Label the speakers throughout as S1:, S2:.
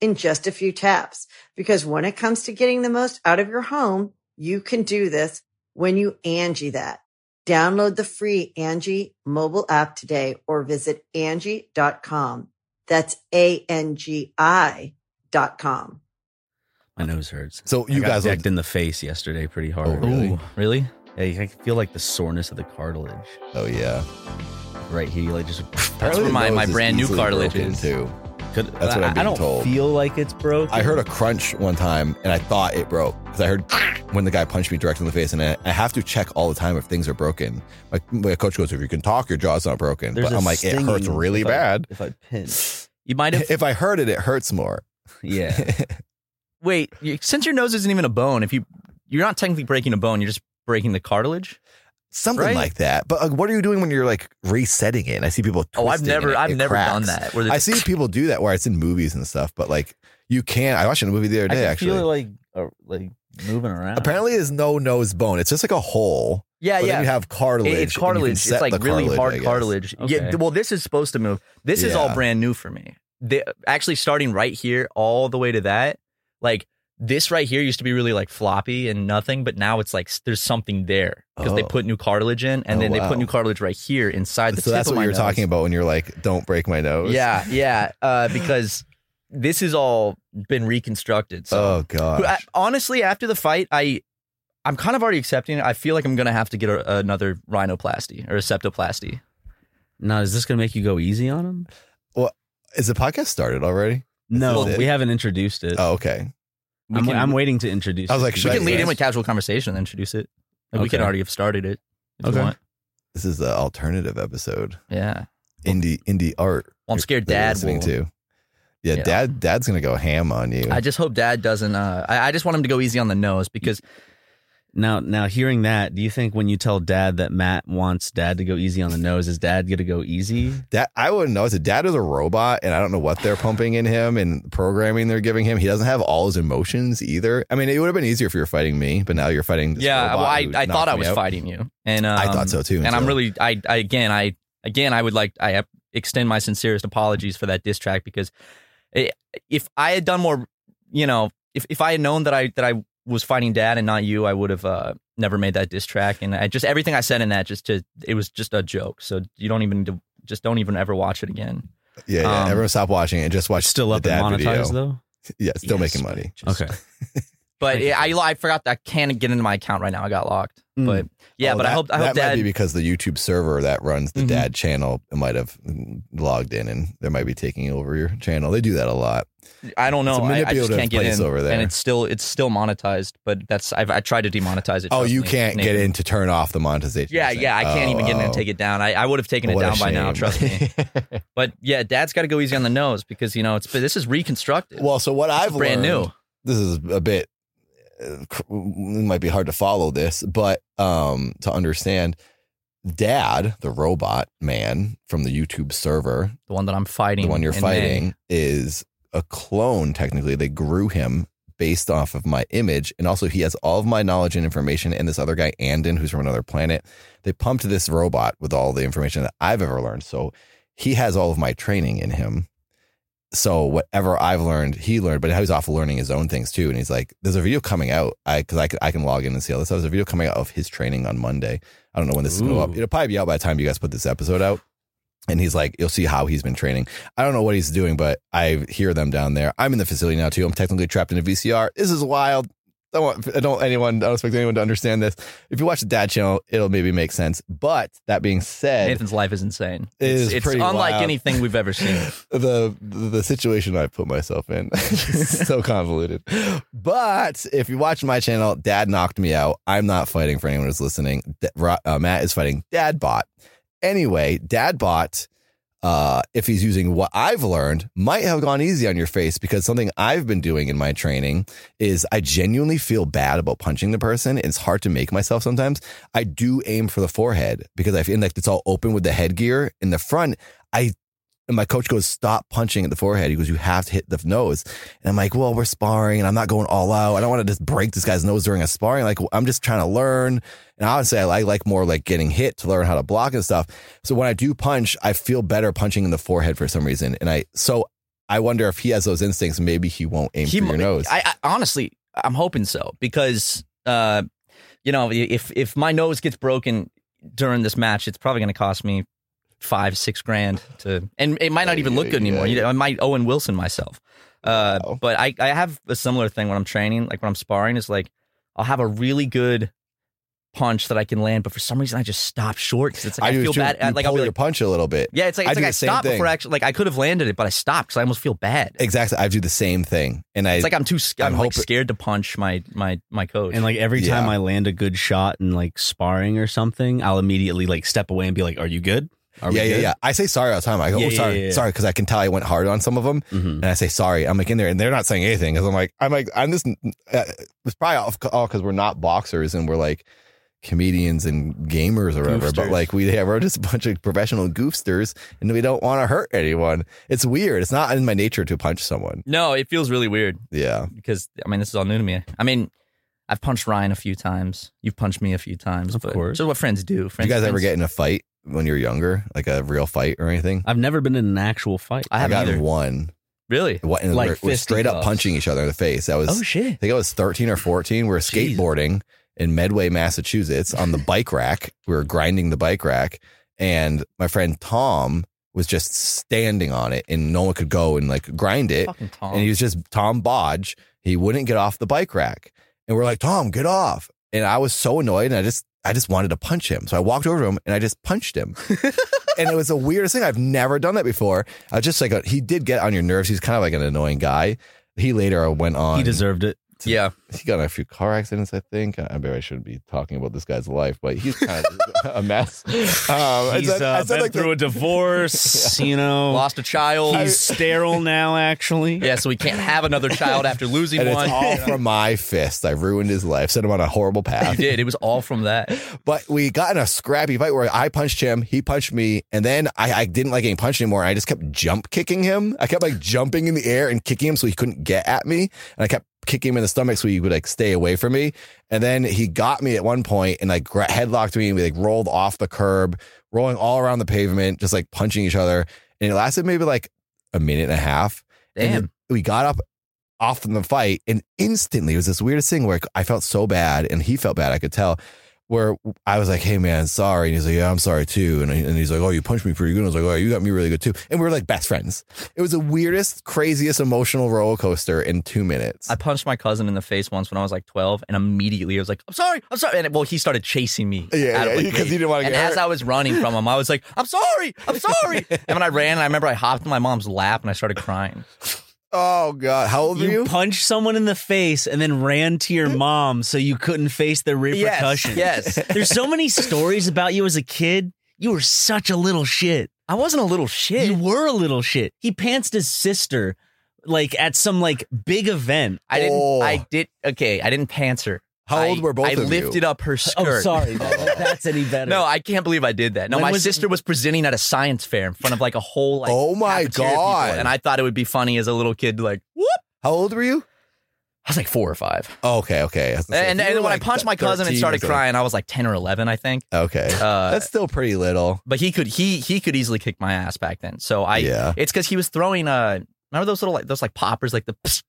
S1: in just a few taps. Because when it comes to getting the most out of your home, you can do this when you Angie that. Download the free Angie mobile app today or visit Angie.com. That's A-N-G-I dot com.
S2: My nose hurts.
S3: So
S2: I
S3: you
S2: got
S3: guys
S2: decked
S3: are,
S2: in the face yesterday pretty hard.
S3: Oh, really? Ooh.
S2: Really? Yeah, you can feel like the soreness of the cartilage
S3: oh yeah.
S2: right here. You like just
S3: Apparently
S4: where
S3: the
S4: my-
S3: nose
S4: my
S3: is
S4: brand new
S3: easily
S4: cartilage
S3: broken,
S4: is.
S3: too.
S2: could,
S3: That's what
S2: I,
S3: I'm being
S2: I don't
S3: told.
S2: feel like it's broke.
S3: I heard a crunch one time and I thought it broke because I heard when the guy punched me directly in the face. And I, I have to check all the time if things are broken. My, my coach goes, If you can talk, your jaw's not broken.
S2: There's
S3: but
S2: a
S3: I'm like, It hurts
S2: stinging
S3: really
S2: if I-
S3: bad.
S2: if I pinch. You might have.
S3: If I heard it, it hurts more.
S2: yeah. Wait, you, since your nose isn't even a bone, if you you're not technically breaking a bone, you're just breaking the cartilage.
S3: Something
S2: Right?
S3: like that. But like, what are you doing when you're like resetting it? And I see people.
S2: Oh, I've
S3: twisting and
S2: never,
S3: it-
S2: I've
S3: it
S2: never done
S3: cracks.
S2: that. Where they-
S3: I see people do that where it's in movies and stuff, but like you can't. I watched a movie the other
S2: I
S3: day
S2: can
S3: actually.
S2: feel it like uh, like moving around.
S3: Apparently, there's no nose bone. It's just like a hole.
S2: yeah,
S3: But
S2: yeah.
S3: then you have
S2: It-
S3: cartilage. and you
S2: it's
S3: can
S2: cartilage. It's
S3: set
S2: like
S3: the
S2: really
S3: I
S2: hard
S3: guess.
S2: cartilage. Yeah.
S4: Okay.
S2: Well, this is supposed to move. This is all
S3: Yeah.
S2: brand new for me. The, actually, starting right here, all the way to that, like this right here used to be really like floppy and nothing, but now it's like s- there's something there because they
S3: Oh.
S2: put new cartilage in, and
S3: Oh,
S2: then they
S3: wow.
S2: put new cartilage right here inside the.
S3: So
S2: tip
S3: that's
S2: of
S3: what
S2: my
S3: you were
S2: nose.
S3: talking about when you're like, "Don't break my nose."
S2: Yeah, yeah. Uh, because this has all been reconstructed. So
S3: Oh
S2: Who- I,
S3: god.
S2: honestly, after the fight, I I'm kind of already accepting it. I feel like I'm gonna have to get a, another rhinoplasty or a septoplasty.
S4: Now, is this going to make you go easy on him?
S3: Is the podcast started already?
S4: No,
S3: This is it.
S4: we haven't introduced it.
S3: Oh, okay.
S2: We
S4: I'm,
S2: can,
S4: I'm waiting to introduce.
S3: I was
S4: it.
S3: like,
S2: we
S3: should
S2: can
S3: I-
S2: lead in with casual conversation and introduce it. Like, We can
S4: Okay.
S2: already have started it. If
S4: Okay.
S2: You want.
S3: This is an alternative episode.
S2: Yeah.
S3: Indie indie art.
S2: Well, I'm scared
S3: that you're
S2: dad
S3: listening
S2: will.
S3: to. Yeah,
S2: Yeah.
S3: dad. Dad's gonna go ham on you.
S2: I just hope dad doesn't. Uh, I, I just want him to go easy on the nose because
S4: now, now hearing that, do you think when you tell dad that Matt wants dad to go easy on the nose, is dad going to go easy?
S3: Dad, I wouldn't know. It's a dad is a robot, and I don't know what they're pumping in him and programming they're giving him. He doesn't have all his emotions either. I mean, it would have been easier if you were fighting me, but now you're fighting. This
S2: yeah,
S3: robot
S2: well, I,
S3: who
S2: I thought
S3: knocked
S2: I
S3: me
S2: was
S3: out.
S2: fighting you, and um,
S3: I thought so too.
S2: And I'm
S3: until-
S2: really, I, I again, I again, I would like, I extend my sincerest apologies for that diss track because i if I had done more, you know, if if I had known that I that I was fighting dad and not you, I would have uh, never made that diss track. And I just everything I said in that just to it was just a joke. So you don't even need to- just don't even ever watch it again.
S3: Yeah, yeah.
S2: Um,
S3: everyone stop watching and just watch
S4: Still
S3: the
S4: up and
S3: dad
S4: monetized
S3: video.
S4: though.
S3: Yeah, still
S2: Yes,
S3: making money.
S2: just-
S4: okay.
S2: But it, I I forgot that I can't get into my account right now. I got locked.
S4: Mm.
S2: But yeah,
S3: Oh,
S2: but I
S3: that-
S2: hope I hope
S3: that might
S2: dad
S3: be because the YouTube server that runs the
S2: Mhm.
S3: dad channel might have logged in and they might be taking over your channel. They do that a lot.
S2: I don't
S3: It's
S2: know.
S3: a
S2: I, I just
S3: manipulative
S2: can't get
S3: place
S2: in
S3: over there.
S2: and it's still it's still monetized. But that's I've I tried to demonetize it.
S3: Oh,
S2: trust
S3: you
S2: me,
S3: can't
S2: Nathan.
S3: get in to turn off the monetization.
S2: Yeah,
S3: you're saying.
S2: yeah, I can't
S3: Oh,
S2: even get in and
S3: oh.
S2: take it down. I, I would have taken it
S3: What a
S2: down by now,
S3: shame.
S2: trust me. But yeah, Dad's got to go easy on the nose because you know it's this is reconstructed.
S3: well, so what I've
S2: brand
S3: learned,
S2: new.
S3: This is a bit. uh, cr- It might be hard to follow this, but um, to understand, Dad, the robot man from the YouTube server,
S2: The one that I'm fighting.
S3: the one you're
S2: in May.
S3: fighting is a clone technically they grew him based off of my image and also he has all of my knowledge and information and this other guy andon who's from another planet they pumped this robot with all the information that i've ever learned so he has all of my training in him so whatever i've learned he learned but now he's off learning his own things too and he's like there's a video coming out i because I, can- I can log in and see all this stuff there's a video coming out of his training on monday i don't know when this is going to go up
S4: Ooh.
S3: it'll probably be out by the time you guys put this episode out and he's like you'll see how he's been training I don't know what he's doing, but I hear them down there. I'm in the facility now too. I'm technically trapped in a VCR. This is wild. I want I don't anyone. I don't expect anyone to understand this. If you watch the Dad Channel, it'll maybe make sense. But that being said,
S2: Nathan's life is insane.
S3: It
S2: it's
S3: is
S2: it's
S3: pretty
S2: unlike
S3: wild.
S2: anything we've ever seen.
S3: the the situation I put myself in is so convoluted. But if you watch my channel, Dad knocked me out. I'm not fighting for anyone who's listening. Da- Ro- uh, Matt is fighting Dad Bot. Anyway, Dad Bot, uh, if he's using what I've learned, might have gone easy on your face because something I've been doing in my training is I genuinely feel bad about punching the person. It's hard to make myself sometimes. I do aim for the forehead because I feel like it's all open with the headgear in the front. I and my coach goes, stop punching at the forehead. He goes, you have to hit the nose. And I'm like, well, we're sparring and I'm not going all out. I don't want to just break this guy's nose during a sparring. Like I'm just trying to learn. And honestly, I like, like more like getting hit to learn how to block and stuff. So when I do punch, I feel better punching in the forehead for some reason. And I, so I wonder if he has those instincts. Maybe he won't aim
S2: He
S3: for
S2: mi-
S3: your nose.
S2: I, I honestly, I'm hoping so because, uh, you know, if if my nose gets broken during this match, it's probably going to cost me five, six grand to, and it might not even look good anymore. You know, I might Owen Wilson myself. Uh,
S3: Wow.
S2: But I, I have a similar thing when I'm training, like when I'm sparring, is like I'll have a really good punch that I can land, but for some reason I just stop short because it's like I,
S3: do
S2: feel
S3: too.
S2: bad. uh,
S3: You
S2: Like I'll
S3: pull
S2: be
S3: your
S2: like,
S3: punch a little bit.
S2: yeah, it's like
S3: I
S2: it's
S3: do
S2: like
S3: the
S2: I
S3: same
S2: stopped
S3: thing.
S2: before I actually like I could have landed it, but I stopped because I almost feel bad.
S3: Exactly. I do the same thing. And I,
S2: It's like I'm too. sc-
S3: I'm
S2: I'm, like
S3: hoping-
S2: scared to punch my my my coach.
S4: And like every
S3: Yeah.
S4: time I land a good shot in like sparring or something, I'll immediately like step away and be like, "Are you good? Are
S3: yeah,
S4: we
S3: yeah,
S4: good?
S3: yeah. I say sorry all the time. I go,
S4: Yeah,
S3: oh,
S4: yeah,
S3: sorry,
S4: yeah, yeah.
S3: sorry, because I can tell I went hard on some of
S2: Mm-hmm.
S3: them.
S4: Mhm.
S3: and I say sorry. I'm like in there, and they're not saying anything because I'm like I'm like I'm just uh, it's probably all- all because we're not boxers and we're like comedians and gamers or whatever. But
S2: Goofsters.
S3: like we have we're just a bunch of professional goofsters, and we don't want to hurt anyone. It's weird. It's not in my nature to punch someone.
S2: no, it feels really weird
S3: Yeah,
S2: because I mean this is all new to me. I mean, I've punched Ryan a few times. You've punched me a few times.
S4: Of
S2: but
S4: course.
S2: this is what friends do.
S3: did
S2: Friends,
S3: you guys ever
S2: friends-
S3: get in a fight when you were younger, like a real fight or anything?
S4: I've never been in an actual fight.
S2: I haven't
S3: got in
S2: either.
S3: one.
S2: Really?
S3: What and
S2: Like
S3: we're, we're
S2: fist
S3: straight
S2: and
S3: up
S2: gloves.
S3: punching each other in the face. That was
S2: Oh shit!
S3: I think I was 13 or 14. We were
S2: Jeez.
S3: skateboarding in Medway, Massachusetts on the bike rack. We were grinding the bike rack. And my friend Tom was just standing on it and no one could go and like grind it.
S2: Fucking Tom.
S3: And he was just Tom Bodge. He wouldn't get off the bike rack. And we're like, Tom, get off. And I was so annoyed and I just I just wanted to punch him. So I walked over to him and I just punched him. and it was the weirdest thing. I've never done that before. I was just like, uh, he did get on your nerves. He's kind of like an annoying guy. He later went on
S4: He deserved it.
S2: yeah,
S3: he got in a few car accidents, I think. I I mean, I shouldn't be talking about this guy's life, but he's kind of a mess. Um, I
S4: He's
S3: said- I
S4: uh,
S3: said,
S4: been
S3: like, the-
S4: through a divorce. You know,
S2: lost a child.
S4: he's sterile now. Actually,
S2: yeah, so we can't have another child after losing
S3: and
S2: one.
S3: it's all from my fist. I ruined his life, set him on a horrible
S2: you
S3: path.
S2: did. It was all from that.
S3: But we got in a scrappy fight where I punched him, he punched me, and then I, I didn't like getting punched anymore. I just kept jump kicking him. I kept like jumping in the air and kicking him so he couldn't get at me. And I kept kicking him in the stomach so he would like stay away from me. And then he got me at one point and like gra- headlocked me and we like rolled off the curb, rolling all around the pavement, just like punching each other. And it lasted maybe like a minute and a half.
S2: Damn.
S3: And we got up off from the fight, and instantly it was this weirdest thing where I felt so bad, and he felt bad. I could tell. Where I was like, "Hey man, sorry," and he's like, "Yeah, I'm sorry too," and, and he's like, "Oh, you punched me pretty good." And I was like, "Oh, you got me really good too," and we were like best friends. It was the weirdest, craziest emotional roller coaster in two minutes.
S2: I punched my cousin in the face once when I was like 12, and immediately I was like, "I'm sorry, I'm sorry." And well, he started chasing me. out of, like,
S3: because
S2: rage.
S3: he didn't want to
S2: And
S3: get
S2: as
S3: hurt.
S2: I was running from him, I was like, I'm sorry, I'm sorry. and when I ran, and I remember I hopped in my mom's lap and I started crying.
S3: oh god, how old were
S4: You
S3: you?
S4: punched someone in the face and then ran to your mom so you couldn't face the repercussions.
S2: Yes. yes.
S4: There's so many stories about you as a kid. You were such a little shit.
S2: I wasn't a little shit.
S4: You were a little shit. He pantsed his sister like at some like big event.
S2: I didn't,
S3: Oh.
S2: I did, okay, I didn't pants her.
S3: How old
S2: I-
S3: were both
S2: I
S3: of you?
S2: lifted up her skirt.
S4: Oh, sorry. That's any better.
S2: No, I can't believe I did that. No,
S4: When
S2: my
S4: was-
S2: sister was presenting at a science fair in front of like a whole like
S3: Oh my
S2: cafeteria of people,
S3: God.
S2: and I thought it would be funny as a little kid, like whoop.
S3: How old were you?
S2: I was like four or five,
S3: Oh, okay, okay. I was gonna say,
S2: and,
S3: if you
S2: and
S3: were,
S2: when
S3: like,
S2: I punched my cousin
S3: 13
S2: and
S3: or
S2: started
S3: something-
S2: crying, I was like ten or eleven, I think.
S3: Okay,
S2: Uh,
S3: that's still pretty little.
S2: but he could he he could easily kick my ass back then. So I
S3: yeah.
S2: it's because he was throwing uh remember those little like those like poppers like the psst?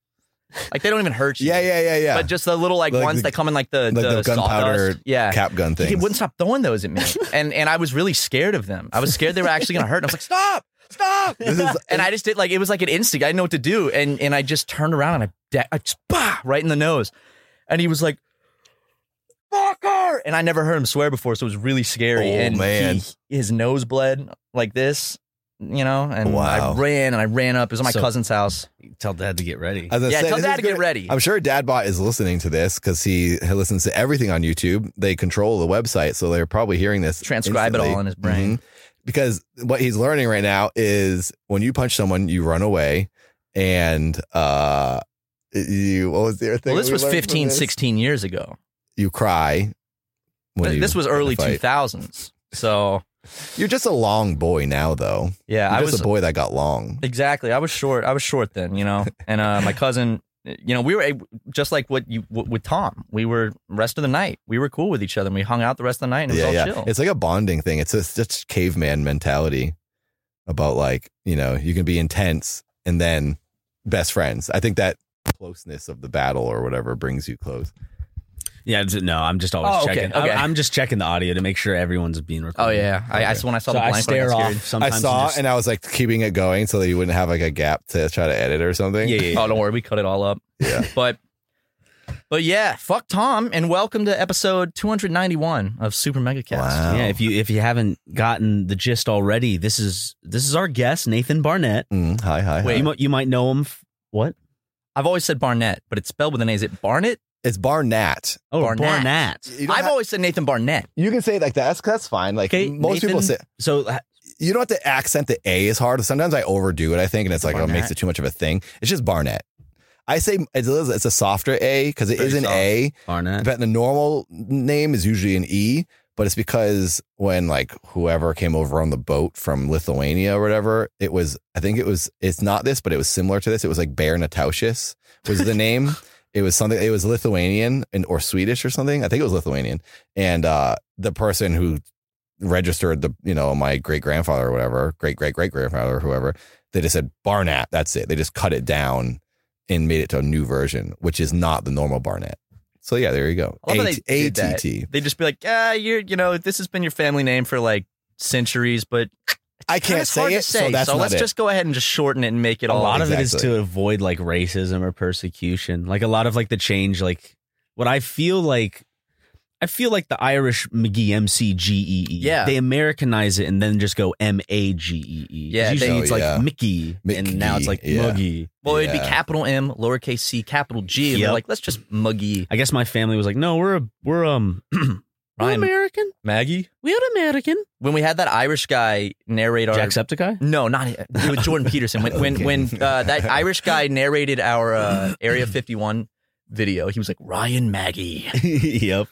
S2: like they don't even hurt you
S3: Yeah, yeah, yeah, yeah.
S2: but just the little like,
S3: Like
S2: ones
S3: the-
S2: that come in like the
S3: like
S2: the,
S3: the gunpowder
S2: sawdust. yeah
S3: cap gun
S2: he
S3: thing.
S2: wouldn't stop throwing those at me and and I was really scared of them I was scared they were actually gonna hurt and I was like stop stop
S3: This is-
S2: and I just did like it was like an instinct I didn't know what to do and and I just turned around and I da- I just bah right in the nose and he was like, "Fucker!" And I never heard him swear before, so it was really scary.
S3: Oh,
S2: and
S3: man.
S2: he- his nose bled like this, you know. And
S3: Wow.
S2: I ran and I ran up. It was at my
S4: So-
S2: cousin's house.
S4: Tell dad to get ready.
S3: As I
S2: yeah,
S3: said,
S2: tell
S3: this
S2: dad
S3: is
S2: to get
S3: gonna-
S2: ready.
S3: I'm sure Dadbot is listening to this because he he listens to everything on YouTube. They control the website, so they're probably hearing this.
S2: Transcribe it
S3: instantly.
S2: all in his brain.
S3: Mhm. Because what he's learning right now is when you punch someone, you run away, and uh, you what was the other thing?
S2: Well, this
S3: we
S2: was
S3: learned from
S2: 15,
S3: this?
S2: 16 years ago.
S3: You cry. When
S2: Th-
S3: you
S2: this was early two
S3: fight.
S2: thousands. So
S3: You're just a long boy now, though.
S2: yeah,
S3: You're
S2: I
S3: just
S2: was
S3: a boy that got long.
S2: Exactly. I was short. I was short then, you know. And uh, my cousin, you know, we were just like what you w- with Tom. We were rest of the night. We were cool with each other. and We hung out the rest of the night and it was
S3: yeah,
S2: all
S3: yeah.
S2: chill.
S3: It's like a bonding thing. It's a, such caveman mentality about like you know you can be intense and then best friends. I think that closeness of the battle or whatever brings you close.
S4: yeah, it's- no, I'm just always
S2: Oh, okay,
S4: checking.
S2: okay.
S4: I, am just checking the audio to make sure everyone's being
S2: oh
S4: recorded.
S2: yeah. I, I so when I saw
S4: So
S2: the
S4: I
S2: blank one, I
S4: stare
S2: got
S4: off
S2: scared.
S4: sometimes.
S3: I saw
S4: just-
S3: and I was like keeping it going so that you wouldn't have like a gap to try to edit or something.
S4: yeah, yeah, yeah.
S2: Oh, don't worry. We cut it all up.
S3: Yeah.
S2: But but yeah, fuck Tom and welcome to episode 291 of Super Mega Cast.
S3: Wow.
S4: Yeah, if you if you haven't gotten the gist already, this is this is our guest Nathan Barnett.
S3: Mm, hi, hi, hi.
S4: You might you might know him. F- what?
S2: I've always said Barnett, but it's spelled with an A. Is it Barnett?
S3: it's Barnett.
S4: Oh,
S2: Barnett.
S4: Barnett.
S3: You, don't
S2: I've
S3: ha-
S2: always said Nathan Barnett.
S3: you can say it like that. That's that's fine. Like
S4: Okay,
S3: most people say,
S4: Nathan- So h-
S3: you don't have to accent the A as hard. Sometimes I overdo it, I think, and it's like, oh, it
S2: Barnett.
S3: makes it too much of a thing. It's just Barnett. I say it's a, it's a softer A because it
S2: Very
S3: is an A,
S4: Barnett.
S3: but the normal name is usually an E. But it's because when like whoever came over on the boat from Lithuania or whatever, it was I think it was it's not this, but it was similar to this. It was like Bear Natausius was the name. It was something. It was Lithuanian and or Swedish or something. I think it was Lithuanian. And uh, the person who registered the you know my great grandfather or whatever great great great grandfather or whoever they just said barnett that's it they just cut it down and made it to a new version which is not the normal barnett so yeah there you go
S2: I love how they did that.
S3: ATT.
S2: They just be like, yeah, you're, you know, this has been your family name for like centuries, but
S3: i can't
S2: it's hard
S3: say
S2: to
S3: it
S2: say,
S3: so that's not
S2: let's
S3: it Oh,
S2: just go ahead and just shorten it and make it
S4: a
S2: all.
S4: lot of it is
S3: exactly.
S4: to avoid like racism or persecution. Like a lot of like the change. Like what I feel like. I feel like the Irish McGee M C G E E.
S2: Yeah.
S4: they Americanize it and then just go M A G E E. 'Cause
S2: Yeah,
S4: usually
S3: they-
S4: it's
S3: Oh, yeah.
S4: like Mickey, and now it's like
S3: Mickey, yeah.
S4: Muggy.
S2: well, it'd be
S3: Yeah.
S2: capital M, lowercase c, capital G, and they're
S4: Yep.
S2: like, let's just muggy
S4: I guess my family was like, "No, we're a, we're um, we're
S2: Ryan
S4: American.
S2: Maggie.
S4: We're American."
S2: When we had that Irish guy narrate our
S4: Jacksepticeye.
S2: no, not it was Jordan Peterson. When when, when uh, that Irish guy narrated our uh, Area 51 video, he was like Ryan Maggie.
S4: yep.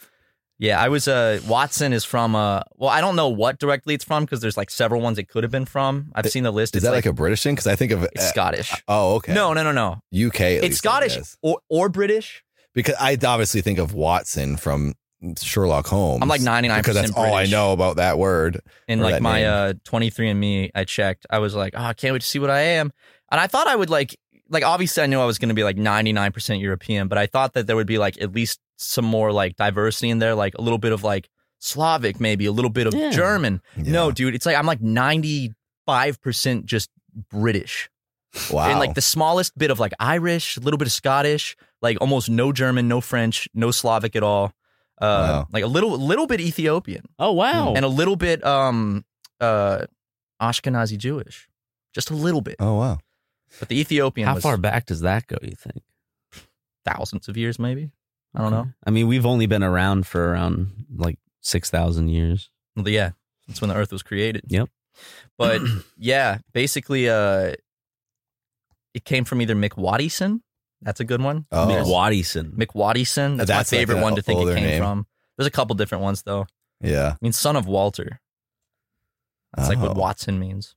S2: Yeah, I was. Uh, Watson is from. Uh, well, I don't know what directly it's from because there's like several ones it could have been from. I've seen the list.
S3: is
S2: It's
S3: that like, a british thing because i think of
S2: it's
S3: uh,
S2: Scottish?
S3: oh okay
S2: No, no, no, no.
S3: uk at
S2: it's
S3: least, I
S2: Scottish
S3: guess.
S2: or, or British.
S3: because i obviously think of watson from sherlock holmes
S2: I'm like 99
S3: because that's all i know about that word
S2: In
S3: or
S2: like
S3: that
S2: my
S3: name.
S2: uh 23andMe, I checked. I was like, oh, I can't wait to see what I am. And I thought I would like, like obviously I knew I was going to be like 99% European, but I thought that there would be like at least some more like diversity in there, like a little bit of like Slavic, maybe a little bit of
S4: Yeah.
S2: German. No,
S3: Yeah.
S2: dude, it's like I'm like 95% just British.
S3: wow
S2: And like the smallest bit of like Irish, a little bit of Scottish, like almost no German, no French, no Slavic at all. Uh,
S3: Wow.
S2: Like a little, little bit Ethiopian
S4: Oh wow.
S2: and a little bit um, uh, Ashkenazi Jewish, just a little bit.
S3: oh wow
S2: But the Ethiopian
S4: How
S2: was
S4: far back does that go? You think?
S2: thousands of years, maybe. I don't know.
S4: I mean, we've only been around for around like six thousand years.
S2: Well, yeah, that's when the Earth was created.
S4: Yep.
S2: But yeah, basically, uh, it came from either Mick Wattison. That's a good one.
S3: Oh.
S4: Mick Wattison.
S2: Mick Wattison. That's,
S3: That's
S2: my
S3: like
S2: favorite
S3: a
S2: one to think it
S3: older
S2: came
S3: name.
S2: from. There's a couple different ones though. I
S3: yeah
S2: mean, son of Walter. That's like
S3: Oh.
S2: what Watson means.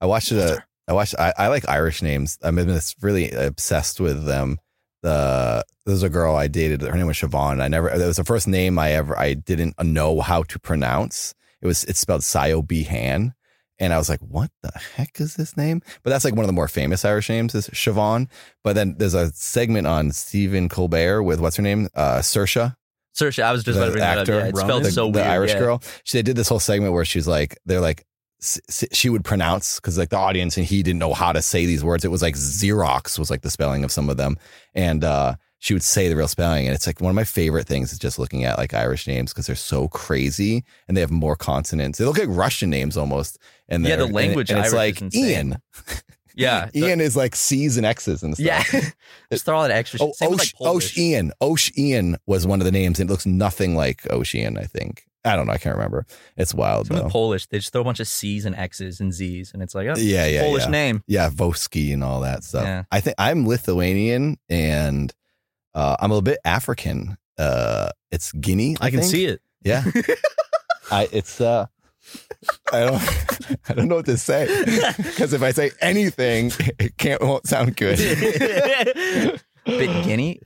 S3: I watched it. uh, I watched. I, I like Irish names. I'm just really obsessed with them. The there was a girl I dated. Her name was Siobhan. I never. That was the first name I ever. I didn't know how to pronounce. It was. It's spelled Sio Behan. And I was like, "What the heck is this name?" But that's like one of the more famous Irish names is Siobhan. But then there's a segment on Stephen Colbert with what's her name, uh, Saoirse,
S2: Saoirse, I was just about to
S3: the
S2: bring that up.
S3: actor
S2: Yeah, it
S4: Ronan?
S2: spelled
S3: the,
S2: so
S3: the
S2: weird.
S3: Irish
S2: yeah.
S3: girl. She they did this whole segment where she's like, they're like, s- s- she would pronounce because like the audience and he didn't know how to say these words. It was like Xerox was like the spelling of some of them, and uh, she would say the real spelling. And it's like one of my favorite things is just looking at like Irish names because they're so crazy and they have more consonants. They look like Russian names almost. And
S2: Yeah, the
S3: they're- and-
S2: language
S3: and, it's
S2: Irish
S3: like
S2: is insane.
S3: Ian.
S2: Yeah.
S3: Ian is like C's and X's and stuff.
S2: Yeah. Just throw all that extra
S3: Oh,
S2: shit. Same with,
S3: Osh,
S2: like,
S3: Osh
S2: Polish.
S3: Ian. Osh Ian was one of the names. It looks nothing like Ocean, I think. I don't know. I can't remember. It's wild.
S2: Same
S3: Though.
S2: with Polish. They just throw a bunch of C's and X's and Z's, and it's like, oh,
S3: Oh. yeah, yeah,
S2: Polish
S3: yeah.
S2: name.
S3: Yeah, Voski and all that stuff.
S2: Yeah.
S3: I think I'm Lithuanian and uh, I'm a little bit African. Uh, it's Guinea. I,
S4: I can see it.
S3: Yeah. I it's uh I don't I don't know what to say. Because if I say anything, it can't won't sound good.
S2: Bit guinea?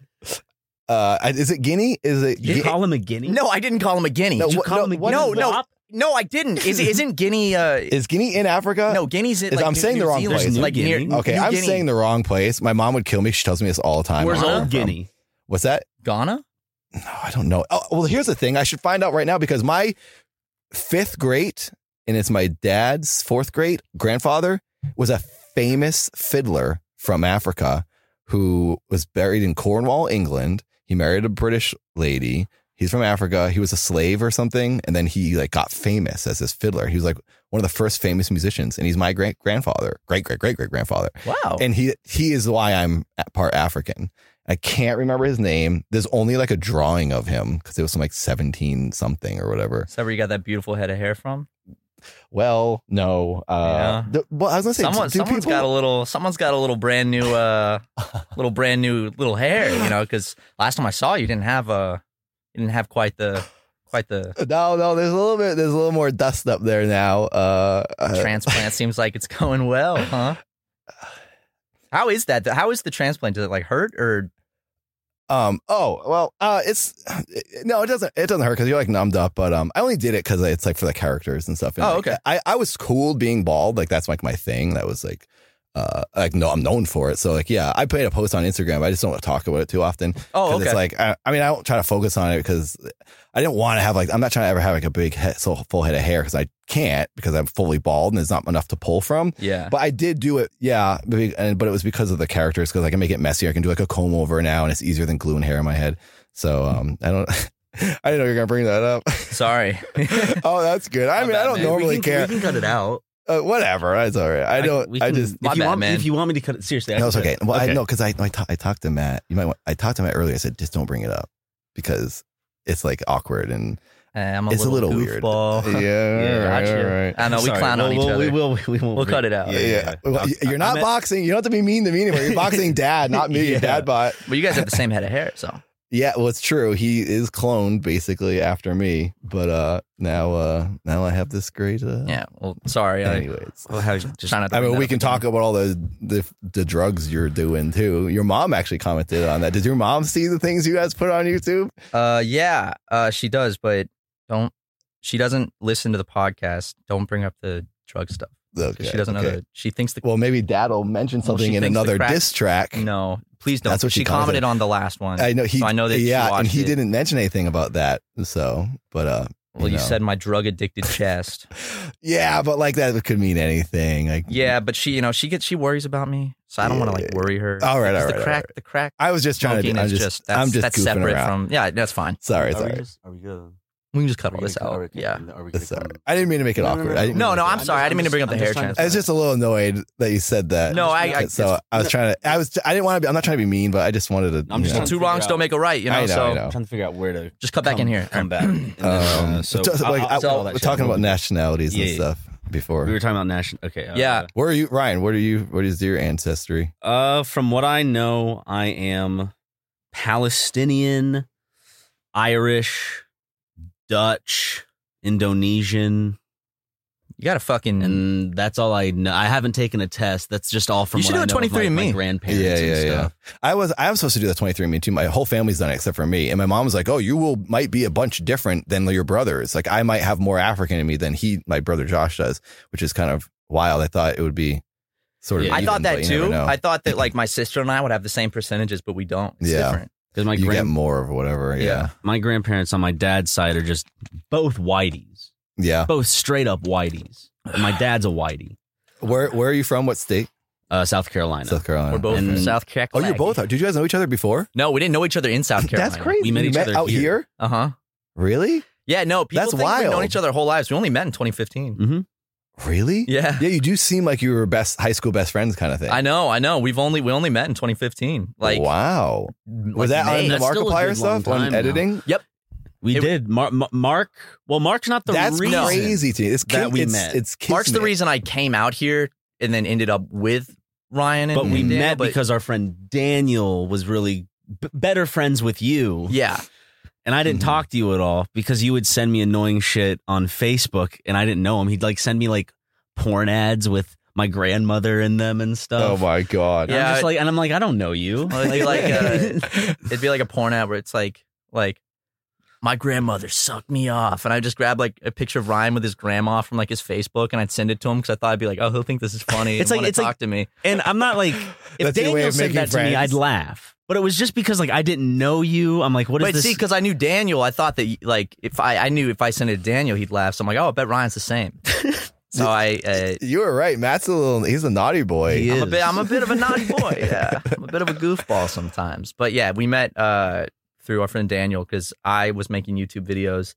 S3: Uh, is it Guinea? Is it
S4: You
S3: Gui-
S4: call him a guinea?
S2: No, I didn't call him a guinea.
S3: No,
S4: Did you
S3: what-
S4: call
S3: no,
S4: him a
S3: what-
S4: guinea?
S2: no, no.
S4: Wop?
S2: No, I didn't. Is isn't guinea? Uh,
S3: Is Guinea in Africa?
S2: no, guinea's it.
S3: Uh, is-
S2: Like
S3: I'm
S2: New-
S3: saying
S2: New
S3: the wrong
S2: Zealand,
S4: place.
S2: Like
S4: New
S2: near.
S4: Guinea?
S3: Okay,
S2: New
S3: I'm
S2: Guinea.
S3: saying the wrong place. My mom would kill me. She tells me this all the time.
S4: Where's
S3: where
S4: Old
S3: I'm from.
S4: Guinea?
S3: What's that?
S2: Ghana.
S3: No, I don't know. Oh, well, here's the thing. I should find out right now because my fifth great, and it's my dad's fourth great grandfather, was a famous fiddler from Africa who was buried in Cornwall, England. He married a British lady. He's from Africa. He was a slave or something, and then he like got famous as this fiddler. He was like one of the first famous musicians, and he's my great grandfather, great great great great grandfather
S2: Wow.
S3: and he he is why I'm part African. I can't remember his name. There's only like a drawing of him because it was from like 17 something or whatever.
S2: Is that where you got that beautiful head of hair from?
S3: Well, no. Uh,
S2: Yeah.
S3: the- well, I was gonna say,
S2: Someone,
S3: do
S2: someone's
S3: people?
S2: got a little. Someone's got a little brand new. Uh, little brand new little hair. You know, because last time I saw you, didn't have uh, you didn't have quite the, quite the
S3: no, no. There's a little bit. There's a little more dust up there now. Uh, uh,
S2: transplant. Seems like it's going well, huh? How is that? How is the transplant? Does it like hurt or
S3: Um. Oh well. Uh. It's no. It doesn't. It doesn't hurt because you're like numbed up. But um. I only did it because it's like for the characters and stuff. And,
S2: Oh,
S3: like,
S2: okay.
S3: I I was cool being bald. Like that's like my thing. That was like. Uh, like no, I'm known for it. So like, yeah, I put a post on Instagram. I just don't talk about it too often. 'Cause
S2: Oh, okay.
S3: It's like, I, I mean, I don't try to focus on it because I didn't want to have like, I'm not trying to ever have like a big head, so full head of hair because I can't because I'm fully bald and there's not enough to pull from.
S2: yeah.
S3: But I did do it, yeah. be- and- But it was because of the characters, because I can make it messier. I can do like a comb over now, and it's easier than gluing hair in my head. So um, I don't, I didn't know you were gonna bring that up.
S2: Sorry.
S3: oh, that's good. I
S2: My
S3: mean, I
S2: bad,
S3: don't
S2: man.
S3: normally care.
S4: can cut it out.
S3: Uh, whatever, that's all right. I
S4: we
S3: don't. I,
S4: can-
S3: just.
S4: if
S2: My
S4: you
S2: bad,
S4: want,
S2: man.
S4: If you want me to cut it, seriously, I
S3: No, it's
S4: can cut
S3: okay.
S4: it.
S3: Well, I know because I I, ta- I talked to Matt. You might. Want, I talked to Matt earlier. I said just don't bring it up because it's like awkward and
S2: Eh, I'm a
S3: it's
S2: little,
S3: weird.
S2: goofball.
S3: Yeah.
S2: gotcha.
S3: all right, all right.
S2: I know we
S4: Sorry,
S2: clown on
S4: we'll-
S2: each
S4: we'll-
S2: other.
S4: We will. We will.
S2: We'll cut it out.
S3: Yeah, yeah.
S4: yeah.
S3: Well,
S4: I-
S3: you're
S4: I
S3: not
S4: meant-
S3: boxing. You don't have to be mean to me anymore. You're boxing dad, not me.
S4: Yeah.
S3: Dad bot.
S2: But you guys have the same head of hair, so
S3: Yeah, well, it's true. He is cloned basically after me, but uh, now uh, now I have this great. Uh,
S2: yeah. Well, sorry. I,
S3: Anyways,
S4: Well, how, just,
S2: trying not to
S3: I
S2: bring
S3: mean,
S2: that
S3: we
S2: up
S3: can
S2: again.
S3: talk about all the, the the drugs you're doing too. Your mom actually commented on that. Did your mom see the things you guys put on YouTube?
S2: Uh, yeah. Uh, she does, but don't. She doesn't listen to the podcast. Don't bring up the drug stuff. 'Cause
S3: Okay,
S2: she doesn't know
S3: okay.
S2: that. She thinks the
S3: Well, maybe Dad will mention
S2: Well, she
S3: something in
S2: thinks the
S3: another
S2: crack-
S3: diss track.
S2: no. Please don't.
S3: That's what she commented.
S2: commented on the last one.
S3: I know he.
S2: So I know that she
S3: Yeah, and
S2: watched
S3: he
S2: it.
S3: didn't mention anything about that. So, but uh,
S2: well, you
S3: know.
S2: said my drug addicted chest.
S3: yeah, but like that could mean anything. Like,
S2: yeah, but she, you know, she gets she worries about me, so I don't want to like
S3: Yeah.
S2: worry her.
S3: All right, all right,
S2: Because
S3: all
S2: The
S3: right,
S2: crack, the crack.
S3: I was just trying
S2: Smoking
S3: to. I'm
S2: is
S3: just,
S2: just, that's,
S3: I'm just
S2: that's
S3: goofing
S2: separate
S3: around.
S2: from yeah that's fine
S3: Sorry,
S5: Are we
S3: sorry. uh,
S5: just- Are we good?
S2: we can just cut
S5: Are
S2: all
S5: we
S2: this
S5: gonna- are we
S2: out
S5: gonna-
S2: yeah
S5: are we gonna
S3: That's all
S5: come-
S3: right. I didn't mean to make it
S5: No, no, no,
S3: awkward.
S5: no,
S3: I didn't-
S2: no,
S5: mean
S2: no,
S5: to-
S2: I'm sorry. I didn't mean to bring up the
S5: I'm
S2: hair
S5: just trying to-
S3: I was just a little annoyed that you said that.
S2: No, I- I-
S3: so I was trying to. I was. I didn't want to be. I'm not trying to be mean, but I just wanted to.
S4: I'm
S3: you
S4: just
S3: know.
S4: trying
S2: two wrongs don't make a right you know,
S3: I know.
S2: so
S3: I know.
S4: I'm trying to figure out where to
S2: just cut back in
S4: come-
S2: here
S4: Come back. And then,
S3: Um,
S4: uh, so
S3: just like,
S4: I'll-
S3: I-
S4: I'll tell that
S3: we're
S4: shit.
S3: talking about
S4: We'll-
S3: nationalities
S4: Yeah,
S3: and
S4: yeah.
S3: stuff before.
S4: We were talking about national. Okay. uh,
S2: Yeah.
S3: where are you, Ryan? What are you? What is your ancestry?
S4: Uh, from what I know, I am Palestinian, Irish, Dutch, Indonesian,
S2: you gotta fucking
S4: and that's all I know. I haven't taken a test. That's just all from
S2: You should
S4: what
S2: do
S4: I know
S2: a
S4: of my-
S2: 23andMe.
S4: my grandparents.
S3: Yeah,
S4: and
S3: yeah,
S4: stuff.
S3: yeah. I was. I was supposed to do the 23andMe too. My whole family's done it except for me. And my mom was like, "Oh, you will might be a bunch different than your brothers. Like I might have more African in me than he, my brother Josh, does, which is kind of wild. I thought it would be sort of.
S4: Yeah.
S2: I
S3: even,
S2: thought that
S3: but you never
S2: too.
S3: know.
S2: I thought that like my sister and I would have the same percentages, but we don't. It's
S3: Yeah.
S2: different.
S4: Because my
S3: you get
S4: grand-
S3: more of whatever.
S2: Yeah.
S3: Yeah.
S4: my grandparents on my dad's side are just both whiteys,
S3: Yeah.
S4: both straight up whiteys. And my dad's a whitey.
S3: Where Where are you from? What state?
S4: uh, South Carolina.
S3: South Carolina.
S2: We're both
S4: And-
S2: from South Carolina.
S3: Oh, you're both. Did you guys know each other before?
S2: No, we didn't know each other in South Carolina.
S3: That's crazy.
S4: We met
S3: You
S4: each other
S3: out
S4: here.
S2: Uh huh.
S3: Really?
S2: Yeah, no, people
S3: That's
S2: think we've known
S3: wild.
S2: each other our whole lives. We only met in 2015.
S3: Really?
S2: Yeah.
S3: Yeah, you do seem like you were best high school best friends kind of thing.
S2: I know, I know. We've only we only met in 2015. Like
S3: wow. Was
S2: like
S3: that on
S2: May.
S3: the
S4: That's still a
S3: Markiplier
S4: good long
S3: stuff on
S4: time now.
S3: editing?
S4: we
S2: It-
S4: did. Mar- Ma- Mark. Well, Mark's not the
S3: That's
S4: reason.
S3: crazy to me. It's
S4: that
S3: kid-
S4: we
S3: it's,
S4: met.
S3: It's kismet.
S2: Mark's the reason I came out here and then ended up with Ryan. And
S4: But we
S2: and Daniel,
S4: met
S2: but-
S4: because our friend Daniel was really b- better friends with you.
S2: yeah,
S4: And I didn't
S3: Mhm.
S4: talk to you at all because you would send me annoying shit on Facebook and I didn't know him. He'd like send me like porn ads with my grandmother in them and
S3: Oh
S4: stuff.
S3: my god.
S4: And I'm
S2: Yeah,
S4: just
S2: it-
S4: like, and I'm like, I don't know you.
S2: Well, it'd be like, uh, it'd be like a porn ad where it's like like my grandmother sucked me off, and I just grabbed like a picture of Ryan with his grandma from like his Facebook, and I'd send it to him because I thought I'd be like, oh, he'll think this is funny.
S4: It's like-
S2: and wanna
S4: it's
S2: talk
S4: like-
S2: to me.
S4: and I'm not like, if
S3: That's your way
S4: Daniel
S3: of
S4: said
S3: making
S4: that to me, I'd
S3: friends.
S4: laugh. But it was just because like I didn't know you. I'm like, what is
S2: But
S4: this?
S2: see, because I knew Daniel, I thought that like if I I knew if I sent it to Daniel, he'd laugh. So I'm like, oh, I bet Ryan's the same. so I. Uh,
S3: You were right. Matt's a little he's a naughty boy.
S4: He
S2: I'm a
S4: is.
S2: bit. I'm a bit of a naughty boy. Yeah, I'm a bit of a goofball sometimes. But yeah, we met uh, through our friend Daniel because I was making YouTube videos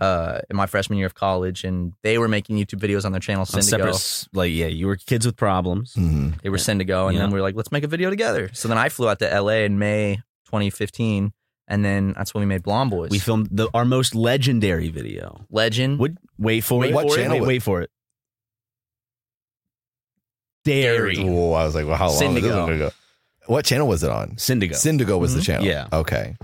S2: uh, in my freshman year of college, and they were making YouTube videos on their channel
S4: On
S2: Syndigo.
S4: separate, s- like, yeah, you were kids with problems.
S3: Mhm.
S2: They were Syndigo, and then
S4: Yeah.
S2: we were like, let's make a video together. So then I flew out to LA in May 2015, and then that's when we made Blonde Boys.
S4: We filmed the, our most legendary video.
S2: Legend.
S4: Would wait for
S3: Mm-hmm. Wait
S4: it.
S3: What for it. channel
S4: Wait,
S3: was-
S4: wait for it. Dairy.
S3: Whoa, I was like, well, how long is this
S2: Syndigo.
S3: one gonna go? What channel was it on?
S4: Syndigo. Mm-hmm.
S3: Syndigo was the
S2: Mhm.
S3: channel.
S4: Yeah.
S3: Okay.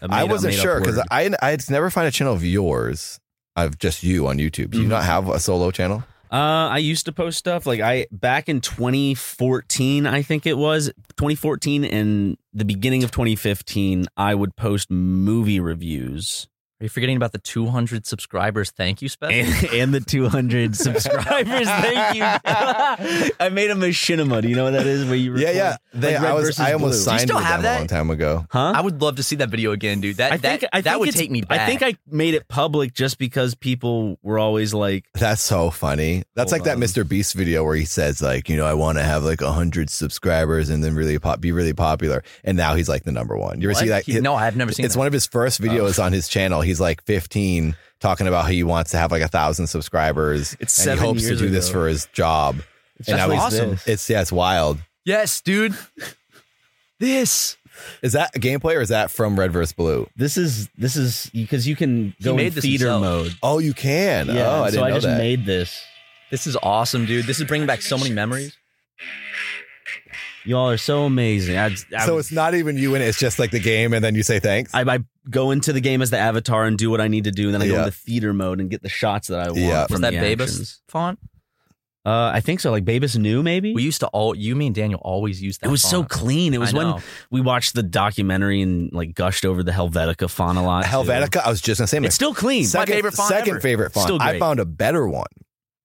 S4: A
S3: I
S4: made-up-
S3: wasn't
S4: made-up
S3: sure because
S4: word.
S3: I I would never find a channel of yours of just you on YouTube. Do you
S4: Mhm.
S3: not have a solo channel?
S4: uh, I used to post stuff like I back in 2014, I think it was 2014 and the beginning of 2015. I would post movie reviews
S2: Are you forgetting about the 200 subscribers? Thank you special.
S4: and, and the 200 subscribers. Thank you. I made a machinima. Do you know what that is? Where you
S3: yeah,
S4: record-
S3: yeah. They,
S4: like Red
S3: I was
S4: versus
S3: I almost
S4: Blue.
S2: Do you
S3: signed
S2: still
S3: with them
S2: have that?
S3: a long time ago.
S4: Huh?
S2: I would love to see that video again, dude. That
S4: I think
S2: that,
S4: I
S2: that
S4: think
S2: would
S4: it's-
S2: take me back.
S4: I think I made it public just because people were always like,
S3: That's so funny. That's
S4: Hold
S3: like
S4: on.
S3: that Mr. Beast video where he says like, you know, I want to have like a hundred subscribers and then really pop, be really popular. And now he's like the number one. You ever see
S2: What?
S3: that?
S2: He- no, I've never seen
S3: it's
S2: that.
S3: one of his first
S4: Oh.
S3: videos on his channel. He's like 15 talking about how he wants to have like a thousand subscribers.
S4: It's
S3: and
S4: seven
S3: he hopes to
S4: years
S3: do this
S4: ago.
S3: for his job. and
S2: That's
S3: I was-
S2: awesome.
S3: It's yeah, it's wild.
S2: Yes, dude. this.
S3: Is that gameplay or is that from Red vs. Blue?
S4: "This is this is because you can go
S2: made
S4: in
S2: this
S4: theater
S2: himself.
S4: mode."
S3: Oh, you can. oh, I
S4: so
S3: didn't
S4: I
S3: know
S4: just
S3: that.
S4: made this.
S2: This is awesome, dude. This is bringing back so many memories.
S4: Y'all are so amazing. I, I,
S3: so it's not even you in it. It's just like the game, and then you say thanks.
S4: I, I go into the game as the avatar and do what I need to do, and then I go
S3: Yeah.
S4: into theater mode and get the shots that I want.
S3: Yeah.
S4: from
S2: Was that
S4: the
S2: Babus
S4: actions.
S2: font?
S4: Uh, I think so. Like Babus knew maybe.
S2: We used to all you, me, and Daniel always used that.
S4: it was so
S2: font.
S4: clean. It was
S2: I
S4: when
S2: know.
S4: we watched the documentary and like gushed over the Helvetica font a lot. too.
S3: Helvetica. I was just gonna say, my
S4: It's still clean.
S3: second,
S2: favorite font
S3: second
S2: ever.
S3: favorite font.
S4: Still
S3: I
S4: great.
S3: found a better one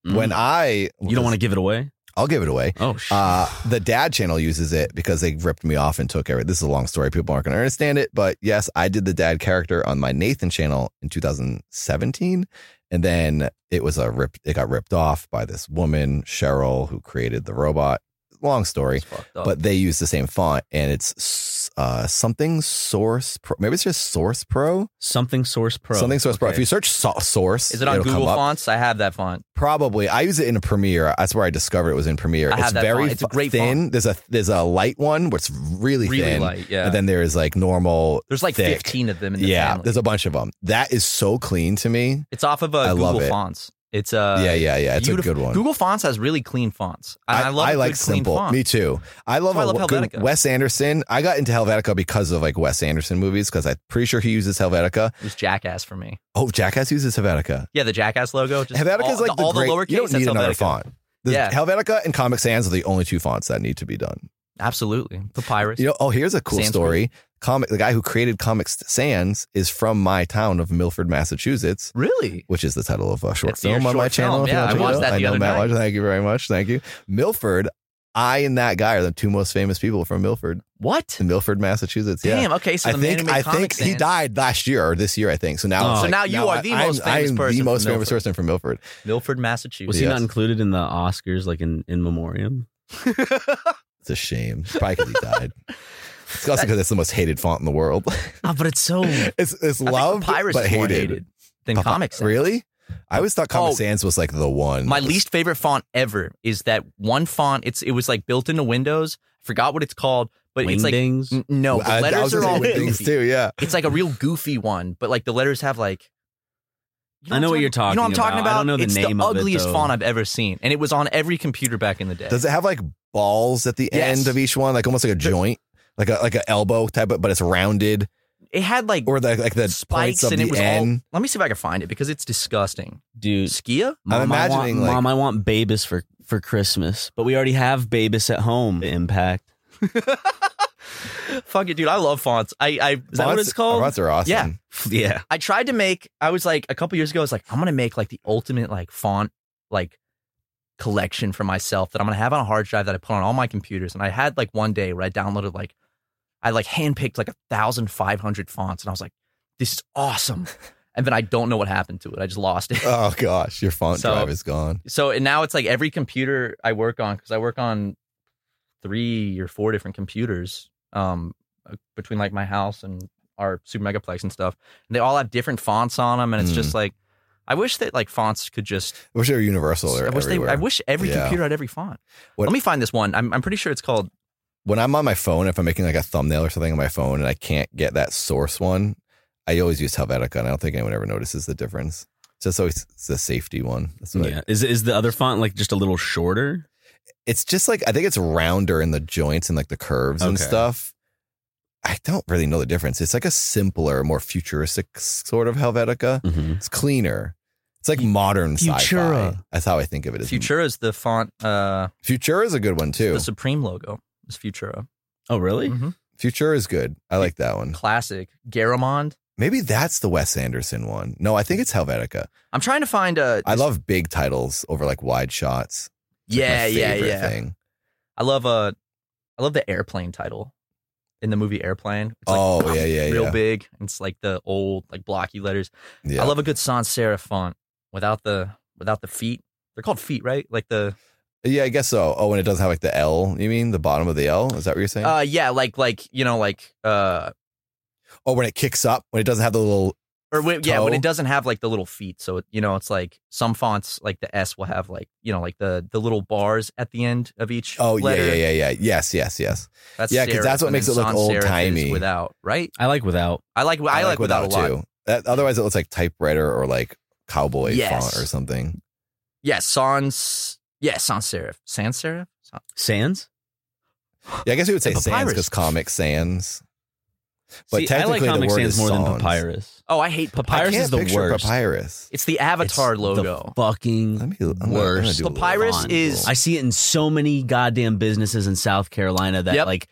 S4: Mm.
S3: when I.
S4: you don't want to give it away.
S3: I'll give it away.
S4: Oh shit.
S3: Uh, the dad channel uses it because they ripped me off and took every. This is a long story. People aren't going to understand it, but yes, I did the dad character on my Nathan channel in 2017, and then it was a rip. It got ripped off by this woman Cheryl who created the robot. Long story.
S2: It's fucked up.
S3: but they use the same font and it's uh, something source pro maybe it's just source pro,
S4: something source pro.
S3: something source pro
S4: Okay.
S3: if you search so- source
S2: is it on
S3: it'll come
S2: Google
S3: up.
S2: Fonts? I have that font.
S3: probably i use it in a premiere that's where i discovered it was in premiere
S2: I have
S3: it's
S2: that
S3: very
S2: font. It's a
S3: fu-
S2: great
S3: thin
S2: font.
S3: there's a there's a light one what's really,
S2: Really
S3: thin
S2: light. Yeah.
S3: and then there is like normal
S2: There's like
S3: thick.
S2: 15 of them in the
S3: yeah
S2: family.
S3: there's a bunch of them that is so clean to me
S2: It's off of uh,
S3: I
S2: Google
S3: love it.
S2: Fonts. It's uh
S3: yeah yeah yeah it's
S2: beautiful.
S3: a good one
S2: Google Fonts has really clean fonts. And I, love a
S3: like
S2: good, clean
S3: simple.
S2: font.
S3: Me too. I love,
S2: why I love
S3: a good-
S2: Helvetica.
S3: Wes Anderson. I got into Helvetica because of like Wes Anderson movies because I'm pretty sure he uses Helvetica.
S2: It was Jackass for me.
S3: Oh, Jackass uses Helvetica.
S2: Yeah, the Jackass logo. Just
S3: Helvetica
S2: all,
S3: is like the,
S2: all
S3: great,
S2: the lowercase.
S3: You don't
S2: that's
S3: need another
S2: Helvetica.
S3: font. The
S2: Yeah.
S3: Helvetica and Comic Sans are the only two fonts that need to be done.
S2: Absolutely. Papyrus.
S3: You know, oh, here's a cool
S2: Sans
S3: story. Comic, the guy who created Comic Sans is from my town of Milford, Massachusetts.
S2: really?
S3: Which is the title of a short
S2: That's the
S3: film on
S2: short
S3: my
S2: film.
S3: channel. if you
S2: Yeah,
S3: want
S2: I
S3: to
S2: watched
S3: know.
S2: that the
S3: I know
S2: other
S3: Matt
S2: night.
S3: watched it. Thank you very much. Thank you. Milford, I and that guy are the two most famous people from Milford.
S2: What?
S3: in Milford, Massachusetts. Yeah.
S2: Damn. Okay. So
S3: I
S2: the man who
S3: think
S2: made
S3: I
S2: Comic
S3: think he
S2: Sans-
S3: died last year or this year. I think so. Now,
S4: Oh.
S3: it's
S4: So
S3: like-
S2: now you are the
S3: I-
S2: most
S3: I'm-
S2: famous
S3: I'm
S2: person
S3: the
S2: from
S3: most famous
S2: Milford.
S3: person from Milford.
S2: Milford,
S4: was
S2: Massachusetts.
S4: he
S3: Yes.
S4: not included in the Oscars like in in memoriam?
S3: It's a shame. It's probably because he died. It's also because it's the most hated font in the world.
S2: Oh, but it's so. I
S3: it's it's
S2: think
S3: loved
S2: Papyrus
S3: but
S2: is more
S3: hated.
S2: hated than
S3: Papa-
S2: Comic Sans.
S3: Really? I always thought Comic
S2: Oh.
S3: Sans was like the one.
S2: My least favorite font ever is that one font. It's it was like built into Windows. I forgot what it's called, but it's like
S4: Wingdings?
S2: n- no the
S3: I- I
S2: letters
S3: was
S2: are
S3: gonna
S2: all
S3: say things
S2: goofy.
S3: too. Yeah.
S2: It's like a real goofy one, but like the letters have like. You
S4: I know what you're
S2: You know what I'm
S4: talking about.
S2: talking about?
S4: I don't know the
S2: it's
S4: name
S2: the
S4: of it,
S2: ugliest
S4: though.
S2: font I've ever seen, and it was on every computer back in the day.
S3: Does it have like balls at the
S2: Yes.
S3: end of each one, like almost like a joint, like a like an elbow type, of, but it's rounded,
S2: it had like
S3: or the, like the
S2: spikes,
S3: points of
S2: and
S3: the
S2: it was
S3: N.
S2: all. Let me see if I can find it because it's disgusting.
S4: Dude,
S2: Skia?
S4: Mom, I
S3: imagining,
S4: want,
S3: like-
S4: Mom, I want Babus for for Christmas, but we already have Babus at home. Impact.
S2: Fuck it, dude. I love fonts. I I
S4: that what
S3: Fonts-
S4: it's called?
S3: Fonts are awesome.
S2: Yeah.
S4: Yeah.
S2: I tried to make. I was like a couple years ago. I was like, I'm gonna make like the ultimate like font like collection for myself that I'm gonna have on a hard drive that I put on all my computers. And I had like one day where I downloaded like I like handpicked like a thousand five hundred fonts, and I was like, this is awesome. And then I don't know what happened to it. I just lost it.
S3: Oh gosh, your font
S2: So-
S3: drive is gone.
S2: so and now it's like every computer I work on because I work on three or four different computers um between like my house and our super megaplex and stuff and they all have different fonts on them and it's
S3: Mm.
S2: just like I wish that like fonts could just
S3: I wish they were universal.
S2: I
S3: Or
S2: wish
S3: everywhere.
S2: they I wish every
S3: Yeah.
S2: computer had every font.
S3: What-
S2: Let me find this one. I'm I'm pretty sure it's called
S3: when I'm on my phone, if I'm making like a thumbnail or something on my phone, and I can't get that source one, I always use Helvetica, and I don't think anyone ever notices the difference. So it's always it's the safety one. That's what I-
S4: Yeah. Is is the other font like just a little shorter?
S3: it's just like I think it's rounder in the joints and like the curves and
S4: Okay.
S3: stuff. I don't really know the difference. It's like a simpler, more futuristic sort of Helvetica.
S4: Mm-hmm.
S3: It's cleaner. It's like modern sci-fi.
S4: Futura.
S3: That's how I think of it. As
S2: Futura is the font uh
S3: Futura is a good one too.
S2: the Supreme logo. It's Futura.
S4: Oh,
S3: Mm-hmm.
S4: really?
S2: Mhm.
S3: Futura is good. I like that one.
S2: Classic. Garamond.
S3: Maybe that's the Wes Anderson one. No, I think it's Helvetica.
S2: I'm trying to find a
S3: I love big titles over like wide shots. It's like my
S2: Yeah, yeah,
S3: favorite
S2: yeah.
S3: Thing.
S2: I love uh I love the airplane title in the movie Airplane. It's like,
S3: oh yeah, yeah,
S2: real
S3: yeah.
S2: big. and It's like the old like blocky letters.
S3: yeah.
S2: I love a good sans serif font without the without the feet. They're called feet, right? Like the
S3: yeah, I guess so. Oh, and it doesn't have like the L. You mean the bottom of the L? Is that what you're saying?
S2: uh yeah, like like you know like uh
S3: Oh, when it kicks up, when it doesn't have the little.
S2: or when, yeah, when
S3: Toe.
S2: it doesn't have like the little feet. So it, you know, it's like some fonts like the S will have like, you know, like the the little bars at the end of each
S3: Oh
S2: letter.
S3: yeah, yeah, yeah, yeah. Yes, yes, yes.
S2: That's
S3: Yeah, 'cause
S2: serif,
S3: that's what
S2: and
S3: makes
S2: then
S3: it look
S2: sans serif is
S3: old-timey.
S2: without, right?
S4: I like without.
S2: I like I, like, without, a lot.
S3: too. That, otherwise, it looks like typewriter or like cowboy
S2: Yes.
S3: font or something.
S2: Yeah, sans yeah, sans serif. Sans serif? Sans-
S4: Sans?
S3: Yeah, I guess we would say
S2: And
S3: sans
S2: papyrus.
S3: because Comic Sans. But
S4: See, I
S3: technically,
S4: like
S3: the
S4: Comic
S3: word
S4: Sans
S3: is
S4: more than
S3: sans.
S4: papyrus.
S2: Oh, I hate papyrus.
S4: Papyrus
S3: I can't
S4: is the
S3: picture
S4: worst.
S3: Papyrus.
S2: It's the avatar
S4: It's
S2: logo.
S4: The fucking.
S3: Let me. I'm gonna- I'm gonna
S4: Worst.
S3: do a little
S2: Papyrus
S3: font.
S2: is-
S4: I see it in so many goddamn businesses in South Carolina that
S2: Yep.
S4: like.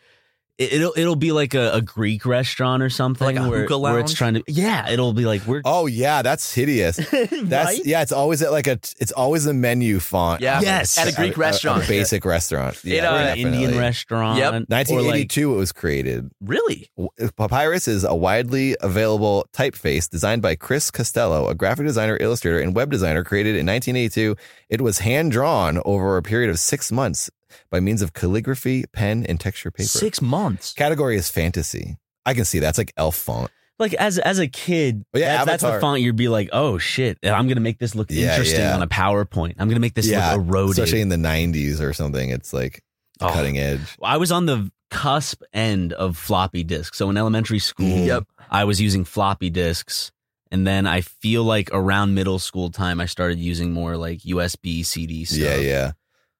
S4: it- It'll it'll be like a, a Greek restaurant or something
S2: Like a
S4: where,
S2: hookah
S4: where
S2: lounge?
S4: it's trying to yeah it'll be like we're
S3: Oh yeah, that's hideous. That's
S4: Right?
S3: yeah. It's always at like a. It's always a menu font.
S2: Yeah.
S4: Yes.
S2: At a
S4: Yeah,
S2: Greek restaurant.
S3: a basic restaurant. Yeah,
S2: It, uh,
S4: Or an
S3: definitely.
S4: Indian restaurant.
S2: Yep.
S4: or, like,
S3: 1982, it was created.
S2: Really?
S3: W- Papyrus is a widely available typeface designed by Chris Costello, a graphic designer, illustrator, and web designer created in 1982. It was hand drawn over a period of six months by means of calligraphy, pen, and texture paper.
S2: Six months.
S3: Category is fantasy. I can see that's like elf font.
S4: like as as a kid,
S3: Oh, yeah,
S4: that- that's the
S3: Avatar.
S4: font you'd be like, oh shit, and I'm gonna make this look
S3: Yeah,
S4: interesting
S3: yeah.
S4: on a PowerPoint. I'm gonna make this
S3: Yeah,
S4: look eroded.
S3: Especially in the 90s or something. It's like
S4: Oh.
S3: cutting edge.
S4: I was on the cusp end of floppy disks. So in elementary school,
S3: Mhm.
S2: Yep.
S4: I was using floppy disks, and then I feel like around middle school time, I started using more like USB CD. Stuff.
S3: Yeah, yeah.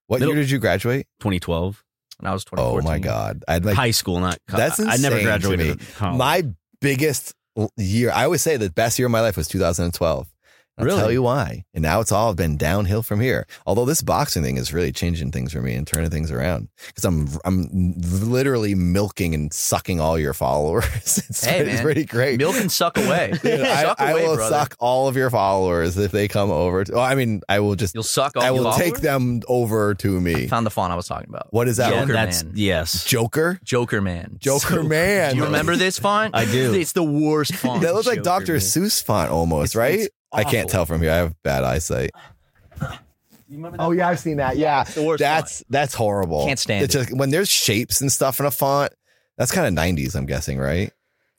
S3: What
S4: Middle-
S3: year did you graduate?
S4: 2012,
S2: When I was 2014.
S3: Oh my God. I'd like
S4: high school, not co-
S3: That's
S4: I never
S3: insane to
S4: graduated. college.
S3: My biggest l- year, I always say the best year of my life was 2012. I'll
S4: Really?
S3: tell you why. And now it's all been downhill from here. Although this boxing thing is really changing things for me and turning things around because I'm I'm literally milking and sucking all your followers. It's,
S2: Hey,
S3: it's
S2: man.
S3: pretty great.
S2: Milk and suck away.
S3: Dude, I,
S2: suck
S3: I
S2: away,
S3: will
S2: brother.
S3: suck all of your followers if they come over. To, oh, I mean, I will just
S2: You'll suck all
S3: I will
S2: your
S3: take
S2: followers?
S3: them over to
S2: I
S3: me.
S2: found the font I was talking about.
S3: What is that?
S4: yeah,
S3: one?
S2: Joker
S4: that's
S2: Man.
S4: yes.
S3: Joker,
S2: Joker Man.
S3: Joker
S2: So-
S3: man.
S2: Do you remember this font?
S4: I do.
S2: It's the worst font.
S3: That looks like
S2: Joker
S3: Dr.
S2: Man.
S3: Seuss font almost,
S2: It's-
S3: right?
S2: it's
S3: I can't
S2: awful.
S3: tell from here. I have bad eyesight.
S5: Oh yeah, I've seen that. Yeah.
S2: The worst
S3: That's that's horrible.
S2: Can't stand
S3: it's Just, when there's shapes and stuff in a font. That's kind of 90s, I'm guessing, right?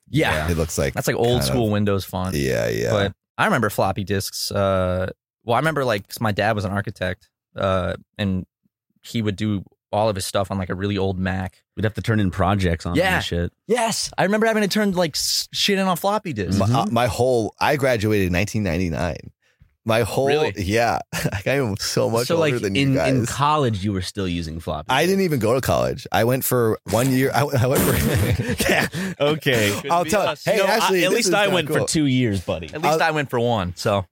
S2: Yeah.
S3: It looks like
S2: That's like old
S3: Kind of.
S2: school Windows font.
S3: yeah, yeah.
S2: But I remember floppy disks. Uh, well, I remember like 'cause my dad was an architect, uh, and he would do all of his stuff on like a really old Mac.
S4: We'd have to turn in projects on
S2: Yeah.
S4: that shit.
S2: Yes, I remember having to turn like s- shit in on floppy disk.
S3: my,
S4: Mhm.
S3: uh, my whole I graduated in 1999. My whole
S2: Really?
S3: yeah, I am so much
S4: so
S3: older
S4: like
S3: than
S4: in,
S3: you guys.
S4: in college, you were still using floppy.
S3: I didn't even go to college. I went for one year. I, I went for yeah.
S4: Okay.
S3: I'll tell. Hey,
S4: No, I-
S3: actually,
S4: at
S3: this
S4: least
S3: is
S4: I
S3: kinda
S4: went for
S3: cool.
S4: two years, buddy.
S2: At
S3: uh,
S2: least I went for one. So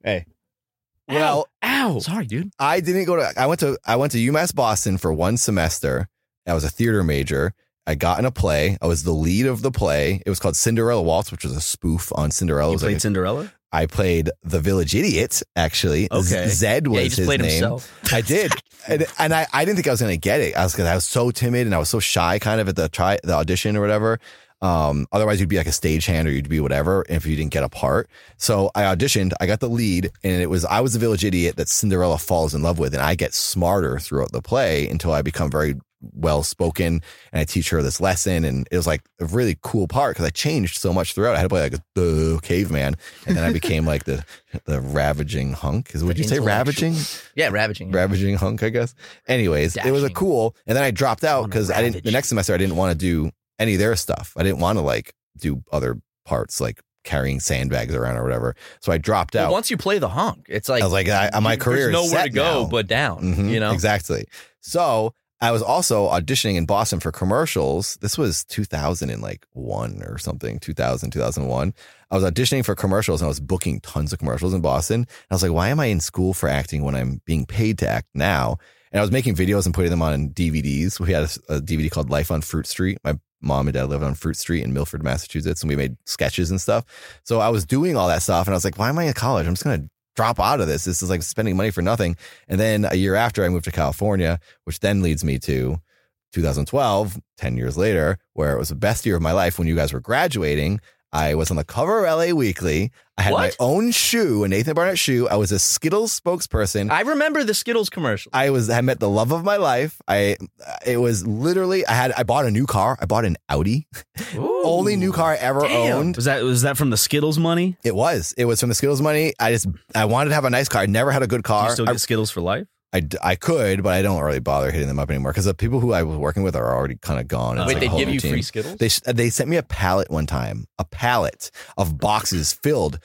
S3: Well,
S4: Ow.
S2: sorry, dude.
S3: I didn't go to I went to I went to UMass Boston for one semester. I was a theater major. I got in a play. I was the lead of the play. It was called Cinderella Waltz, which was a spoof on Cinderella. It
S4: You
S3: was
S4: played
S3: like a-
S4: Cinderella?
S3: I played the village idiot, actually.
S4: Okay.
S3: Z- Zed was
S2: yeah, he just
S3: his
S2: played
S3: name.
S2: himself.
S3: I did. And, and I, I didn't think I was going to get it. I was, cause I was so timid and I was so shy kind of at the try, the audition or whatever. Um, otherwise you'd be like a stagehand or you'd be whatever if you didn't get a part. So I auditioned, I got the lead and it was, I was the village idiot that Cinderella falls in love with. And I get smarter throughout the play until I become very well spoken and I teach her this lesson. And it was like a really cool part because I changed so much throughout. I had to play like the caveman and then I became like the, the ravaging hunk. Is, would
S2: The
S3: you say
S2: intellectual.
S3: ravaging?
S2: Yeah, ravaging.
S3: ravaging hunk, I guess. Anyways, it was a
S2: Dashing.
S3: cool, and then I dropped out
S2: Wanna
S3: because I didn't. The
S2: ravage.
S3: next semester, I didn't want to do any of their stuff. I didn't want to like do other parts like carrying sandbags around or whatever. So I dropped
S2: But
S3: out.
S2: once you play the hunk, it's like
S3: I was like, I, uh, my
S2: you-
S3: career
S2: There's nowhere
S3: is set
S2: to go
S3: now.
S2: but down.
S3: Mhm,
S2: you know,
S3: exactly. So I was also auditioning in Boston for commercials. This was 2000 and like one or something, 2000, 2001. I was auditioning for commercials and I was booking tons of commercials in Boston. And I was like, why am I in school for acting when I'm being paid to act now? And I was making videos and putting them on DVDs. We had a, a DVD called Life on Fruit Street. My mom and dad lived on Fruit Street in Milford, Massachusetts, and we made sketches and stuff. So I was doing all that stuff and I was like, why am I in college? I'm just going to drop out of this. This is like spending money for nothing. And then a year after, I moved to California, which then leads me to 2012, 10 years later, where it was the best year of my life when you guys were graduating. I was on the cover of LA Weekly. I had my
S2: What?
S3: own shoe, a Nathan Barnett shoe. I was a Skittles spokesperson.
S2: I remember the Skittles commercial.
S3: I was I met the love of my life. I it was literally I had I bought a new car. I bought an Audi. Only new car I ever
S2: Damn.
S3: owned.
S4: Was that was that from the Skittles money?
S3: It was. It was from the Skittles money. I just I wanted to have a nice car. I never had a good
S4: Do
S3: car.
S4: you still
S3: I-
S4: get Skittles for life?
S3: I, d- I could, but I don't really bother hitting them up anymore because the people who I was working with are already kind of gone. It's
S2: Wait,
S3: like a
S2: they
S3: whole
S2: give
S3: new
S2: you
S3: team.
S2: free Skittles?
S3: They s- they sent me a pallet one time, a pallet of boxes filled,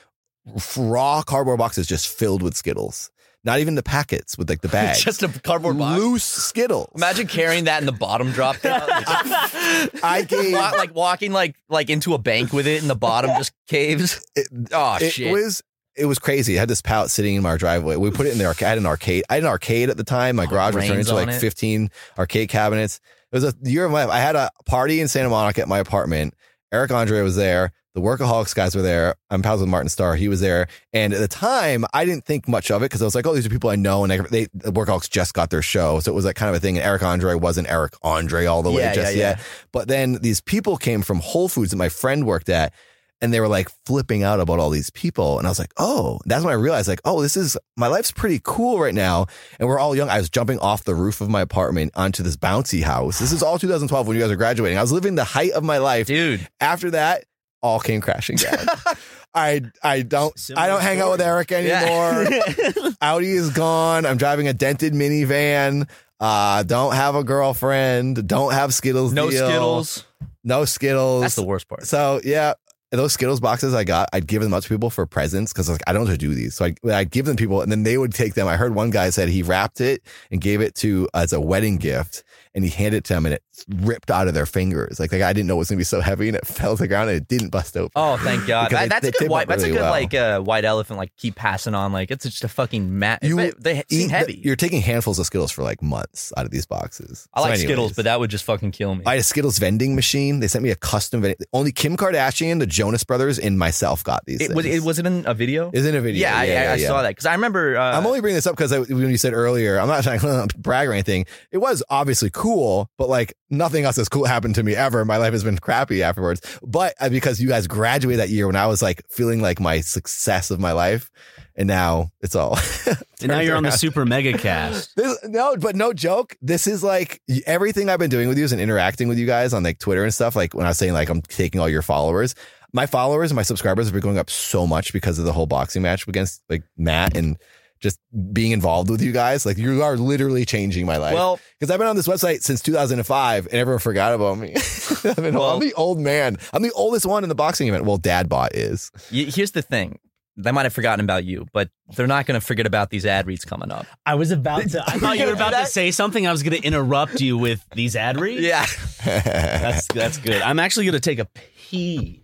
S3: f- raw cardboard boxes just filled with Skittles. Not even the packets with like the bags.
S2: just a cardboard box.
S3: loose Skittles.
S2: Imagine carrying that in the bottom drop down.
S3: I gave
S2: Wa- like walking like like into a bank with it in the bottom just caves.
S3: It-
S2: oh
S3: it
S2: shit.
S3: was it was crazy. I had this pallet sitting in our driveway. We put it in the arcade. I had an arcade. I had an arcade at the time. My
S2: Oh,
S3: garage was
S2: rains
S3: turned into
S2: on
S3: like
S2: it.
S3: 15 arcade cabinets. It was a year of my life. I had a party in Santa Monica at my apartment. Eric Andre was there. The Workaholics guys were there. I'm pals with Martin Starr. He was there. And at the time, I didn't think much of it because I was like, oh, these are people I know. And they, they, the Workaholics just got their show. So it was like kind of a thing. And Eric Andre wasn't Eric Andre all the way
S2: Yeah,
S3: just
S2: yeah, yeah.
S3: yet. But then these people came from Whole Foods that my friend worked at and they were like flipping out about all these people. And I was like, oh, that's when I realized, like, oh, this is my life's pretty cool right now. And we're all young. I was jumping off the roof of my apartment onto this bouncy house. This is all 2012 when you guys are graduating. I was living the height of my life.
S2: Dude,
S3: After that, all came crashing down. I I don't I don't hang out with Eric anymore. Audi is gone. I'm driving a dented minivan. Uh, don't have a girlfriend. Don't have Skittles.
S2: no
S3: deal.
S2: Skittles.
S3: No Skittles.
S2: That's the worst part.
S3: So yeah, those Skittles boxes I got, I'd give them out to people for presents because like I don't know how to do these. So I I'd give them to people, and then they would take them. I heard one guy said he wrapped it and gave it to as a wedding gift, and he handed it to them, and it ripped out of their fingers. Like the guy didn't know it was gonna be so heavy, and it fell to the ground, and it didn't bust open.
S2: Oh, thank God.
S3: Because they-
S2: That- that's
S3: they
S2: a good
S3: came
S2: white.
S3: up
S2: That's a
S3: really
S2: good
S3: well.
S2: like uh, white elephant. Like keep passing on. Like it's just a fucking mat.
S3: You
S2: but they
S3: Eat
S2: seem
S3: the-
S2: heavy.
S3: you're taking handfuls of Skittles for like months out of these boxes.
S2: I
S3: So
S2: like
S3: anyways.
S2: Skittles, but that would just fucking kill me.
S3: I had a Skittles vending machine. They sent me a custom vending. Only Kim Kardashian, the Jonas Brothers, and myself got these.
S2: it was. It
S3: things.
S2: was it in a video.
S3: It's in a video.
S2: yeah, I, I, I
S3: yeah.
S2: saw that because I remember. Uh,
S3: I'm only bringing this up because when you said earlier, I'm not trying to brag or anything. It was obviously cool, but like nothing else has cool happened to me ever. My life has been crappy afterwards. But uh, because you guys graduated that year when I was like feeling like my success of my life, and now it's all.
S4: And now you're on the
S3: turns around.
S4: super mega cast.
S3: This, no, but no joke. This is like everything I've been doing with you is and interacting with you guys on like Twitter and stuff. Like when I was saying like I'm taking all your followers, my followers and my subscribers have been going up so much because of the whole boxing match against like Matt and just being involved with you guys. Like you are literally changing my life.
S2: Well,
S3: because I've been on this website since 2005 and everyone forgot about me. I've been-
S2: Well-
S3: I'm the old man. I'm the oldest one in the boxing event. Well, Dad Bot is.
S2: y- here's the thing. They might have forgotten about you, but they're not going to forget about these ad reads coming up.
S5: I was about to. I thought you were about to
S2: That-
S5: say something. I was going to interrupt you with these ad reads.
S2: Yeah.
S4: That's that's good. I'm actually gonna take a pee.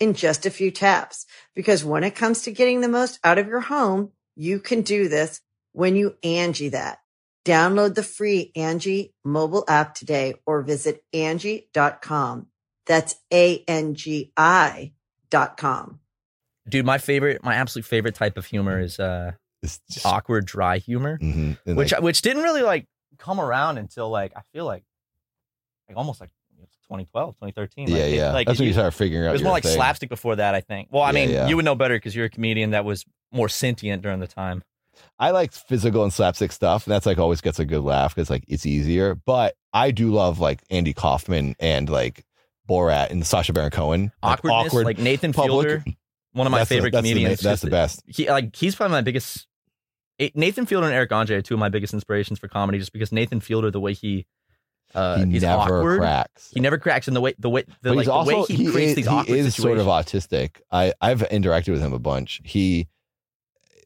S1: in just a few taps. Because when it comes to getting the most out of your home, you can do this when you Angie that. Download the free Angie mobile app today or visit Angie.com. That's A-N-G-I dot com.
S2: Dude, my favorite, my absolute favorite type of humor is uh,
S3: It's just-
S2: awkward, dry humor,
S3: Mhm. And,
S2: which
S3: like,
S2: I which didn't really like come around until like I feel like like almost like 2012, 2013. Like,
S3: yeah,
S2: it-
S3: yeah.
S2: like,
S3: That's
S2: it-
S3: when you start figuring out.
S2: It was
S3: your
S2: more like
S3: thing.
S2: slapstick before that, I think. Well, I
S3: Yeah,
S2: mean,
S3: yeah.
S2: you would know better because you're a comedian that was more sentient during the time.
S3: I like physical and slapstick stuff, and that's like always gets a good laugh because like it's easier. But I do love like Andy Kaufman and like Borat and Sasha Baron Cohen. Like,
S2: Awkwardness,
S3: awkward.
S2: like Nathan
S3: public-
S2: Fielder, one of my
S3: That's the-
S2: favorite
S3: that's the ma-
S2: comedians.
S3: that's the
S2: just-
S3: best.
S2: He like he's probably my biggest. it- Nathan Fielder and Eric Andre are two of my biggest inspirations for comedy, just because Nathan Fielder, the way he uh,
S3: he
S2: is
S3: never
S2: awkward,
S3: cracks.
S2: he never cracks, and the way the way
S3: but
S2: the, like,
S3: he's
S2: the
S3: also
S2: way he, creates
S3: is,
S2: these
S3: he
S2: awkward
S3: is sort of
S2: situations.
S3: autistic. I I've interacted with him a bunch. He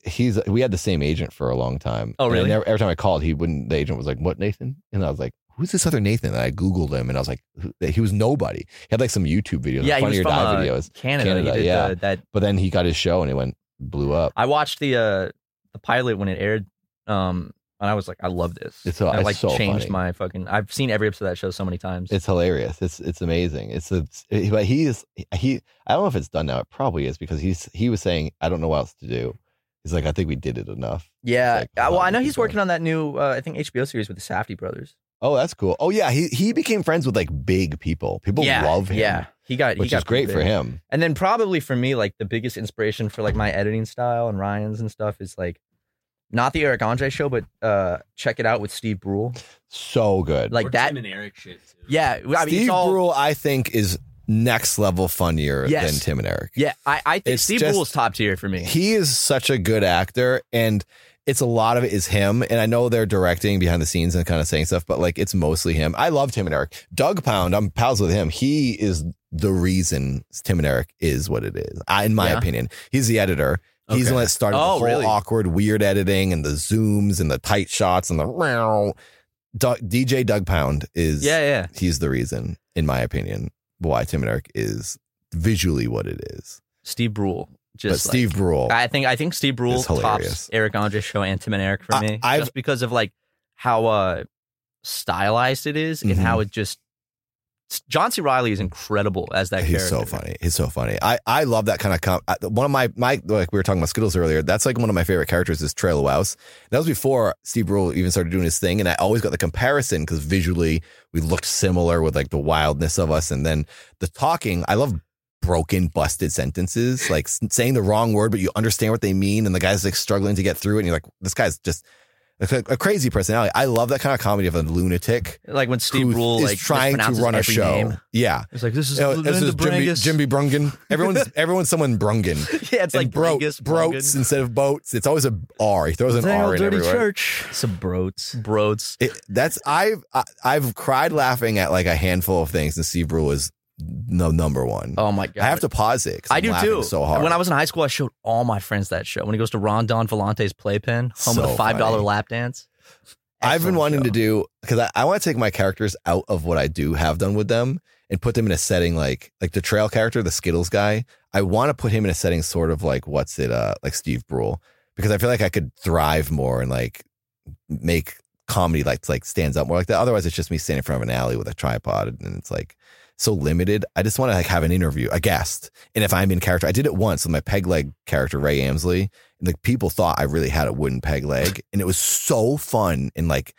S3: he's we had the same agent for a long time.
S2: Oh,
S3: And I
S2: really?
S3: never- every time I called, he wouldn't. The agent was like, "What Nathan?" And I was like. Who's this other Nathan? And I Googled him and I was like, who- he was nobody. He had like some YouTube videos,
S2: yeah,
S3: like, funny
S2: he was
S3: or
S2: from
S3: die
S2: uh,
S3: videos.
S2: Canada.
S3: Canada,
S2: he did,
S3: yeah.
S2: uh, that
S3: But then he got his show and it went blew up.
S2: I watched the uh, the pilot when it aired, um, and I was like, I love this.
S3: It's so-
S2: And it,
S3: it's
S2: like
S3: so
S2: changed
S3: funny.
S2: my fucking. I've seen every episode of that show so many times.
S3: It's hilarious. It's it's amazing. It's a but he is he. I don't know if it's done now. It probably is because he's he was saying I don't know what else to do. He's like I think we did it enough.
S2: yeah,
S3: like,
S2: Uh, well,
S3: wow,
S2: I know
S3: this
S2: he's
S3: is going-
S2: working on that new, uh, I think HBO series with the Safety brothers.
S3: Oh, that's cool. Oh yeah, he he became friends with like big people. People
S2: yeah,
S3: love him.
S2: Yeah, he got, he
S3: which
S2: got
S3: is great for
S2: big.
S3: him.
S2: And then probably for me, like the biggest inspiration for like my editing style and Ryan's and stuff is like not the Eric Andre show, but uh, check it out with Steve Brule.
S3: So good.
S2: Like that,
S5: and Eric shit.
S2: yeah. I mean,
S3: Steve
S2: it's all,
S3: Brule, I think, is next level funnier
S2: Yes.
S3: than Tim and Eric.
S2: Yeah, I, I think
S3: It's
S2: Steve
S3: just-
S2: Brule's top tier for me.
S3: He is such a good actor, and it's a lot of it is him. And I know they're directing behind the scenes and kind of saying stuff, but like it's mostly him. I love Tim and Eric. Doug Pound, I'm pals with him. He is the reason Tim and Eric is what it is, I, in my
S2: Yeah.
S3: opinion. He's the editor. He's the
S4: Okay.
S3: one that started the
S2: Oh,
S3: whole
S2: really?
S3: awkward, weird editing and the zooms and the tight shots and the meow. Doug, DJ Doug Pound is
S2: Yeah, yeah.
S3: he's the reason, in my opinion, why Tim and Eric is visually what it is.
S2: Steve Brule.
S3: But
S2: Just like-
S3: Steve Brule.
S2: I think I think Steve Brule
S3: It's hilarious.
S2: tops Eric Andre's show and Tim and Eric for
S3: I-
S2: me,
S3: I've-
S2: just because of like how uh, stylized it is
S3: Mhm.
S2: and how it just. John C. Riley is incredible as that
S3: He's
S2: character.
S3: so funny. He's so funny. I, I love that kind of com- I- one of my my like we were talking about Skittles earlier. That's like one of my favorite characters is Trail Wouse. That was before Steve Brule even started doing his thing, and I always got the comparison because visually we looked similar with like the wildness of us, and then the talking. I love broken, busted sentences, like s- saying the wrong word, but you understand what they mean, and the guy's like struggling to get through it, and you're like, this guy's just. Like a, a crazy personality. I love that kind of comedy of a lunatic
S2: Like when Steve
S3: who
S2: Rule
S3: is
S2: like
S3: trying to
S2: mispronounces
S3: run a
S2: every
S3: show.
S2: name.
S3: Yeah.
S2: It's like this is
S3: Oh,
S2: Linda
S3: this is Jimby,
S2: Brangus.
S3: Jimby Brungen. Everyone's everyone's someone Brungen.
S2: Yeah, it's like
S3: and bro-
S2: Brangus,
S3: broats instead of boats. It's always a R. He throws an R in everywhere.
S2: church.
S4: Some broats.
S2: Broads.
S3: It, that's I've I, I've cried laughing at like a handful of things, and Steve Brule is the number one.
S2: Oh my god.
S3: I have to pause it. 'cause
S2: I
S3: I'm
S2: do
S3: laughing
S2: too.
S3: So hard
S2: When I was in high school, I showed all my friends that show. When he goes to Ron Don Volante's playpen, home of
S3: So
S2: the five dollar
S3: funny.
S2: lap dance.
S3: I've been
S2: Excellent
S3: wanting
S2: show.
S3: to do because I, I want to take my characters out of what I do have done with them and put them in a setting like like the trail character, the Skittles guy. I want to put him in a setting sort of like what's it uh like Steve Brule because I feel like I could thrive more and like make comedy like like stands out more like that. Otherwise, it's just me standing in front of an alley with a tripod and it's like so limited. I just want to like have an interview, a guest, and if I'm in character, I did it once with my peg leg character Ray Amsley like people thought I really had a wooden peg leg, and it was so fun and like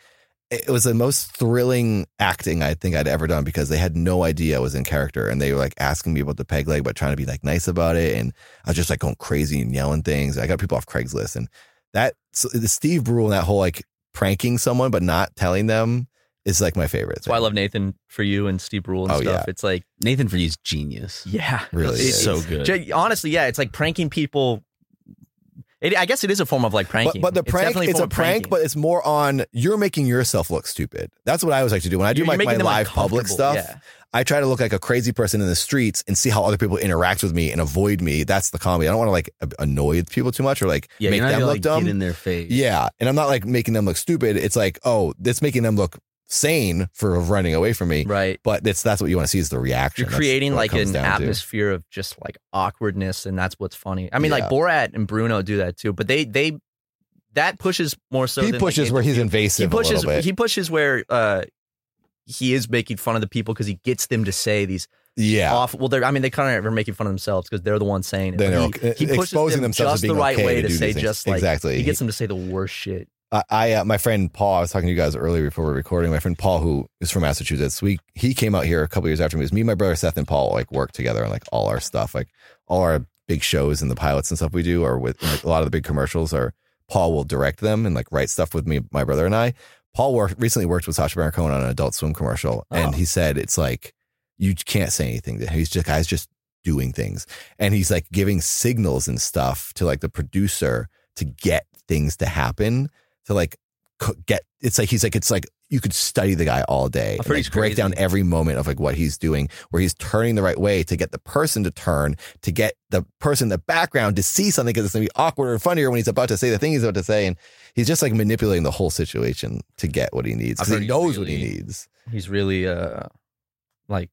S3: it was the most thrilling acting I think I'd ever done because they had no idea I was in character and they were like asking me about the peg leg but trying to be like nice about it and I was just like going crazy and yelling things. I got people off Craigslist and that so the Steve Brule and that whole like pranking someone but not telling them is like my favorite.
S2: That's why Oh, I love Nathan for you and Steve Rule and
S3: Oh,
S2: stuff.
S3: yeah.
S2: It's like
S4: Nathan for you is genius.
S2: yeah,
S3: Really is.
S2: It's
S4: so good.
S2: J- honestly, yeah, it's like pranking people. It, I guess it is a form of like
S3: But,
S2: pranking.
S3: but the
S2: It's
S3: prank,
S2: definitely
S3: it's, a
S2: form of
S3: prank,
S2: pranking.
S3: but it's more on you're making yourself look stupid. That's what I always like to do when I do
S2: You're
S3: my,
S2: making
S3: my
S2: them
S3: live public
S2: uncomfortable,
S3: stuff.
S2: yeah.
S3: I try to look like a crazy person in the streets and see how other people interact with me and avoid me. That's the comedy. I don't want to like a- annoy people too much or like
S4: Yeah,
S3: make
S4: you're not
S3: them
S4: gonna,
S3: look
S4: like,
S3: dumb.
S4: Get in their face.
S3: yeah, and I'm not like making them look stupid. It's like, oh, that's making them look sane for running away from me.
S2: Right.
S3: But it's that's what you want to see is the reaction.
S2: You're
S3: That's
S2: creating
S3: what it
S2: like
S3: comes
S2: an
S3: down to.
S2: atmosphere of just like awkwardness, and that's what's funny. I mean,
S3: Yeah.
S2: like Borat and Bruno do that too, but they they that pushes more so.
S3: he
S2: than,
S3: pushes
S2: like,
S3: where he's
S2: interview.
S3: invasive.
S2: He pushes.
S3: a little bit.
S2: He pushes where uh, he is making fun of the people because he gets them to say these
S3: yeah.
S2: awful. Well, they're I mean they kind of are making fun of themselves because they're the ones saying it.
S3: Then
S2: but
S3: they're
S2: he-
S3: okay- uh,
S2: he, pushes
S3: exposing
S2: them
S3: themselves as
S2: just
S3: being
S2: the right
S3: okay
S2: way
S3: to
S2: to,
S3: do these
S2: say
S3: things.
S2: just like
S3: Exactly.
S2: He gets them to say the worst shit.
S3: I- I, uh, my friend Paul, I was talking to you guys earlier before we were recording. My friend Paul, who is from Massachusetts, we he came out here a couple years after me. It was me, my brother Seth, and Paul like worked together on like all our stuff, like all our big shows and the pilots and stuff we do, or with like, a lot of the big commercials. Or Paul will direct them and like write stuff with me, my brother and I. Paul worked, recently worked with Sacha Baron Cohen on an Adult Swim commercial, and
S2: Oh.
S3: he said it's like you can't say anything to him. He's just guys just doing things, and he's like giving signals and stuff to like the producer to get things to happen to like co- get. It's like he's like it's like you could study the guy all day,
S2: I've
S3: and
S2: heard
S3: like
S2: he's
S3: break down
S2: Oh, crazy.
S3: every moment of like what he's doing, where he's turning the right way to get the person to turn, to get the person in the background to see something because it's gonna be awkward or funnier when he's about to say the thing he's about to say, and he's just like manipulating the whole situation to get what he needs
S2: I've
S3: because
S2: heard
S3: he
S2: he's
S3: knows what he
S2: really-
S3: needs.
S2: He's really uh like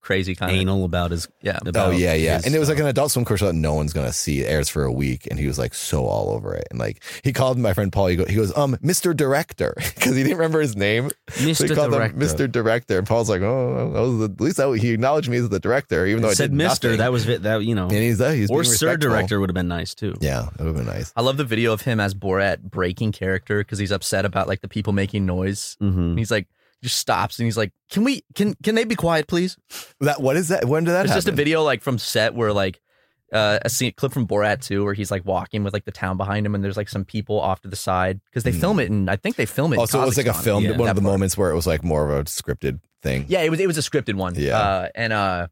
S2: crazy kind of
S4: Anal about his.
S2: yeah.
S3: Oh
S4: about
S3: yeah, yeah.
S4: his uh,
S3: And it was like
S5: uh,
S4: stuff.
S3: an adult swim commercial that no one's gonna see. It airs for a week, and he was like so all over it. And like he called my friend Paul. He, go, he goes, um, Mr. Director, because he didn't remember his name. So he
S4: Mr.
S3: called
S4: Director.
S3: him Mr. Director, and Paul's like, oh, that was the, at least that, he acknowledged me as the director, even though I
S4: said
S3: did
S4: Mister.
S3: nothing.
S4: That was it. That you know.
S3: and he's uh, he's
S4: Or
S3: being
S4: Sir
S3: respectful.
S4: Director would have been nice too.
S3: Yeah, that would have been nice.
S2: I love the video of him as Borat breaking character because he's upset about like the people making noise.
S4: Mm-hmm.
S2: And he's like, just stops and he's like, "Can we? Can can they be quiet, please?"
S3: That what is that? When did that?
S2: There's
S3: happen?
S2: just a video like from set where like uh, a scene, clip from Borat 2 where he's like walking with like the town behind him and there's like some people off to the side because they
S3: Hmm.
S2: film it and I think they film it. in
S3: Also, Oh, it was like a
S2: Kazakhstan.
S3: filmed
S4: Yeah,
S3: one of
S2: that
S3: the
S2: part.
S3: moments where it was like more of a scripted thing.
S2: Yeah, it was it was a scripted one.
S3: Yeah.
S2: uh, and uh,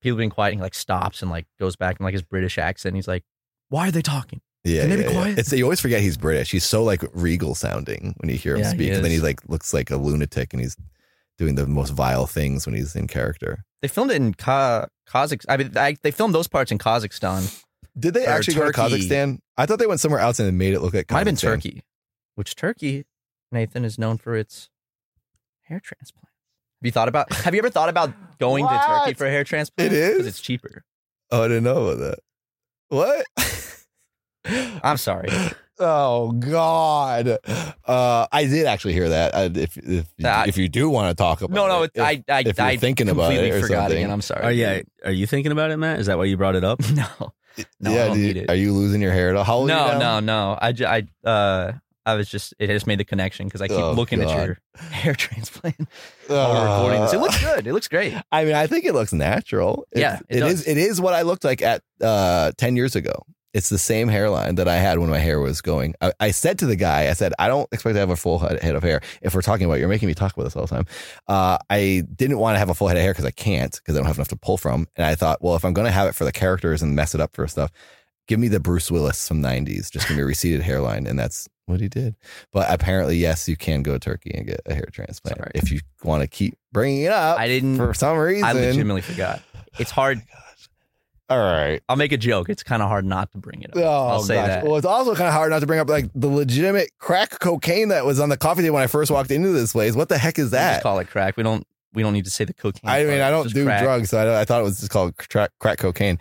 S2: people being quiet and he like stops and like goes back in like his British accent. He's like, "Why are they talking?"
S3: Yeah,
S2: Can they
S3: yeah,
S2: be
S3: yeah.
S2: quiet?
S3: It's you always forget he's British. He's so like regal sounding when you hear him
S2: Yeah, he
S3: speak, and then
S2: is.
S3: he like looks like a lunatic, and he's doing the most vile things when he's in character.
S2: They filmed it in Ka- Kazakhstan. I mean, I, they filmed those parts in Kazakhstan.
S3: Did they
S2: Or
S3: actually go to
S2: Turkey.
S3: Kazakhstan? I thought they went somewhere else and it made it look like
S2: Might have been
S3: Kazakhstan.
S2: Turkey, which Turkey, Nathan, is known for its hair transplant. Have you thought about? Have you ever thought about going to Turkey
S3: What?
S2: for a hair transplant?
S3: It is?
S2: because it's cheaper.
S3: Oh, I didn't know about that. What?
S2: I'm sorry.
S3: oh God! Uh, I did actually hear that. I, if if,
S2: That-
S3: if you do want to talk about
S2: No, no,
S3: it,
S2: it, I, I,
S3: if you're
S2: I
S3: thinking about it
S2: completely
S3: or
S2: forgot
S3: something.
S2: again. I'm sorry.
S4: Oh yeah. Are you thinking about it, Matt? Is that why you brought it up?
S2: no, no,
S3: yeah,
S2: I don't
S3: dude,
S2: need it.
S3: are you losing your hair at all? How old are you
S2: no,
S3: now?
S2: no, no. I, ju- I, uh, I was just it just made the connection because I keep
S3: Oh,
S2: looking
S3: God.
S2: at your hair transplant
S3: Oh,
S2: while we're recording this. It looks good. It looks great.
S3: I mean, I think it looks natural. It's-
S2: Yeah, it
S3: it
S2: does.
S3: is. It is what I looked like at uh, ten years ago. It's the same hairline that I had when my hair was going. I, I said to the guy, I said, I don't expect to have a full head head of hair. If we're talking about, you're making me talk about this all the time. Uh, I didn't want to have a full head of hair because I can't, because I don't have enough to pull from. And I thought, well, if I'm going to have it for the characters and mess it up for stuff, give me the Bruce Willis from '90s. Just give me a receded hairline, and that's what he did. But apparently, yes, you can go to Turkey and get a hair transplant
S2: Sorry.
S3: if you want to keep bringing it up
S2: I didn't.
S3: for some reason.
S2: Mm. I legitimately forgot. It's hard.
S3: All right.
S2: I'll make a joke. It's kind of hard not to bring it up.
S3: Oh,
S2: I'll say
S3: gosh.
S2: that.
S3: Well, it's also kind of hard not to bring up like the legitimate crack cocaine that was on the coffee table when I first walked into this place. What the heck is
S2: We just
S3: that?
S2: call it crack. We don't. We don't need to say the cocaine.
S3: I mean,
S2: part.
S3: I
S2: It's
S3: don't
S2: just
S3: do
S2: crack.
S3: drugs, so I, don't- I thought it was just called crack, crack cocaine.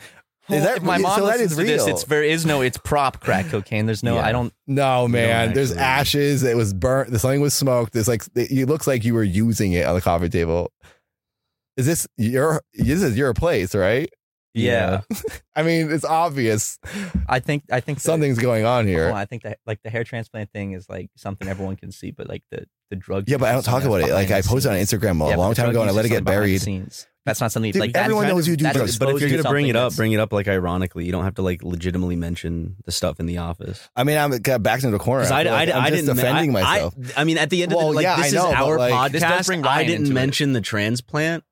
S3: Is that
S2: if my
S3: re-
S2: mom
S3: so that
S2: listens
S3: is
S2: to this,
S3: real.
S2: it's there is no. It's prop crack cocaine. There's no.
S4: Yeah.
S2: I don't.
S3: No, man.
S4: don't
S3: There's
S4: actually-
S3: ashes. It was burnt. Something was smoked. It's like it, it looks like you were using it on the coffee table. Is this your? This is your place, right?
S2: Yeah.
S3: I mean, it's obvious
S2: I think. I think that-
S3: something's going on
S2: Hold on,
S3: here.
S2: Oh, I think that like the hair transplant thing is like something everyone can see, but like the the drug.
S3: Yeah, but I don't
S2: use
S3: talk
S2: is
S3: about it.
S2: behind
S3: Like
S2: the
S3: I posted on
S2: scenes.
S3: Instagram
S2: Yeah,
S3: a
S2: but
S3: long
S2: the
S3: time
S2: drug
S3: ago, and I
S2: use
S3: let it
S2: is
S3: get
S2: something behind the
S3: buried.
S2: scenes. That's not something
S3: Dude,
S2: like
S3: everyone
S2: that's,
S3: knows you do
S2: that's
S3: drugs.
S2: But if you're
S4: gonna
S2: gonna
S4: bring it up, bring it up like ironically. You don't have to like legitimately mention the stuff in the office.
S3: I mean, I'm got backed into a corner. I,
S4: 'Cause I,
S3: feel like
S4: I-
S3: I'm
S4: I
S3: just
S4: didn't
S3: defending
S4: I- I-
S3: myself.
S4: I, mean, at the end of
S3: Well,
S4: the like,
S3: yeah, I
S4: this
S3: know,
S4: is
S3: but,
S4: our
S3: like-
S2: This don't
S4: podcast.
S2: bring
S4: I
S2: Ryan
S4: didn't
S2: into it.
S4: mention the transplant,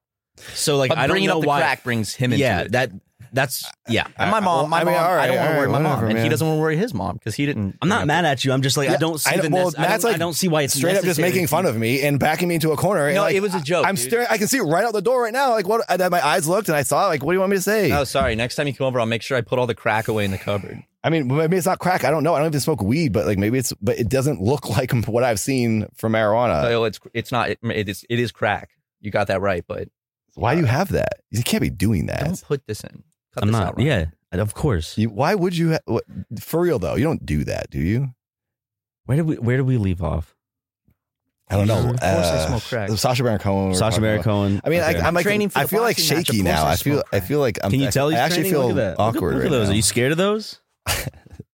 S4: so like
S2: but
S4: I don't
S2: bringing
S4: know
S2: up the
S4: why.
S2: crack brings him into
S4: yeah,
S2: it.
S4: that that's yeah.
S2: and my mom,
S3: Well,
S2: my
S3: I mean,
S2: mom,
S3: all right,
S2: I don't want
S3: all
S2: to
S3: right,
S2: worry my mom,
S3: whatever,
S2: and he
S3: man.
S2: doesn't want to worry his mom because he didn't.
S4: I'm
S2: bring
S4: not
S2: up
S4: mad at you. I'm just like
S3: Yeah,
S4: I don't see
S3: I-
S4: the.
S3: well,
S4: nec- I don't-
S3: Matt's, like,
S4: I don't see why it's
S3: Straight up, just
S4: necessary.
S3: making fun of me and backing me into a corner.
S2: the-
S3: and,
S2: No,
S3: like,
S2: it was a joke.
S3: I'm
S2: dude.
S3: staring. I can see right out the door right now. Like what? I, my eyes looked and I saw. it. Like, what do you want me to say?
S2: Oh, sorry. Next time you come over, I'll make sure I put all the crack away in the cupboard.
S3: I mean, maybe it's not crack. I don't know. I don't even smoke weed, but like maybe it's. But it doesn't look like what I've seen for marijuana.
S2: so it's it's not it, it is it is crack. You got that right, but
S3: Why do you have that? You can't be doing that.
S2: don't put this in. Cut
S4: I'm
S2: this
S4: not.
S2: out, Ryan.
S4: Yeah, of course.
S3: You, why would you? Ha- what, for real though, you don't do that, do you?
S4: Where did we Where did we leave off?
S3: I don't know.
S2: Of course I smoke crack.
S3: Uh, Sasha Baron Cohen. we were
S4: Sasha
S3: talking
S4: Baron
S3: about.
S4: Cohen.
S3: I mean,
S4: Okay.
S3: I, I'm like,
S2: Training for
S3: I
S2: the
S3: feel like
S2: boxing match,
S3: shaky
S2: of course
S3: now.
S2: I
S3: I feel,
S2: smoke
S3: I
S2: crack.
S3: feel like I'm.
S4: Can you
S3: I-
S4: tell?
S3: I
S4: he's
S3: actually
S4: training? Look
S3: feel
S4: at that. Look at-
S3: awkward.
S4: Look at
S3: right
S4: those.
S3: now.
S4: Are you scared of those?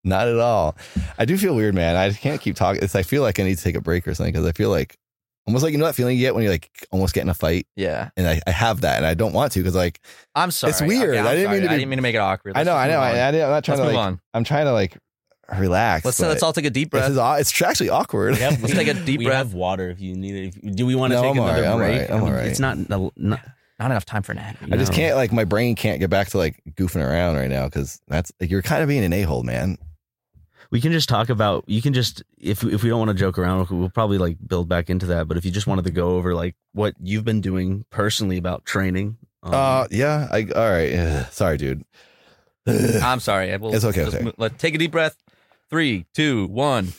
S3: Not at all. I do feel weird, man. I can't keep talking. It's, I feel like I need to take a break or something because I feel like almost like you know that feeling you get when you like almost get in a fight,
S2: Yeah,
S3: and I, I have that, and I don't want to because like
S2: I'm sorry.
S3: It's weird.
S2: Okay, I'm
S3: I didn't
S2: sorry.
S3: mean to be-
S2: I didn't mean to make it awkward.
S3: I know, I know, I, I,
S2: Let's
S3: am not trying
S2: just move on. Let's move
S3: to like.
S2: on.
S3: I'm trying to like relax.
S2: Let's let's
S3: but
S2: all take a deep
S3: This
S2: breath.
S3: is all. It's actually awkward.
S4: Yeah,
S2: Let's take a deep
S4: we
S2: breath.
S4: have water if you need it. If- Do we want to
S3: No,
S4: take
S3: I'm all
S4: another
S3: right, I'm all
S4: break?
S3: right, I'm
S4: I mean,
S3: all right.
S4: It's not, the- not
S2: Not enough time for an ad.
S3: I just
S4: No.
S3: can't like my brain can't get back to like goofing around right now because that's like, you're kind of being an a hole, man.
S4: We can just talk about. You can just if if we don't want to joke around, we'll probably like build back into that. But if you just wanted to go over like what you've been doing personally about training, um,
S3: uh, yeah. I all right. Ugh, sorry, dude. Ugh.
S2: I'm sorry. I will-
S3: It's okay,
S2: let's
S3: okay.
S2: mo- Let's take a deep breath. Three, two, one.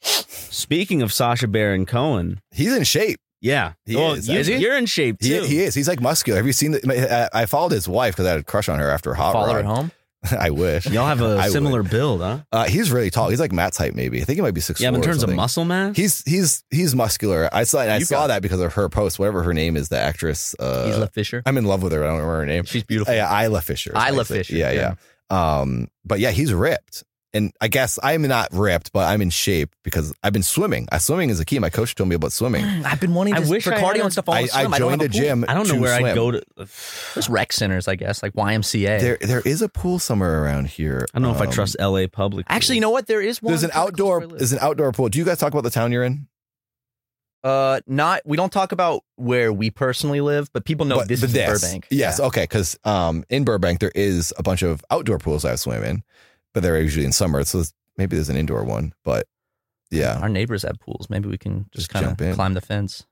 S4: speaking of Sasha Baron Cohen,
S3: He's in shape.
S4: yeah,
S3: He is.
S4: You,
S3: Is he?
S4: You're in shape too.
S3: He, he is. He's like muscular. Have you seen the? I, I followed his wife because I had a crush on her after Hot
S2: Follow her
S3: Rod.
S2: home.
S3: I wish.
S4: Y'all have a
S3: I would.
S4: similar build, huh?
S3: Uh, he's really tall. He's like Matt's height, maybe. I think he might be six.
S4: Yeah, but in
S3: four or
S4: terms of
S3: something.
S4: muscle mass,
S3: he's he's he's muscular. I saw and I
S2: You
S3: saw
S2: got-
S3: that because of her post, whatever her name is, the actress. Uh,
S2: He's Isla Fisher.
S3: I'm in love with her. I don't remember her name.
S2: She's beautiful.
S3: Yeah, Isla Fisher.
S2: Isla
S3: I think.
S2: Fisher,
S3: Yeah, yeah, Um, but yeah, he's ripped. And I guess I'm not ripped, but I'm in shape because I've been swimming. I swimming is a key. My coach told me about swimming.
S2: I've been wanting
S4: I
S2: to
S4: wish
S2: for
S4: I
S2: cardio
S4: had a-
S2: and stuff. all
S3: I,
S2: the
S3: I
S2: time. don't
S3: joined
S2: have
S3: a
S2: pool.
S3: gym.
S4: I don't know
S3: to
S4: where I'd
S3: swim.
S4: go to.
S2: There's rec centers, I guess, like YMCA.
S3: There, there is a pool somewhere around here.
S4: I don't know if I
S3: Um,
S4: trust L.A. public.
S2: Actually, you know what? There is one.
S3: There's an
S2: pretty close
S3: outdoor.
S2: where I live.
S3: There's an outdoor pool. Do you guys talk about the town you're in?
S2: Uh, not we don't talk about where we personally live, but people know
S3: But-
S2: this
S3: but
S2: is Burbank.
S3: Yes,
S2: Yeah.
S3: okay, because um, in Burbank there is a bunch of outdoor pools I swim in, but they're usually in summer, so there's- maybe there's an indoor one. But yeah,
S2: Our neighbors have pools. Maybe we can just
S3: uh-huh. Just
S2: kind
S3: jump in.
S2: of climb the fence.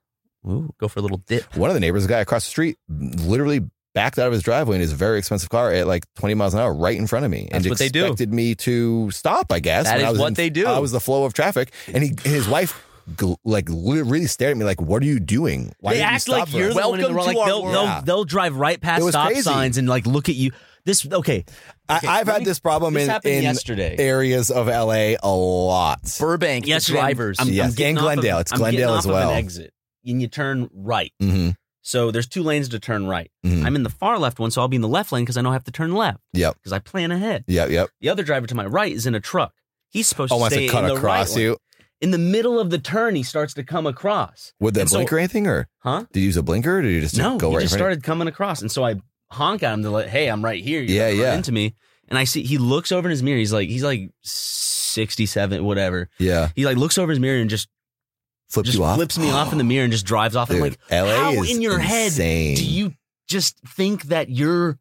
S2: Ooh, go for a little dip.
S3: one of the neighbors, a guy across the street, literally backed out of his driveway in his very expensive car at like 20 miles an hour, right in front of me,
S2: That's
S3: and
S2: what they do.
S3: expected me to stop. I guess
S2: That
S3: when
S2: is
S3: I was
S2: what
S3: in-
S2: they do.
S3: I was the flow of traffic, and he, and his wife. gl- Like li- really stared at me like, "What are you doing? Why
S4: they
S3: did you
S4: act
S3: stop
S4: like
S3: for
S4: you're
S3: us?"
S4: the one in
S2: Welcome
S4: the wrong.
S2: to
S4: Like
S2: our
S4: they'll,
S2: world.
S4: they'll, they'll drive right
S3: It
S4: past
S3: was
S4: stop
S3: crazy.
S4: signs and like look at you. This okay.
S3: I,
S4: Okay,
S3: I've
S4: let
S3: had
S4: me-
S3: this problem
S4: this
S3: in,
S4: happened
S3: in
S4: yesterday.
S3: areas of LA a lot.
S2: Burbank, yes,
S4: yesterday,
S2: drivers.
S4: I'm, I'm
S3: Yes,
S4: getting
S3: and
S4: off of-
S3: Glendale. It's
S4: I'm getting
S3: Glendale
S4: off
S3: as
S4: of
S3: well.
S4: An exit, and you turn right.
S3: Mm-hmm.
S4: So there's two lanes to turn right.
S3: Mhm.
S4: I'm in the far left one, so I'll be in the left lane because I know I have to turn left.
S3: Yep.
S4: Because I plan ahead.
S3: Yep, yep.
S4: The other driver to my right is in a truck. He's supposed
S3: Oh,
S4: to
S3: wants
S4: stay
S3: to cut
S4: in the
S3: across
S4: right lane.
S3: you
S4: In the middle of the turn, he starts to come across.
S3: with the
S4: And so-
S3: blinker or anything, or
S4: Huh?
S3: did you use a blinker? Or did you just
S4: no,
S3: go
S4: he
S3: right?
S4: just
S3: in front
S4: started coming across, and so I honk at him to let, hey, I'm right here. You're
S3: Yeah,
S4: gonna run
S3: yeah.
S4: Into me, and and I see he looks over in his mirror. He's like he's like sixty seven, whatever.
S3: Yeah.
S4: He like looks over his mirror and just
S3: Flips
S4: just
S3: you off.
S4: flips me off in the mirror and just drives off.
S3: Dude,
S4: I'm like,
S3: LA
S4: how
S3: is
S4: in your
S3: insane.
S4: head do you just think that you're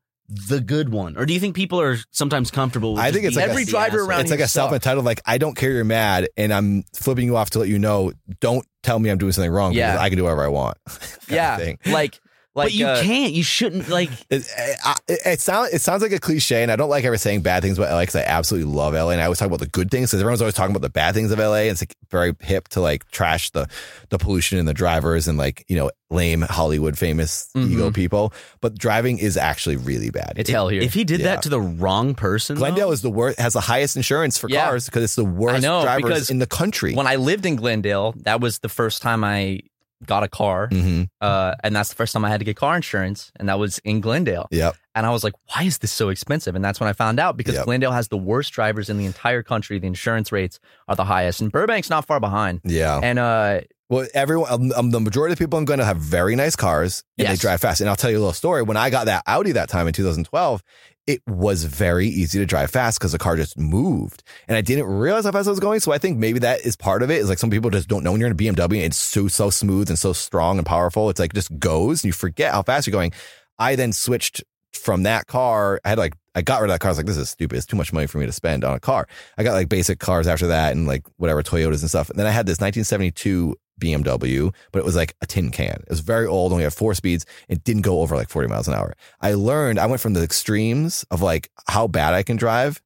S4: the good one, or do you think people are sometimes comfortable? With
S3: I
S4: just
S3: think it's
S4: being
S3: like a-
S4: the
S2: Every driver
S4: asshole?
S2: around
S3: it's like a
S2: you suck.
S3: self-entitled like I don't care you're mad and I'm flipping you off to let you know don't tell me I'm doing something wrong
S2: Yeah.
S3: because I can do whatever I want. Kind of
S2: yeah,
S3: thing.
S2: like like
S4: but you
S2: uh,
S4: can't. You shouldn't. Like
S3: It, I- it, it sounds it sounds like a cliche, and I don't like ever saying bad things about LA because I absolutely love LA, and I always talk about the good things because everyone's always talking about the bad things of LA. And it's like very hip to like trash the the pollution and the drivers and like you know lame Hollywood famous
S2: Mhm.
S3: ego people. But driving is actually really bad.
S2: it's hell here.
S4: if he did
S3: Yeah.
S4: that to the wrong person,
S3: Glendale
S4: though,
S3: is the worst has the highest insurance for
S2: Yeah.
S3: cars because it's the worst
S2: know,
S3: drivers
S2: because
S3: in the country.
S2: when I lived in Glendale, that was the first time I got a car,
S3: Mhm.
S2: uh, and that's the first time I had to get car insurance, and that was in Glendale.
S3: Yep.
S2: And I was like, why is this so expensive? And that's when I found out because
S3: Yep.
S2: Glendale has the worst drivers in the entire country. The insurance rates are the highest, and Burbank's not far behind.
S3: Yeah.
S2: And uh,
S3: Well, everyone, um, um, the majority of people I'm going to have very nice cars and
S2: Yes.
S3: they drive fast. And I'll tell you a little story. When I got that Audi that time in 2012, it was very easy to drive fast because the car just moved. And I didn't realize how fast I was going. So I think maybe that is part of it. Is like some people just don't know when you're in a BMW and it's so, so smooth and so strong and powerful. It's like just goes and you forget how fast you're going. I then switched from that car. I had like, I got rid of that car. I was like, this is stupid. It's too much money for me to spend on a car. I got like basic cars after that and like whatever Toyotas and stuff. And then I had this 1972 BMW, but it was like a tin can. It was very old, only had four speeds. It didn't go over like 40 miles an hour. I learned, I went from the extremes of like how bad I can drive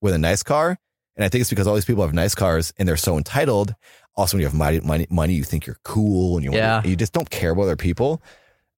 S3: with a nice car. And I think it's because all these people have nice cars and they're so entitled. Also, when you have money, money, money you think you're cool and you,
S2: Yeah.
S3: want, you just don't care about other people.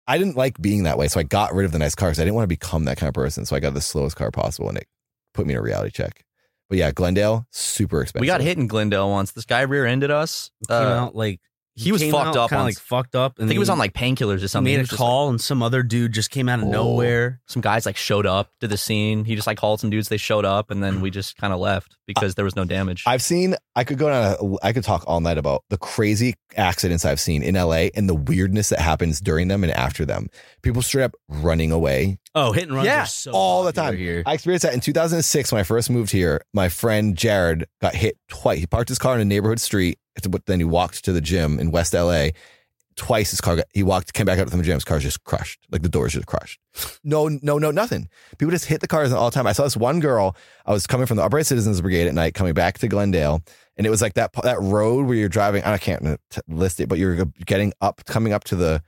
S3: I didn't like being that way. So I got rid of the nice cars. I didn't want to become that kind of person. So I got the slowest car possible and it put me in a reality check. But yeah, Glendale, super expensive.
S2: we got hit in Glendale once. This guy rear-ended us.
S4: came
S2: Uh,
S4: out like
S2: he was
S4: came
S2: fucked
S4: out
S2: up
S4: kinda,
S2: on-
S4: like fucked up.
S2: I
S4: And
S2: think he was
S4: then
S2: on like painkillers or
S4: he
S2: something. He
S4: made a
S2: was just, like-
S4: call, and some other dude just came out of
S3: Oh.
S4: nowhere.
S2: some guys like showed up to the scene. He just like called some dudes. They showed up, and then we just kind of left because there was no damage.
S3: I've seen. I could go down. A, I could talk all night about the crazy accidents I've seen in LA and the weirdness that happens during them and after them. People straight up running away.
S4: Oh, hit and runs
S2: Yeah,
S4: are so
S3: all the
S4: popular
S3: time.
S4: here.
S3: I experienced that in 2006 when I first moved here. My friend Jared got hit twice. He parked his car in a neighborhood street, but then he walked to the gym in West LA. Twice his car got. He walked, came back up to the gym. His car's just crushed. Like the doors just crushed. No, no, no, nothing. People just hit the cars all the time. I saw this one girl. I was coming from the Upright Citizens Brigade at night, coming back to Glendale, and it was like that that road where you're driving. I can't t- list it, but you're getting up, coming up to the.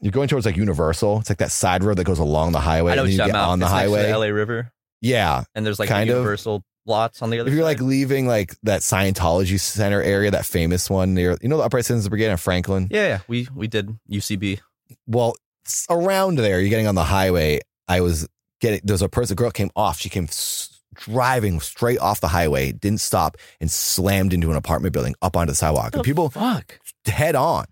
S3: You're going towards like Universal. It's like that side road that goes along the highway.
S2: I know
S3: and then
S2: what you're
S3: you
S2: talking
S3: get
S2: about.
S3: on the
S2: It's next to
S3: highway.
S2: LA River,
S3: Yeah,
S2: and there's like
S3: Kind
S2: the
S3: of.
S2: universal lots on the other.
S3: if you're like
S2: side.
S3: leaving like that Scientology Center area, that famous one near you know the Upright Citizens Brigade in Franklin.
S2: yeah, yeah, we we did UCB.
S3: well, s- around there, you're getting on the highway. I was getting there's a person, a girl came off. She came s- driving straight off the highway, didn't stop, and slammed into an apartment building up onto the sidewalk. and people
S4: fuck.
S3: head on.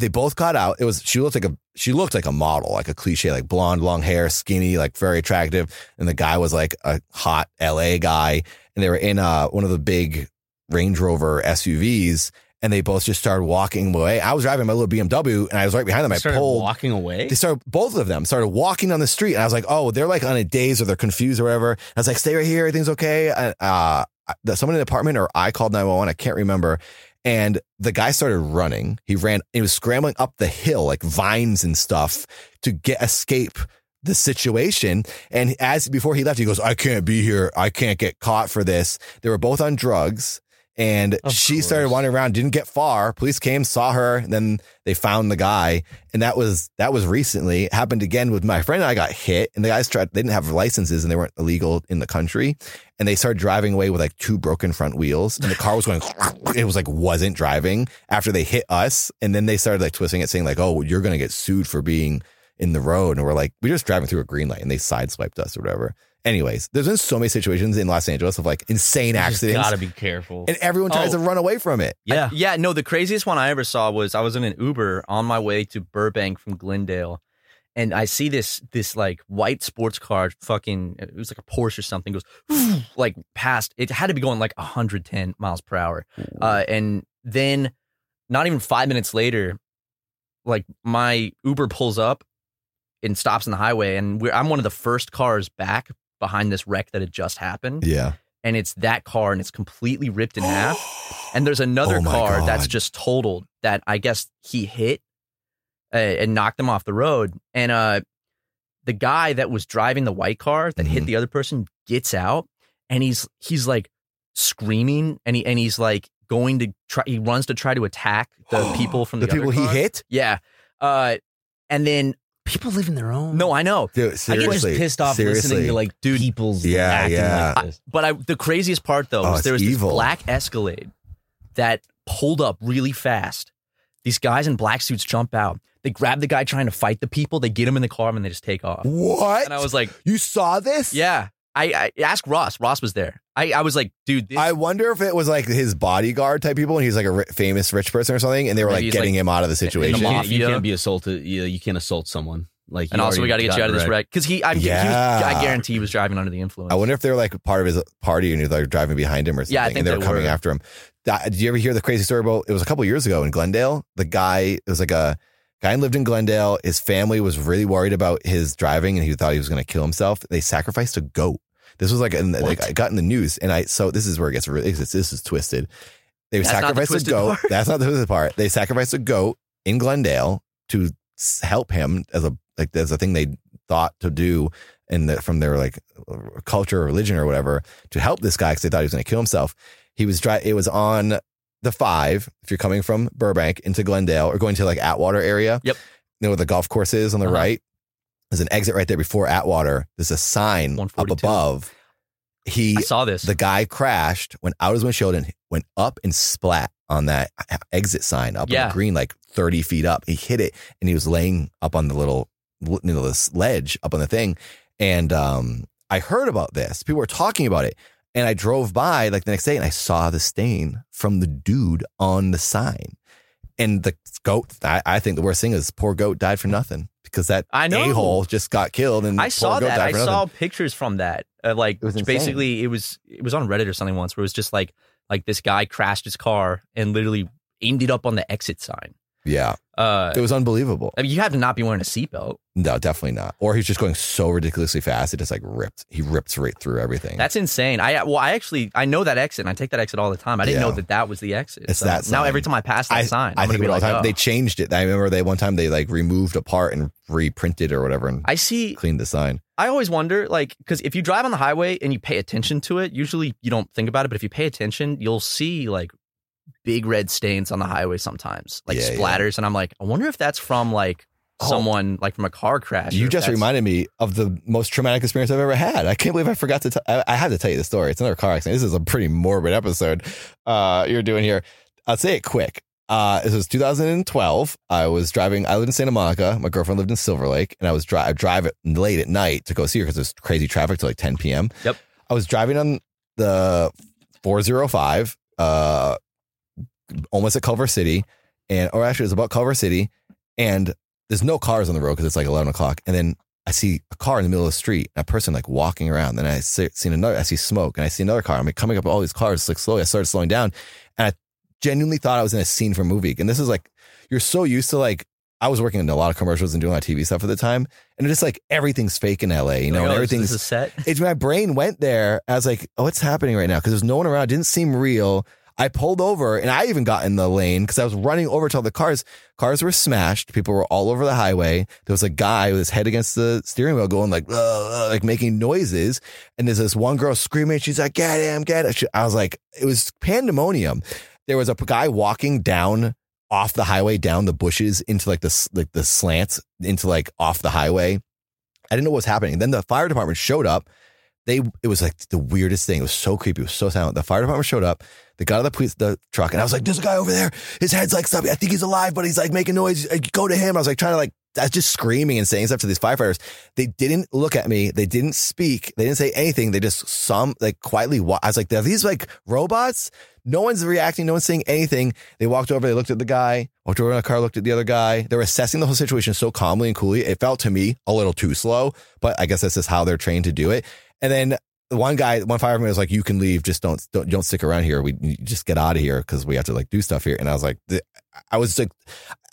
S3: They both got out. It was she looked like a she looked like a model, like a cliche, like blonde, long hair, skinny, like very attractive. And the guy was like a hot LA guy, and they were in uh one of the big Range Rover SUVs. And they both just started walking away. I was driving my little BMW, and I was right behind them. I
S4: started
S3: pulled.
S4: walking away.
S3: They started both of them started walking down the street, and I was like, "Oh, they're like on a daze or they're confused or whatever." And I was like, "Stay right here, everything's okay." And, Uh, that someone in the apartment or I called nine one one. I can't remember. And the guy started running. He ran. He was scrambling up the hill like vines and stuff to get escape the situation. And as before he left, he goes, "I can't be here. I can't get caught for this." They were both on drugs. And
S4: Of
S3: she started
S4: course.
S3: wandering around, didn't get far. Police came, saw her, and then they found the guy and that was that was recently It happened again with my friend and I got hit and the guys tried they didn't have licenses and they weren't illegal in the country and they started driving away with like two broken front wheels and the car was going it was like wasn't driving after they hit us and then they started like twisting it saying like oh you're going to get sued for being in the road and we're like we're just driving through a green light and they sideswiped us or whatever anyways there's been so many situations in Los Angeles of like insane
S4: You
S3: accidents
S4: gotta be careful.
S3: and everyone tries to
S2: Oh.
S3: run away from it
S4: yeah.
S2: Yeah, no, the craziest one I ever saw was I was in an Uber on my way to Burbank from Glendale. And I see this this like white sports car, fucking it was like a Porsche or something, goes like past. It had to be going like 110 miles per hour, uh, and then not even five minutes later, like my Uber pulls up and stops on the highway, and we're, I'm one of the first cars back behind this wreck that had just happened.
S3: Yeah.
S2: And it's that car and it's completely ripped in half. And there's another
S3: Oh my
S2: car
S3: God.
S2: that's just totaled that I guess he hit uh, and knocked them off the road. And uh, the guy that was driving the white car that hit
S3: Mhm.
S2: the other person gets out and he's he's like screaming and he and he's like going to try he runs to try to attack the people from the,
S3: the people
S2: other
S3: he
S2: car.
S3: hit.
S2: Yeah. Uh, and then
S4: People living their own.
S2: no, I know.
S3: Dude,
S4: I get
S3: seriously,
S4: just pissed off listening
S3: seriously.
S4: to like
S2: Dude,
S4: people's
S3: yeah,
S4: acting
S3: yeah.
S2: I-
S4: like this.
S2: But I the craziest part though
S3: Oh,
S2: was
S3: it's
S2: there was
S3: evil.
S2: this black Escalade that pulled up really fast. These guys in black suits jump out. They grab the guy trying to fight the people. They get him in the car and then they just take off.
S3: what?
S2: And I was like,
S3: you saw this?
S2: yeah. I, I asked Ross. Ross was there. I, I was like, dude, this,
S3: I wonder if it was like his bodyguard type people, and he's like a ri- famous rich person or something, and they were
S2: Maybe
S3: like
S2: he's,
S3: getting
S2: like,
S3: him out of the
S2: in
S3: situation.
S2: the
S4: You can't- You
S2: mafia.
S4: can't be assaulted. You, you can't assault someone. Like,
S2: and also we got to get you out of this wreck because he, I, he was-
S3: Yeah.
S2: I guarantee he was driving under the influence.
S3: I wonder if they were like part of his party and he was like driving behind him or something
S2: Yeah, I think
S3: and they were
S2: they
S3: coming
S2: were.
S3: after him. That- did you ever hear the crazy story about it was a couple years ago in Glendale? The guy it was like a guy lived in Glendale. His family was really worried about his driving and he thought he was gonna kill himself. They sacrificed a goat. This was like, in, the- like I got in the news and I so this is where it gets really this is twisted. They
S2: That's not the
S3: sacrificed a
S2: twisted
S3: goat.
S2: part.
S3: That's not the twisted part. They sacrificed a goat in Glendale to s- help him as a like as a thing they thought to do in the, from their like culture or religion or whatever to help this guy because they thought he was going to kill himself. He was dry. It was on the five. If you're coming from Burbank into Glendale or going to like Atwater area,
S2: Yep.
S3: you know where the golf course is on the
S2: Uh-huh.
S3: right. There's an exit right there before Atwater. There's a sign up
S2: 142.
S3: above. He
S2: I saw this.
S3: the guy crashed, went out his windshield, and went up and splat on that exit sign up on
S2: Yeah.
S3: the green, like 30 feet up. He hit it and he was laying up on the little, you know, this ledge up on the thing. And um, I heard about this. People were talking about it. And I drove by like the next day and I saw the stain from the dude on the sign. And the goat, I, I think the worst thing is poor goat died for nothing because that
S2: I know.
S3: a-hole just got killed. And
S2: I
S3: poor
S2: saw
S3: goat
S2: that.
S3: died
S2: I
S3: for nothing.
S2: saw pictures from that. Uh, like
S3: It was insane.
S2: basically, it was it was on Reddit or something once where it was just like like this guy crashed his car and literally ended up on the exit sign.
S3: Yeah.
S2: Uh,
S3: It was unbelievable.
S2: I mean, you have to not be wearing a seatbelt.
S3: No, definitely not. Or he's just going so ridiculously fast, it just like ripped. He rips right through everything.
S2: That's insane. I well, I actually I know that exit. and I take that exit all the time. I didn't
S3: Yeah.
S2: know that that was the exit.
S3: It's that
S2: now
S3: sign.
S2: every time I pass that sign, I'm
S3: I
S2: gonna
S3: think
S2: be
S3: about all
S2: like,
S3: the time
S2: oh.
S3: they changed it. I remember they one time they like removed a part and reprinted or whatever and
S2: I see.
S3: cleaned the sign.
S2: I always wonder, like, because if you drive on the highway and you pay attention to it, usually you don't think about it, but if you pay attention, you'll see like big red stains on the highway sometimes, like
S3: Yeah, yeah.
S2: splatters. And I'm like, I wonder if that's from like
S3: Oh.
S2: someone, like from a car crash. or
S3: you
S2: if
S3: just
S2: that's-
S3: reminded me of the most traumatic experience I've ever had. I can't believe I forgot to. T- I, I have to tell you the story. It's another car accident. This is a pretty morbid episode uh, you're doing here. I'll say it quick. Uh, this was 2012. I was driving. I lived in Santa Monica. My girlfriend lived in Silver Lake, and I was dri- I drive it late at night to go see her because there's crazy traffic till like 10 p.m.
S2: Yep.
S3: I was driving on the 405, uh, almost at Culver City, and or actually it was about Culver City, and there's no cars on the road because it's like 11 o'clock. And then I see a car in the middle of the street, a person like walking around. Then I see, seen another, I see smoke and I see another car. I'm like coming up all these cars like slowly. I started slowing down and I genuinely thought I was in a scene from a movie. And this is like, you're so used to like, I was working in a lot of commercials and doing a lot of TV stuff at the time. And it's like everything's fake in LA, you know, and
S2: Like, oh, this-
S3: everything's
S2: this is set.
S3: it's my brain went there. I was like, oh, what's happening right now? Because there's no one around. It didn't seem real. I pulled over and I even got in the lane because I was running over to all the cars. Cars were smashed. People were all over the highway. There was a guy with his head against the steering wheel going like, "Ugh," like making noises. And there's this one girl screaming. She's like, get him, get him. She- I was like, it was pandemonium. There was a p- guy walking down off the highway, down the bushes into like the, s- like the slants into like off the highway. I didn't know what was happening. Then the fire department showed up they it was like the weirdest thing. It was so creepy. It was so silent. The fire department showed up. They got out of the police the truck, and I was like, "There's a guy over there. His head's like stuff. I think he's alive, but he's like making noise. Like, Go to him." I was like trying to like I was just screaming and saying stuff to these firefighters. They didn't look at me. They didn't speak. They didn't say anything. They just some like quietly. Wa- I was like, "Are these like robots?" No one's reacting. No one's saying anything. They walked over. They looked at the guy. Walked over in a car. Looked at the other guy. They were assessing the whole situation so calmly and coolly. It felt to me a little too slow, but I guess that's just how they're trained to do it. And then the one guy, one fireman was like, "You can leave. Just don't don't, don't stick around here. We you just get out of here because we have to like do stuff here." And I was like, th- I was like,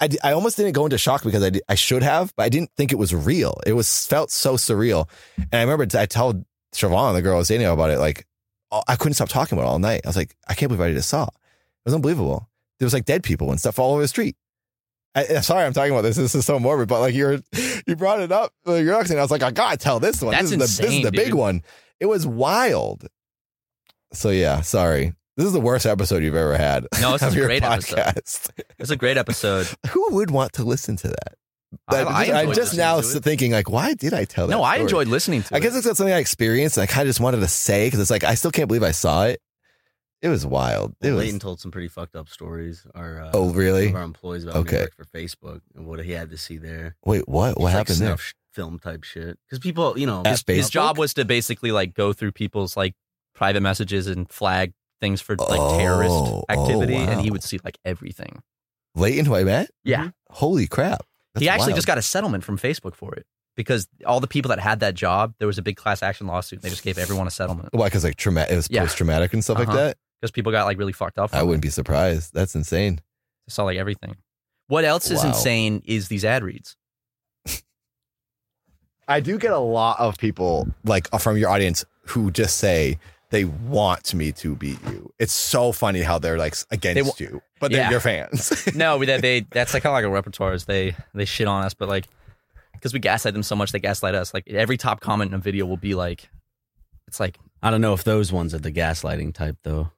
S3: I, d- I almost didn't go into shock because I did, I should have, but I didn't think it was real. It was felt so surreal. And I remember I told Siobhan, the girl I was dating about it, like all- I couldn't stop talking about it all night. I was like, I can't believe I just saw. It was unbelievable. There was like dead people and stuff all over the street. I, am sorry, I'm talking about this. This is so morbid, but like you're, you brought it up. Like you're and I was like, I gotta tell this one. this
S2: That's
S3: is the, this
S2: insane,
S3: is the big
S2: dude.
S3: one. It was wild. So yeah, sorry. This is the worst episode you've ever had.
S2: No, this
S3: of
S2: is a
S3: your
S2: great episode.
S3: podcast.
S2: It's a great episode.
S3: Who would want to listen to that?
S2: I- I
S3: am
S2: enjoyed
S3: just
S2: listening
S3: now
S2: to it.
S3: thinking like, why did I tell that?
S2: No, I
S3: story?
S2: enjoyed listening to.
S3: I guess
S2: it.
S3: it's not something I experienced. And I kind of just wanted to say because it's like I still can't believe I saw it. It was wild. It
S4: Layton
S3: was.
S4: told some pretty fucked up stories. Our uh,
S3: Oh
S4: one
S3: really?
S4: of our employees about
S3: Okay.
S4: okay. for Facebook and what he had to see there.
S3: Wait, what? What
S4: It's like
S3: happened there?
S4: snuff sh- Film type shit because people, you know,
S3: At
S4: his-
S2: his
S3: Facebook?
S2: job was to basically like go through people's like private messages and flag things for like terrorist
S3: Oh, oh,
S2: activity, and he
S3: wow.
S2: would see like everything.
S3: Leighton, who I met.
S2: Yeah.
S3: Holy crap!
S2: he actually just got a settlement from Facebook for it because all the people that had that job, there was a big class action lawsuit. And they just gave everyone a settlement
S3: Why? Because like traumatic. It was
S2: Yeah.
S3: post traumatic and stuff like
S2: Uh-huh.
S3: that.
S2: because people got like really fucked up.
S3: I
S2: from it.
S3: wouldn't be surprised. That's insane.
S2: They saw like everything. What else is
S3: Wow.
S2: insane is these ad reads.
S3: I do get a lot of people like uh, from your audience who just say they want me to beat you. It's so funny how they're like against
S2: wa-
S3: you, but they're
S2: Yeah.
S3: your fans.
S2: No, we- that they that's like kind of like a repertoire is they they shit on us, but like because we gaslight them so much, they gaslight us. Like every top comment in a video will be like, it's like
S4: I don't know if those ones are the gaslighting type though.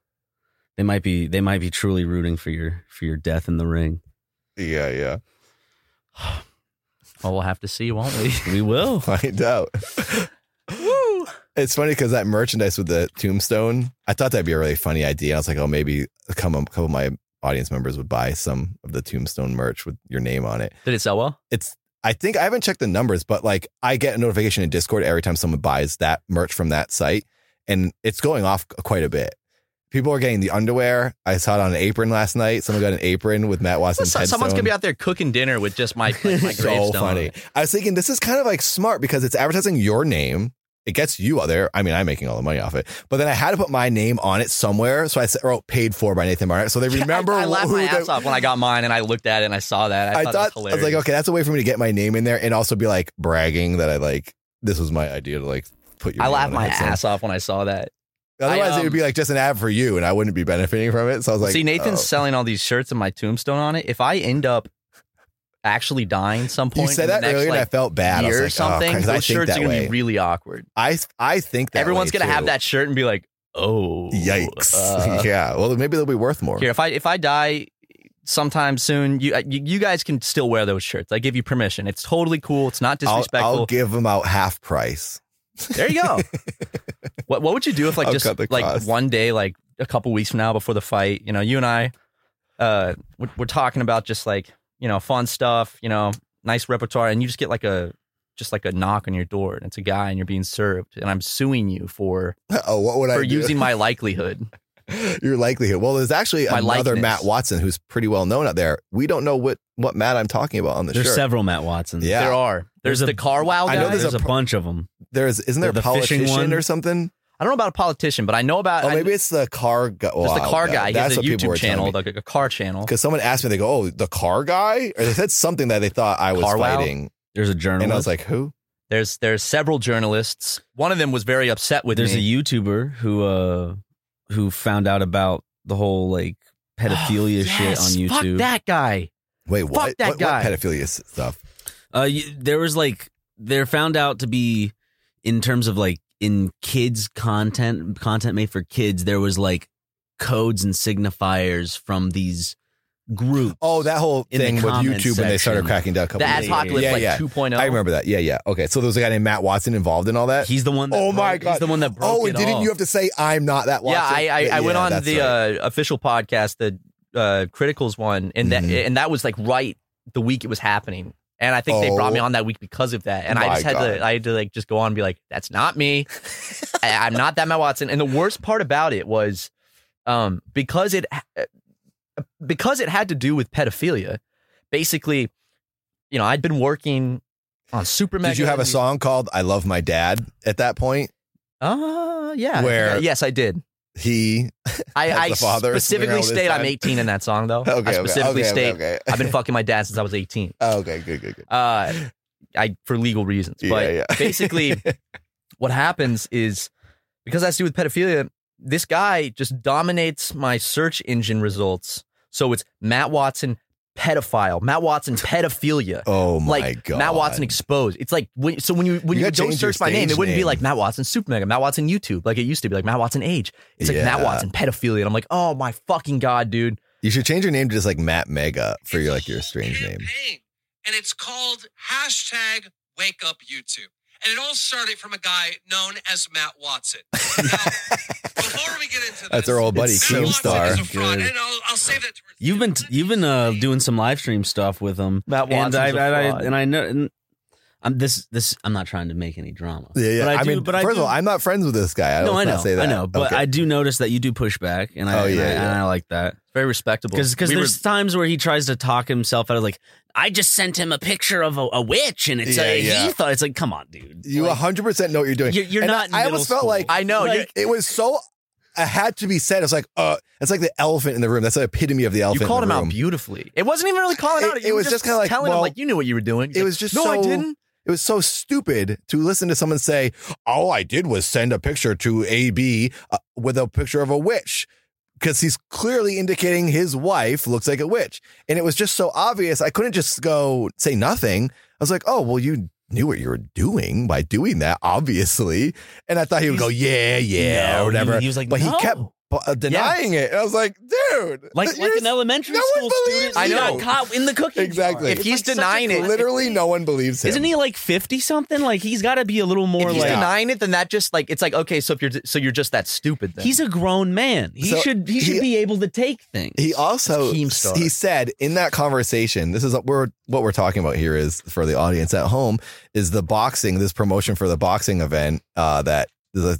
S4: They might be. They might be truly rooting for your for your death in the ring.
S3: yeah, yeah.
S2: Well, we'll have to see, won't we?
S4: We will.
S3: Find out.
S2: Woo!
S3: It's funny because that merchandise with the tombstone, I thought that'd be a really funny idea. I was like, oh, maybe a couple, a couple of my audience members would buy some of the tombstone merch with your name on it.
S2: Did it sell well?
S3: it's I think I haven't checked the numbers, but like I get a notification in Discord every time someone buys that merch from that site, and it's going off quite a bit. People are getting the underwear. I saw it on an apron last night. Someone got an apron with Matt Watson's
S2: Someone's
S3: headstone.
S2: gonna be out there cooking dinner with just my like, my
S3: so
S2: gravestone.
S3: funny. I was thinking this is kind of like smart because it's advertising your name. It gets you out there. I mean, I'm making all the money off it, but then I had to put my name on it somewhere. So I s- wrote "paid for" by Nathan Barnett, so they remember
S2: I, I laughed
S3: who
S2: my
S3: they-
S2: ass off when I got mine and I looked at it and I saw that. I,
S3: I thought
S2: thought, it
S3: I was
S2: was hilarious.
S3: like, okay, that's a way for me to get my name in there and also be like bragging that I like this was my idea to like put your.
S2: I
S3: name
S2: laughed
S3: on the
S2: my
S3: headstone.
S2: ass off when I saw that.
S3: Otherwise,
S2: I, um,
S3: it would be like just an ad for you, and I wouldn't be benefiting from it. So I was like,
S2: See, Nathan's
S3: oh.
S2: selling all these shirts and my tombstone on it. If I end up actually dying some
S3: "Oh." You
S2: point,
S3: said
S2: in the
S3: that
S2: next,
S3: earlier, and I
S2: like,
S3: felt bad. I was
S2: year
S3: like,
S2: or something,
S3: oh, 'cause I
S2: those
S3: think
S2: shirts are
S3: that
S2: gonna
S3: way.
S2: be really awkward.
S3: I I think that
S2: Everyone's
S3: way,
S2: gonna have
S3: too.
S2: that shirt and be like, oh,
S3: Yikes!
S2: uh,
S3: yeah. Well, maybe they'll be worth more.
S2: Here, if I if I die sometime soon, you you, you guys can still wear those shirts. I give you permission. It's totally cool. It's not
S3: I'll,
S2: disrespectful.
S3: I'll give them out half price.
S2: there you go. what what would you do if like
S3: I'll
S2: just
S3: cut the
S2: like
S3: cost.
S2: one day, like a couple weeks from now, before the fight? You know, you and I, uh, we're, we're talking about just like you know fun stuff. You know, nice repertoire, and you just get like a just like a knock on your door, and it's a guy, and you're being served, and I'm suing you for
S3: Oh, what would I
S2: for
S3: do?
S2: using my likelihood.
S3: your likelihood? Well, there's actually
S2: My
S3: another
S2: likeness.
S3: Matt Watson who's pretty well known out there. We don't know what what Matt I'm talking about on the
S4: There's
S3: shirt.
S4: several Matt Watsons.
S3: Yeah.
S2: There are there's,
S4: There's a-
S2: the car wow
S3: I
S2: guy.
S3: know
S4: Yeah,
S3: there's
S4: there's,
S3: a
S4: a,
S3: pro-
S4: bunch of them.
S3: There's isn't there a
S4: The fishing
S3: politician
S4: one?
S3: or something?
S2: I don't know about a politician, but I know about
S3: Oh,
S2: I-
S3: maybe it's the car guy.
S2: There's the car guy. He
S3: That's
S2: has a
S3: what people
S2: YouTube
S3: were
S2: channel,
S3: telling me.
S2: like a car channel.
S3: Because someone asked me, they go, "Oh, the car guy," or they said something that they thought I was
S2: Car wow?
S3: fighting,
S4: There's a journalist.
S3: and I was like, "Who?"
S2: There's there's several journalists. One of them was very upset with
S4: there's
S2: me.
S4: a YouTuber who uh who found out about the whole like pedophilia shit on YouTube.
S2: Oh, Fuck that guy.
S3: Wait, what?
S2: that
S3: what,
S2: guy.
S3: what pedophilia s- stuff?
S4: Uh, y- there was like they're found out to be in terms of like in kids content content made for kids. There was like codes and signifiers from these groups.
S3: Oh, that whole
S4: In the
S3: thing with YouTube
S4: comment
S3: when they started
S4: section.
S3: cracking down. A couple
S2: The
S3: years
S2: ad
S3: ago.
S2: apocalypse
S3: Yeah,
S2: like oh.
S3: yeah.
S2: 2.0.
S3: I remember that. Yeah, yeah. Okay, so there was a guy named Matt Watson involved in all that.
S4: He's the one. That
S3: Oh
S4: broke-
S3: my God.
S4: He's the one that broke
S3: oh,
S4: it
S3: and didn't
S4: all.
S3: you have to say I'm not that
S2: Yeah,
S3: Watson?
S2: I I, I went on the uh, official podcast, the uh, Criticals one, and that
S3: Mhm.
S2: and that was like right the week it was happening. And I think they brought me
S3: Oh.
S2: on that week because of that. And
S3: My
S2: I just had
S3: God.
S2: to I had to like just go on and be like, that's not me. I, I'm not that Matt Watson. And the worst part about it was um, because it uh, because it had to do with pedophilia. Basically, you know, I'd been working on Super Mega.
S3: Did you have a song called "I Love My Dad" at that point?
S2: Uh, yeah.
S3: Where-
S2: Yes, I did.
S3: He
S2: I,
S3: As
S2: I
S3: the father is sitting
S2: specifically
S3: around this
S2: state I'm
S3: time.
S2: 18 in that song though.
S3: okay,
S2: I
S3: okay,
S2: specifically
S3: okay,
S2: state
S3: Okay, okay.
S2: I've been fucking my dad since I was 18.
S3: Oh, okay, good, good, good.
S2: Uh, I for legal reasons, but
S3: Yeah, yeah.
S2: basically, what happens is because that's to do with pedophilia, this guy just dominates my search engine results. So it's Matt Watson pedophile, Matt Watson pedophilia.
S3: Oh my
S2: like
S3: god,
S2: Matt Watson exposed. It's like when, so when you when
S3: You
S2: you,
S3: gotta
S2: don't
S3: change your
S2: search my name,
S3: stage
S2: it wouldn't be
S3: name.
S2: like Matt Watson Super Mega, Matt Watson YouTube, like it used to be like Matt Watson Age. It's like Matt
S3: Yeah.
S2: Watson pedophilia, and I'm like, oh my fucking god, dude.
S3: You should change your name to just like Matt Mega for
S6: It's
S3: your
S6: a
S3: like your
S6: whole
S3: strange name.
S6: campaign, And it's called hashtag wake up YouTube. And it all started from a guy known as Matt Watson. Now, before we get into this,
S3: That's our old buddy
S6: Matt
S3: Keemstar.
S6: Watson is a fraud, and I'll, I'll save that towards the
S4: You've been
S6: end. Let
S4: you've
S6: me
S4: been uh,
S6: say-
S4: doing some live stream stuff with them,
S2: Matt
S4: and
S2: Watson's
S4: I,
S2: a
S4: and I
S2: fraud.
S4: and I know and I'm this this I'm not trying to make any drama.
S3: Yeah, yeah.
S4: But
S3: I,
S4: I do-
S3: mean,
S4: but I
S3: first
S4: do-
S3: of all, I'm not friends with this guy. I
S4: no,
S3: don't
S4: I know,
S3: say that.
S4: I know, but
S3: Okay.
S4: I do notice that you do push back, and I
S3: Oh,
S4: and
S3: yeah,
S4: I,
S3: yeah.
S4: and I like that
S2: Very respectable.
S4: because
S2: We were-
S4: there's times where he tries to talk himself out of like I just sent him a picture of a, a witch, and it's
S3: Yeah,
S4: a,
S3: yeah.
S4: he thought it's like come on, dude,
S3: you
S4: like,
S3: 100 percent know what you're doing.
S4: you're, you're
S3: And
S4: not.
S3: I, I
S4: in
S3: almost
S4: middle
S3: felt
S4: school.
S3: like
S2: I know.
S3: like,
S2: you're-
S3: it was so. It had to be said. It's like uh, it's like the elephant in the room. That's the epitome of the
S2: you
S3: elephant.
S2: called
S3: in
S2: him
S3: the
S2: out
S3: room.
S2: beautifully. It wasn't even really calling
S3: It-
S2: out.
S3: it
S2: You were
S3: was just kinda like,
S2: telling
S3: well,
S2: him like you knew what you were doing.
S3: it was just
S2: no, I
S3: so-
S2: didn't.
S3: It was so stupid to listen to someone say, "All I did was send a picture to AB uh, with a picture of a witch." Because he's clearly indicating his wife looks like a witch. And it was just so obvious. I couldn't just go say nothing. I was like, oh, well, you knew what you were doing by doing that, obviously. And I thought he would go, yeah, yeah,
S4: No,
S3: or
S4: he-
S3: whatever.
S4: He was like,
S3: but he
S4: "No."
S3: kept uh, denying it. And I was like, dude.
S4: like
S3: you're
S4: like an
S3: just-
S4: elementary
S3: no
S4: school
S3: one
S4: student.
S3: believes
S4: who
S2: you.
S4: got caught in the cookie jar.
S3: Exactly.
S2: If he's
S1: It's like such a
S2: denying it,
S3: Literally no one believes him.
S4: Isn't he like fifty something? Like he's got to be a little more
S2: if he's
S4: like
S2: denying it, then that just like it's like okay, so if you're so you're just that stupid. Then.
S4: he's a grown man. He
S3: So,
S4: should he should
S3: he-
S4: be able to take things.
S3: He also
S2: Keemstar.
S3: he said in that conversation, this is we're what we're talking about here is for the audience at home is the boxing this promotion for the boxing event uh, that the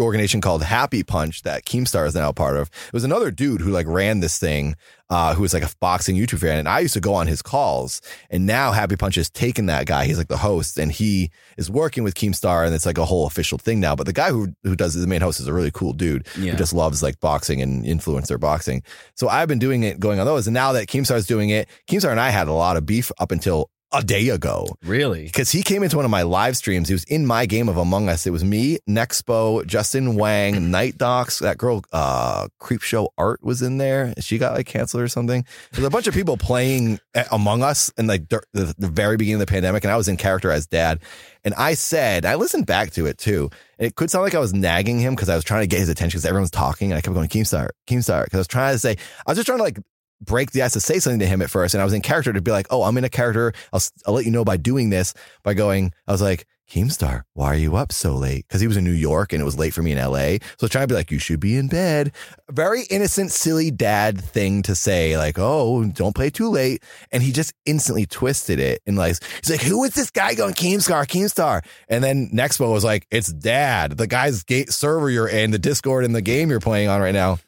S3: organization called Happy Punch that Keemstar is now a part of. It was another dude who like ran this thing uh, who was like a boxing YouTube fan, and I used to go on his calls. And now Happy Punch has taken that guy. He's like the host, and he is working with Keemstar, and it's like a whole official thing now. But the guy who who does the main host is a really cool dude
S4: yeah.
S3: who just loves like boxing and influencer boxing. So I've been doing it, going on those, and now that Keemstar's doing it, Keemstar and I had a lot of beef up until a day ago
S4: really.
S3: because he came into one of my live streams. He was in my game of Among Us. It was me, Nexpo, Justin Wang, Night Docs. That girl, uh, Creep Show Art was in there. She got like canceled or something. There's a bunch of people playing at Among Us in like dur- the, the very beginning of the pandemic, and I was in character as dad. And I said, I listened back to it too. And it could sound like I was nagging him because I was trying to get his attention because everyone's talking, and I kept going Keemstar, Keemstar, because I was trying to say, I was just trying to like break the ice to say something to him at first, and I was in character to be like, oh, I'm in a character. I'll, s- I'll let you know by doing this by going, I was like, Keemstar, why are you up so late? Because he was in New York and it was late for me in LA. So I was trying to be like, you should be in bed. Very innocent, silly dad thing to say, like, oh, don't play too late. And he just instantly twisted it and like, he's like, who is this guy going Keemstar, Keemstar? And then Nexpo was like, it's dad, the guy's gate server you're in, the Discord and the game you're playing on right now.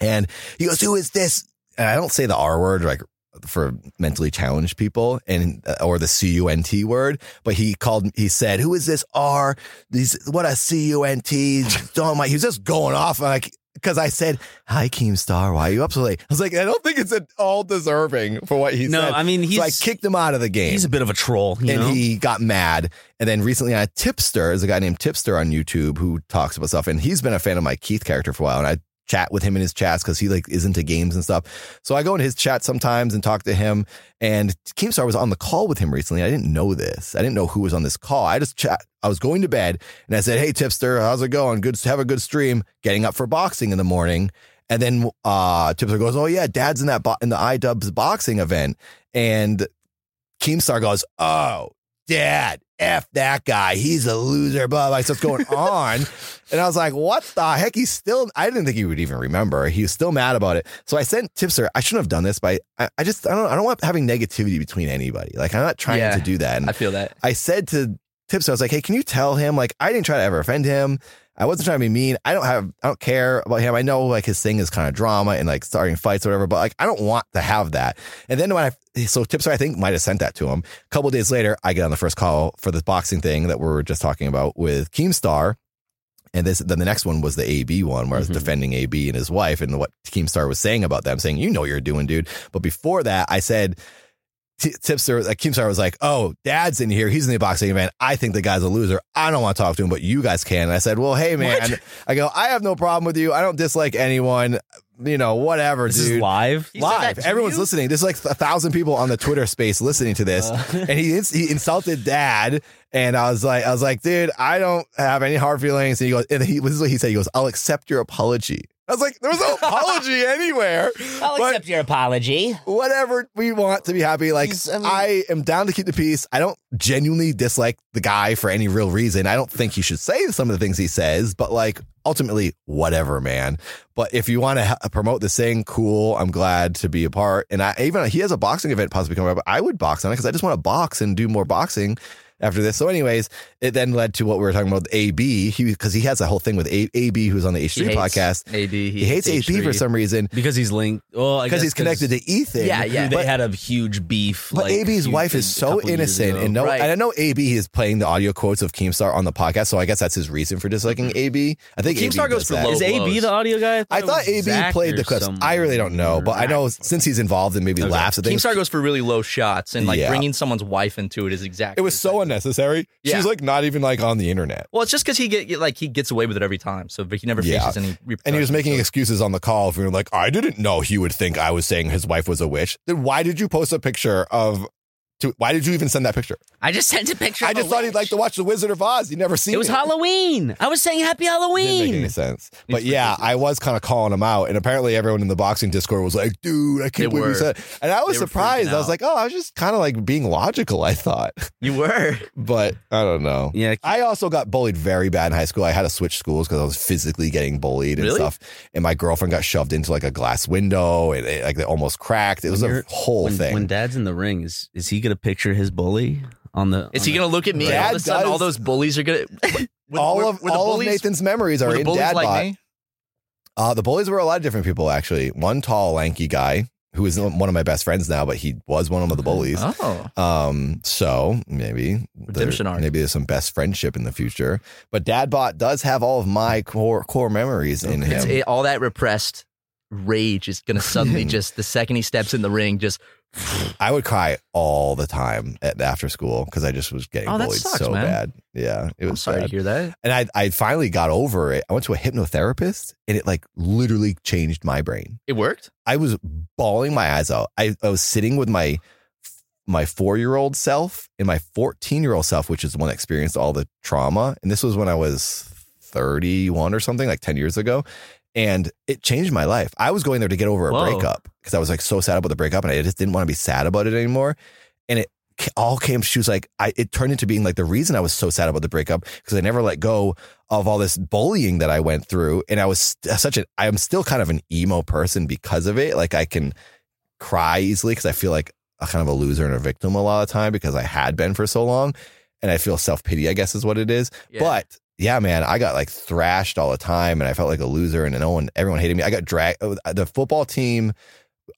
S3: And he goes, who is this? And I don't say the R word like for mentally challenged people and or the C U N T word but he called he said who is this r these what a c-u-n-t don't like he was just going off like because i said hi keemstar why are you up so late i was like i don't think it's at all deserving for what he
S4: no,
S3: said
S4: I mean he's
S3: so i kicked him out of the game
S4: he's a bit of a troll. You
S3: and
S4: know?
S3: he got mad. And then recently on Tipster, there's a guy named Tipster on YouTube who talks about stuff. And he's been a fan of my Keith character for a while. And I chat with him in his chats because he like is into games and stuff. So I go into his chat sometimes and talk to him. And Keemstar was on the call with him recently. I didn't know this. I didn't know who was on this call. I just chat. I was going to bed and I said, Hey Tipster, how's it going? Good have a good stream. Getting up for boxing in the morning. And then uh Tipster goes, Oh yeah, dad's in that bo- in the iDubbbz boxing event. And Keemstar goes, Oh, dad, F that guy. He's a loser, blah, blah. So it's going on. And I was like, What the heck? He's still, I didn't think he would even remember. He was still mad about it. So I sent Tipster, I shouldn't have done this, but I, I just, I don't, I don't want having negativity between anybody. Like, I'm not trying
S2: Yeah.
S3: to do that. And
S2: I feel that.
S3: I said to Tipster, I was like, hey, can you tell him? Like, I didn't try to ever offend him. I wasn't trying to be mean. I don't have, I don't care about him. I know like his thing is kind of drama and like starting fights or whatever, but like I don't want to have that. And then when I, so Tipster, I think might have sent that to him. A couple days later, I get on the first call for this boxing thing that we were just talking about with Keemstar. And this, then the next one was the AB one, where I was
S5: Mm-hmm.
S4: Mhm.
S3: defending AB and his wife and what Keemstar was saying about them, saying, you know what you're doing, dude. But before that, I said, T- Tipster, like Keemstar was like, "Oh, Dad's in here. He's in the boxing event. I think the guy's a loser. I don't want to talk to him, but you guys can." And I said, "Well, hey, man. I go. I have no problem with you. I don't dislike anyone. You know, whatever,
S5: This
S3: dude.
S5: is live.
S2: He said
S3: live.
S2: that to
S3: Everyone's
S2: you?
S3: listening. There's like a thousand people on the Twitter space listening to this,
S2: Uh.
S3: and he ins- he insulted Dad, and I was like, I was like, dude, I don't have any hard feelings. And he goes, and he this is what he said. He goes, I'll accept your apology. I was like, there was no apology anywhere.
S4: I'll
S3: But-
S4: accept your apology.
S3: Whatever we want to be happy. Like
S4: He's-
S3: I,
S4: I mean-
S3: am down to keep the peace. I don't genuinely dislike the guy for any real reason. I don't think he should say some of the things he says, but like ultimately, whatever, man. But if you want to h- promote this thing, cool. I'm glad to be a part. And I even uh, he has a boxing event possibly coming up. I would box on it because I just want to box and do more boxing after this. So, anyways, it then led to what we were talking about. with AB, he because he has a whole thing with A- AB, who's on the H3
S2: hates
S3: podcast.
S2: AD. He,
S3: He hates AB for some reason
S4: Because he's linked. Well,
S3: because he's connected to Ethan.
S2: Yeah, yeah.
S4: They
S3: But-
S4: had a huge beef.
S3: But
S4: like,
S3: AB's
S4: huge
S3: wife
S4: thing
S3: is
S4: a
S3: so
S4: couple years
S3: innocent,
S4: ago.
S3: and no,
S2: Right.
S3: and I know AB is playing the audio quotes of Keemstar on the podcast, so I guess that's his reason for
S4: Mm-hmm.
S3: disliking AB. I think
S2: Keemstar
S3: AB
S2: goes
S3: does
S2: for
S3: that.
S2: low
S4: Is AB
S2: blows.
S4: the audio guy?
S3: I
S4: it
S3: thought
S4: was
S3: AB
S4: Zach
S3: played
S4: or
S3: the clips.
S4: someone.
S3: I really don't know, but I know
S4: Zach.
S3: since he's involved and maybe
S4: Okay.
S3: laughs at things.
S2: Keemstar goes for really low shots, and like
S3: Yeah.
S2: bringing someone's wife into it is exactly.
S3: It was
S2: the
S3: so
S2: same.
S3: unnecessary.
S2: Yeah.
S3: She's like not even like on the internet.
S2: Well, it's just because he get like he gets away with it every time, so but he never
S3: Yeah.
S2: faces any.
S3: And he was
S2: repercussions,
S3: making
S2: so-
S3: excuses on the call for like, I didn't know he would think I was saying his wife was a witch. Then why did you post a picture of to, why did you even send that picture?
S4: I just sent a picture.
S3: I
S4: of
S3: just
S4: a
S3: thought
S4: witch.
S3: he'd like to watch The Wizard of Oz. He never seen
S4: It was Halloween. I was saying Happy
S3: Didn't make
S4: Halloween.
S3: any sense. But yeah, I was kind of calling him out, and apparently everyone in the boxing Discord was like, "Dude, I
S2: They
S3: can't believe you
S2: were.
S3: said." And I was
S2: They were
S3: surprised.
S2: freaking
S3: I was
S2: out.
S3: like, "Oh, I was just kind of like being logical." I thought,
S2: You were.
S3: but I don't know.
S4: Yeah,
S3: I also got bullied very bad in high school. I had to switch schools because I was physically getting bullied and
S2: Really?
S3: stuff. And my girlfriend got shoved into like a glass window, and it, like they almost cracked. It was
S4: When
S3: a
S4: you're-
S3: whole
S4: when,
S3: thing.
S4: when Dad's in the ring, is is he gonna picture his bully on the?
S2: Is
S4: on
S2: he
S4: the-
S2: gonna look at me? and all
S3: Dad
S2: of a sudden, all
S3: does-
S2: those bullies are gonna. Were-
S3: all
S2: were-
S3: of
S2: were the
S3: all
S2: bullies-
S3: of Nathan's memories are
S2: were the
S3: in
S2: bullies
S3: Dad
S2: like
S3: Bot.
S2: me?
S3: Uh, the bullies were a lot of different people, actually. One tall, lanky guy who is one of my best friends now, but he was one of the bullies.
S2: Oh,
S3: Um, so maybe there-
S2: Redemption arc.
S3: maybe there's some best friendship in the future. But Dadbot does have all of my core core memories in
S2: It's-
S3: him.
S2: it- all that repressed rage is gonna suddenly just the second he steps in the ring, just
S3: I would cry all the time at after school because I just was getting
S2: Oh, that
S3: bullied
S2: sucks,
S3: so
S2: man.
S3: bad. Yeah, it
S2: I'm
S3: was
S2: sorry
S3: bad.
S2: to hear that.
S3: And I I finally got over it. I went to a hypnotherapist and it like literally changed my brain.
S2: It worked.
S3: I was bawling my eyes out. I, I was sitting with my my four year old self and my fourteen year old self, which is the one that experienced all the trauma. And this was when I was thirty one or something, like ten years ago. And it changed my life. I was going there to get over a
S2: Whoa.
S3: breakup because I was like so sad about the breakup, and I just didn't want to be sad about it anymore. And it ca- all came. She was like, I. It turned into being like the reason I was so sad about the breakup because I never let go of all this bullying that I went through, and I was st- such a I am still kind of an emo person because of it. Like I can cry easily because I feel like a kind of a loser and a victim a lot of the time because I had been for so long, and I feel self pity. I guess is what it is.
S2: Yeah.
S3: But yeah, man, I got like thrashed all the time, and I felt like a loser, and no one, everyone hated me. I got dragged. The football team.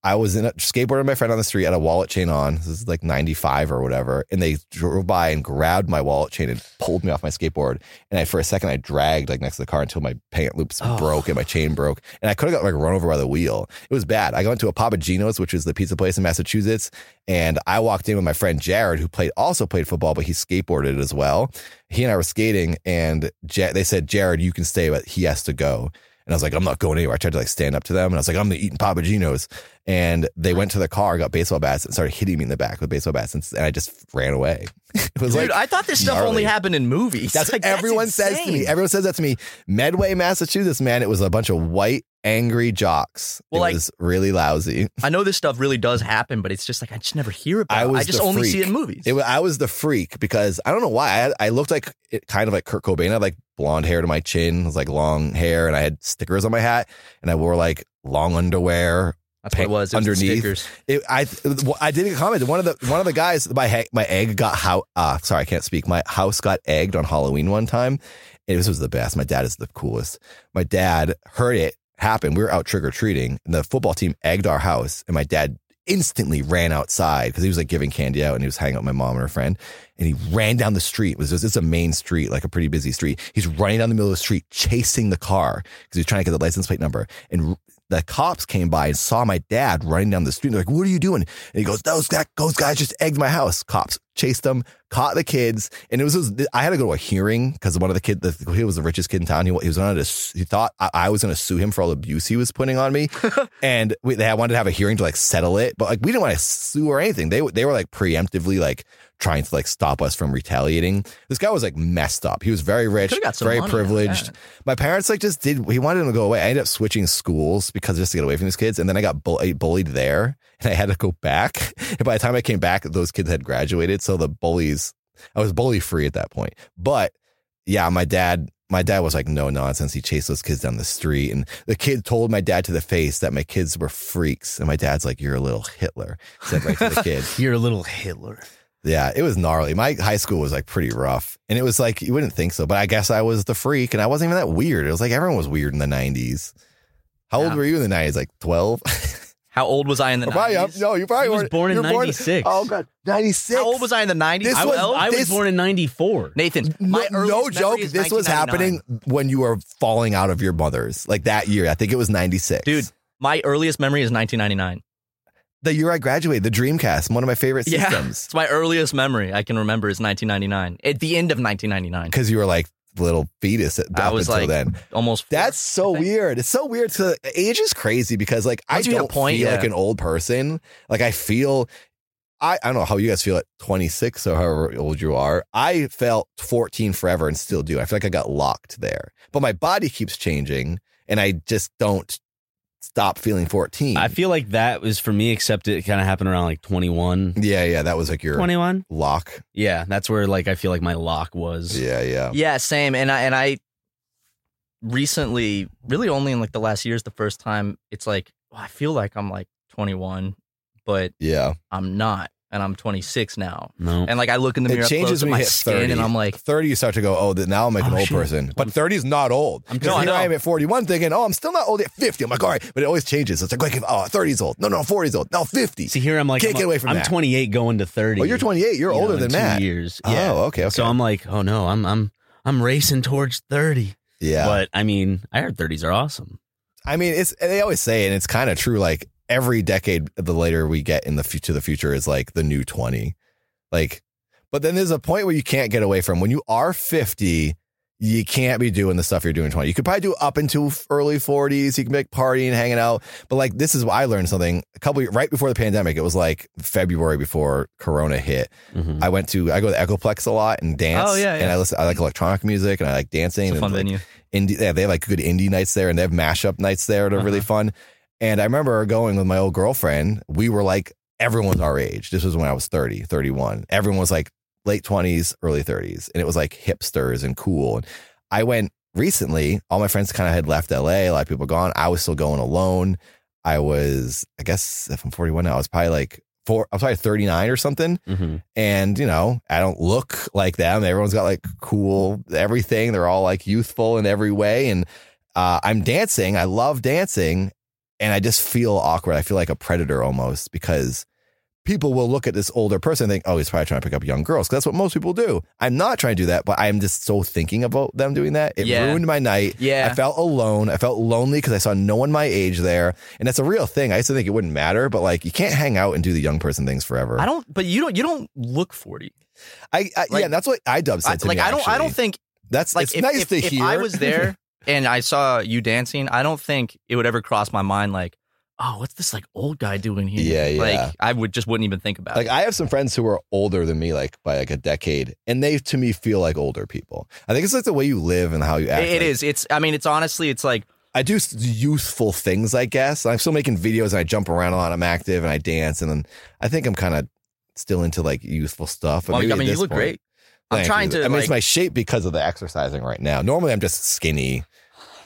S3: I was in a, skateboarding with my friend on the street, had a wallet chain on. This is like '95 or whatever, and they drove by and grabbed my wallet chain and pulled me off my skateboard. And I, for a second, I dragged like next to the car until my pant loops
S4: Oh.
S3: broke and my chain broke. And I could have got like run over by the wheel. It was bad. I got into a Papa Gino's, which is the pizza place in Massachusetts, and I walked in with my friend Jared, who played also played football, but he skateboarded as well. He and I were skating, and Ja- they said, "Jared, you can stay, but he has to go." And I was like, "I'm not going anywhere." I tried to like stand up to them, and I was like, "I'm eating Papa Gino's." And they went to the car, got baseball bats, and started hitting me in the back with baseball bats, and, and I just ran away. it was like
S2: Dude, I thought this stuff
S3: gnarly.
S2: only happened in movies.
S3: that's
S2: Like,
S3: what everyone says to me.
S2: insane.
S3: Everyone says that to me. Medway, Massachusetts, man, it was a bunch of white, angry jocks. it
S2: Well, like-
S3: was really lousy.
S2: I know this stuff really does happen, but it's just like I just never hear about.
S3: I
S2: it.
S3: was
S2: I just
S3: the
S2: only
S3: freak.
S2: see it in movies.
S3: It, wa- I was the freak because I don't know why. I, I looked like it, kind of like Kurt Cobain. I had like blonde hair to my chin, it was like long hair, and I had stickers on my hat, and I wore like long underwear.
S2: That's what it was. It was the
S3: underneath.
S2: stickers.
S3: It, I I did a comment. One of the one of the guys, my ha- my egg got how uh, sorry I can't speak. My house got egged on Halloween one time. And this was the best. My dad is the coolest. My dad heard it happen. We were out trick or treating, and the football team egged our house, and my dad instantly ran outside because he was like giving candy out and he was hanging out with my mom and her friend and he ran down the street it was just it's a main street like a pretty busy street he's running down the middle of the street chasing the car because he was trying to get the license plate number and the cops came by and saw my dad running down the street. They're like, "What are you doing?" And he goes, "Those that, those guys just egged my house." Cops chased them, caught the kids, and it was. It was- I had to go to a hearing because one of the kid, the, he was the richest kid in town. He, wa- he was going to. s- He thought I, I was going to sue him for all the abuse he was putting on me, and we, they had- wanted to have a hearing to like settle it, but like we didn't want to sue or anything. They they were like preemptively like trying to like stop us from retaliating. This guy was like messed up. He was very rich,
S2: Could've got some
S3: very
S2: money out of
S3: privileged
S2: that.
S3: my parents like just did he wanted him to go away i ended up switching schools because just to get away from these kids and then i got bull- I bullied there and i had to go back and by the time i came back those kids had graduated so the bullies i was bully free at that point but yeah my dad my dad was like no nonsense he chased those kids down the street and the kid told my dad to the face that my kids were freaks and my dad's like you're a little hitler said right to the kid
S5: You're a little Hitler.
S3: yeah, it was gnarly. My high school was like pretty rough. And it was like, you wouldn't think so, but I guess I was the freak and I wasn't even that weird. It was like everyone was weird in the 90s. How old
S2: Yeah.
S3: were you in the 90s? Like 12?
S2: How old was I in the
S3: Probably, um,
S2: 90s?
S3: no, you probably
S5: He was
S3: weren't.
S5: born in
S3: you were
S5: 96.
S3: Oh, God. 96.
S2: How old was I in the 90s?
S3: This
S5: I was,
S3: was-
S5: I was
S3: this-
S5: born in 94.
S2: Nathan,
S3: No,
S2: my
S3: no
S2: earliest
S3: joke.
S2: memory is
S3: This was
S2: 1999.
S3: happening when you were falling out of your mother's, like that year. I think it was 96.
S2: Dude, my earliest memory is 1999.
S3: The year I graduated, the Dreamcast, one of my favorite
S2: Yeah.
S3: systems.
S2: It's my earliest memory I can remember is 1999. At the end of 1999,
S3: Because you were like little fetus at,
S2: I
S3: up
S2: was
S3: until
S2: like
S3: then.
S2: almost. four.
S3: That's so
S2: I think.
S3: weird. It's so weird. To, age is crazy because like
S2: Once
S3: I
S2: you hit a
S3: don't
S2: point,
S3: feel
S2: yeah.
S3: like an old person. Like I feel, I, I don't know how you guys feel at 26 or however old you are. I felt 14 forever and still do. I feel like I got locked there, but my body keeps changing and I just don't stop feeling 14.
S4: I feel like that was for me, except it kind of happened around like 21.
S3: yeah, yeah. That was like your
S4: 21?
S3: lock.
S4: Yeah, that's where like I feel like my lock was.
S3: Yeah, yeah.
S2: Yeah, same. And I and I recently, really only in like the last year is the first time it's like oh, I feel like I'm like 21, but
S3: Yeah.
S2: I'm not, and I'm 26 now.
S4: No.
S2: And like I look in the
S3: It
S2: mirror, up
S3: changes
S2: close to
S3: when you
S2: my
S3: hit
S2: skin,
S3: 30.
S2: and I'm like,
S3: 30, you start to go, oh, that now I'm like an
S4: Oh,
S3: old
S4: shit.
S3: person. But 30 is not old.
S4: I'm-
S3: Because
S2: No, I
S3: here I,
S2: know.
S3: am at 41 thinking, oh, I'm still not old at 50. I'm like, all right, but it always changes. It's like, like oh, 30 is old. No, no, 40 is old. No, 50.
S4: See, here I'm like,
S3: Can't
S4: I'm,
S3: get away from
S4: I'm
S3: that.
S4: 28 going to 30.
S3: well, you're 28. You're
S4: you know,
S3: older
S4: in
S3: than
S4: two
S3: that.
S4: years. Yeah.
S3: Oh, okay, okay.
S4: So I'm like, oh no, I'm I'm I'm racing towards 30.
S3: yeah.
S4: But I mean, I heard 30s are awesome.
S3: I mean, it's they always say, and it's kind of true. Like every decade, the later we get in the future, to the future is like the new twenty. Like, but then there's a point where you can't get away from. When you are fifty, you can't be doing the stuff you're doing twenty. You could probably do up into early forties. You can be like partying, hanging out. But like this is why I learned something a couple right before the pandemic. It was like February before Corona hit.
S4: Mm-hmm,
S3: I went to I go to Echoplex a lot and dance.
S2: Mm. Oh, yeah, yeah.
S3: And I listen. I like electronic music and I like dancing.
S2: it's a
S3: and
S2: fun
S3: like,
S2: venue.
S3: indie. They have, they have like good indie nights there, and they have mashup nights there that are really fun. And I remember going with my old girlfriend. We were like everyone's our age. This was when I was 30, 31. Everyone was like late 20s, early 30s, and it was like hipsters and cool. And I went recently. All my friends kind of had left LA. A lot of people gone. I was still going alone. I was, I guess, if I'm 41 now, I was probably like four. I was probably 39 or something
S4: Mm-hmm.
S3: and you know i don't look like them everyone's got like cool everything they're all like youthful in every way and uh, i'm dancing i love dancing and i just feel awkward i feel like a predator almost because people will look at this older person and think oh he's probably trying to pick up young girls 'Cause that's what most people do i'm not trying to do that but i'm just so thinking about them doing that it
S2: Yeah.
S3: ruined my night I
S2: Yeah,
S3: felt alone. I felt lonely because I saw no one my age there. And that's a real thing. I used to think it wouldn't matter, but like you can't hang out and do the young person things forever.
S2: I don't. But you don't. You don't look 40.
S3: I, I
S2: Like-
S3: yeah, that's what iDub said
S2: I,
S3: to
S2: like
S3: me.
S2: I don't. I
S3: actually.
S2: don't think
S3: that's
S2: like
S3: it's
S2: if,
S3: nice
S2: if,
S3: to
S2: if
S3: hear.
S2: I was there and I saw you dancing, I don't think it would ever cross my mind like, oh, what's this like old guy doing here?
S3: Yeah, yeah.
S2: Like I would just wouldn't even think about
S3: like
S2: it.
S3: I have some friends who are older than me, like by like a decade, and they to me feel like older people. I think it's like the way you live and how you act.
S2: It- it
S3: like,
S2: is. It's. I mean, it's honestly. It's like
S3: I do s- youthful things, I guess. I'm still making videos and I jump around a lot. I'm active and I dance, and then I think I'm kind of still into like youthful stuff. But
S2: well, I
S3: maybe
S2: mean,
S3: at
S2: you
S3: this
S2: look
S3: point-
S2: great. I'm
S3: Thank
S2: trying
S3: you.
S2: to.
S3: I mean,
S2: like,
S3: it's my shape because of the exercising right now. Normally, I'm just skinny,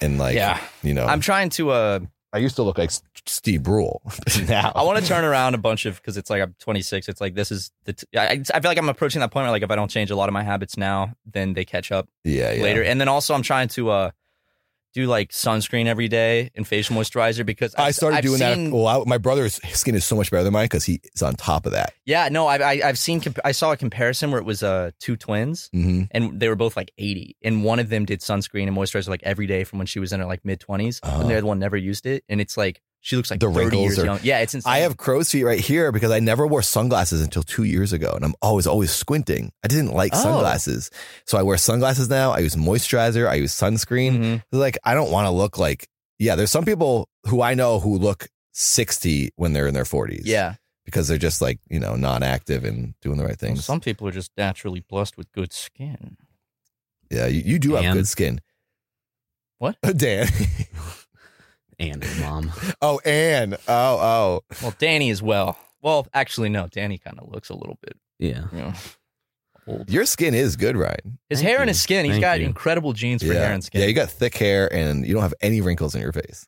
S3: and like
S2: Yeah.
S3: you know,
S2: I'm trying to. Uh,
S3: I used to look like S- Steve Brule. now
S2: I want to turn around a bunch of because it's like I'm 26. It's like this is the. T- I, I feel like I'm approaching that point where like if I don't change a lot of my habits now, then they catch up
S3: yeah, yeah.
S2: later. And then also I'm trying to uh do like sunscreen every day and facial moisturizer because
S3: I
S2: I've-
S3: started
S2: I've
S3: doing
S2: seen-
S3: that. Well, I, my brother's skin is so much better than mine because he is on top of that.
S2: Yeah, no, I, I I've seen comp- I saw a comparison where it was uh two twins
S3: Mm-hmm.
S2: and they were both like 80 and one of them did sunscreen and moisturizer like every day from when she was in her like mid 20s
S3: Uh-huh.
S2: and the other one never used it and it's like she looks like
S3: The
S2: 30
S3: wrinkles
S2: years
S3: are-
S2: young. Yeah, it's insane.
S3: I have crow's feet right here because I never wore sunglasses until two years ago, and I'm always always squinting. I didn't like
S2: Oh.
S3: sunglasses, so I wear sunglasses now. I use moisturizer. I use sunscreen.
S2: Mhm.
S3: Like I don't want to look like yeah. There's some people who I know who look 60 when they're in their 40s.
S2: Yeah.
S3: because they're just like you know non-active and doing the right things.
S2: Some people are just naturally blessed with good skin.
S3: yeah, you, you do have
S4: Dan.
S3: good skin.
S2: What?
S3: Dan?
S4: and her mom.
S3: oh, Anne. Oh, oh.
S2: Well, Danny as well. Well, actually no, Danny kind of looks a little bit,
S4: Yeah.
S2: you know. Old.
S3: Your skin is good, Ryan.
S2: His
S4: Thank
S2: hair and
S4: you.
S2: his skin, He's
S4: Thank
S2: got
S4: you.
S2: incredible genes for
S3: yeah.
S2: hair and skin.
S3: Yeah, you got thick hair and you don't have any wrinkles in your face.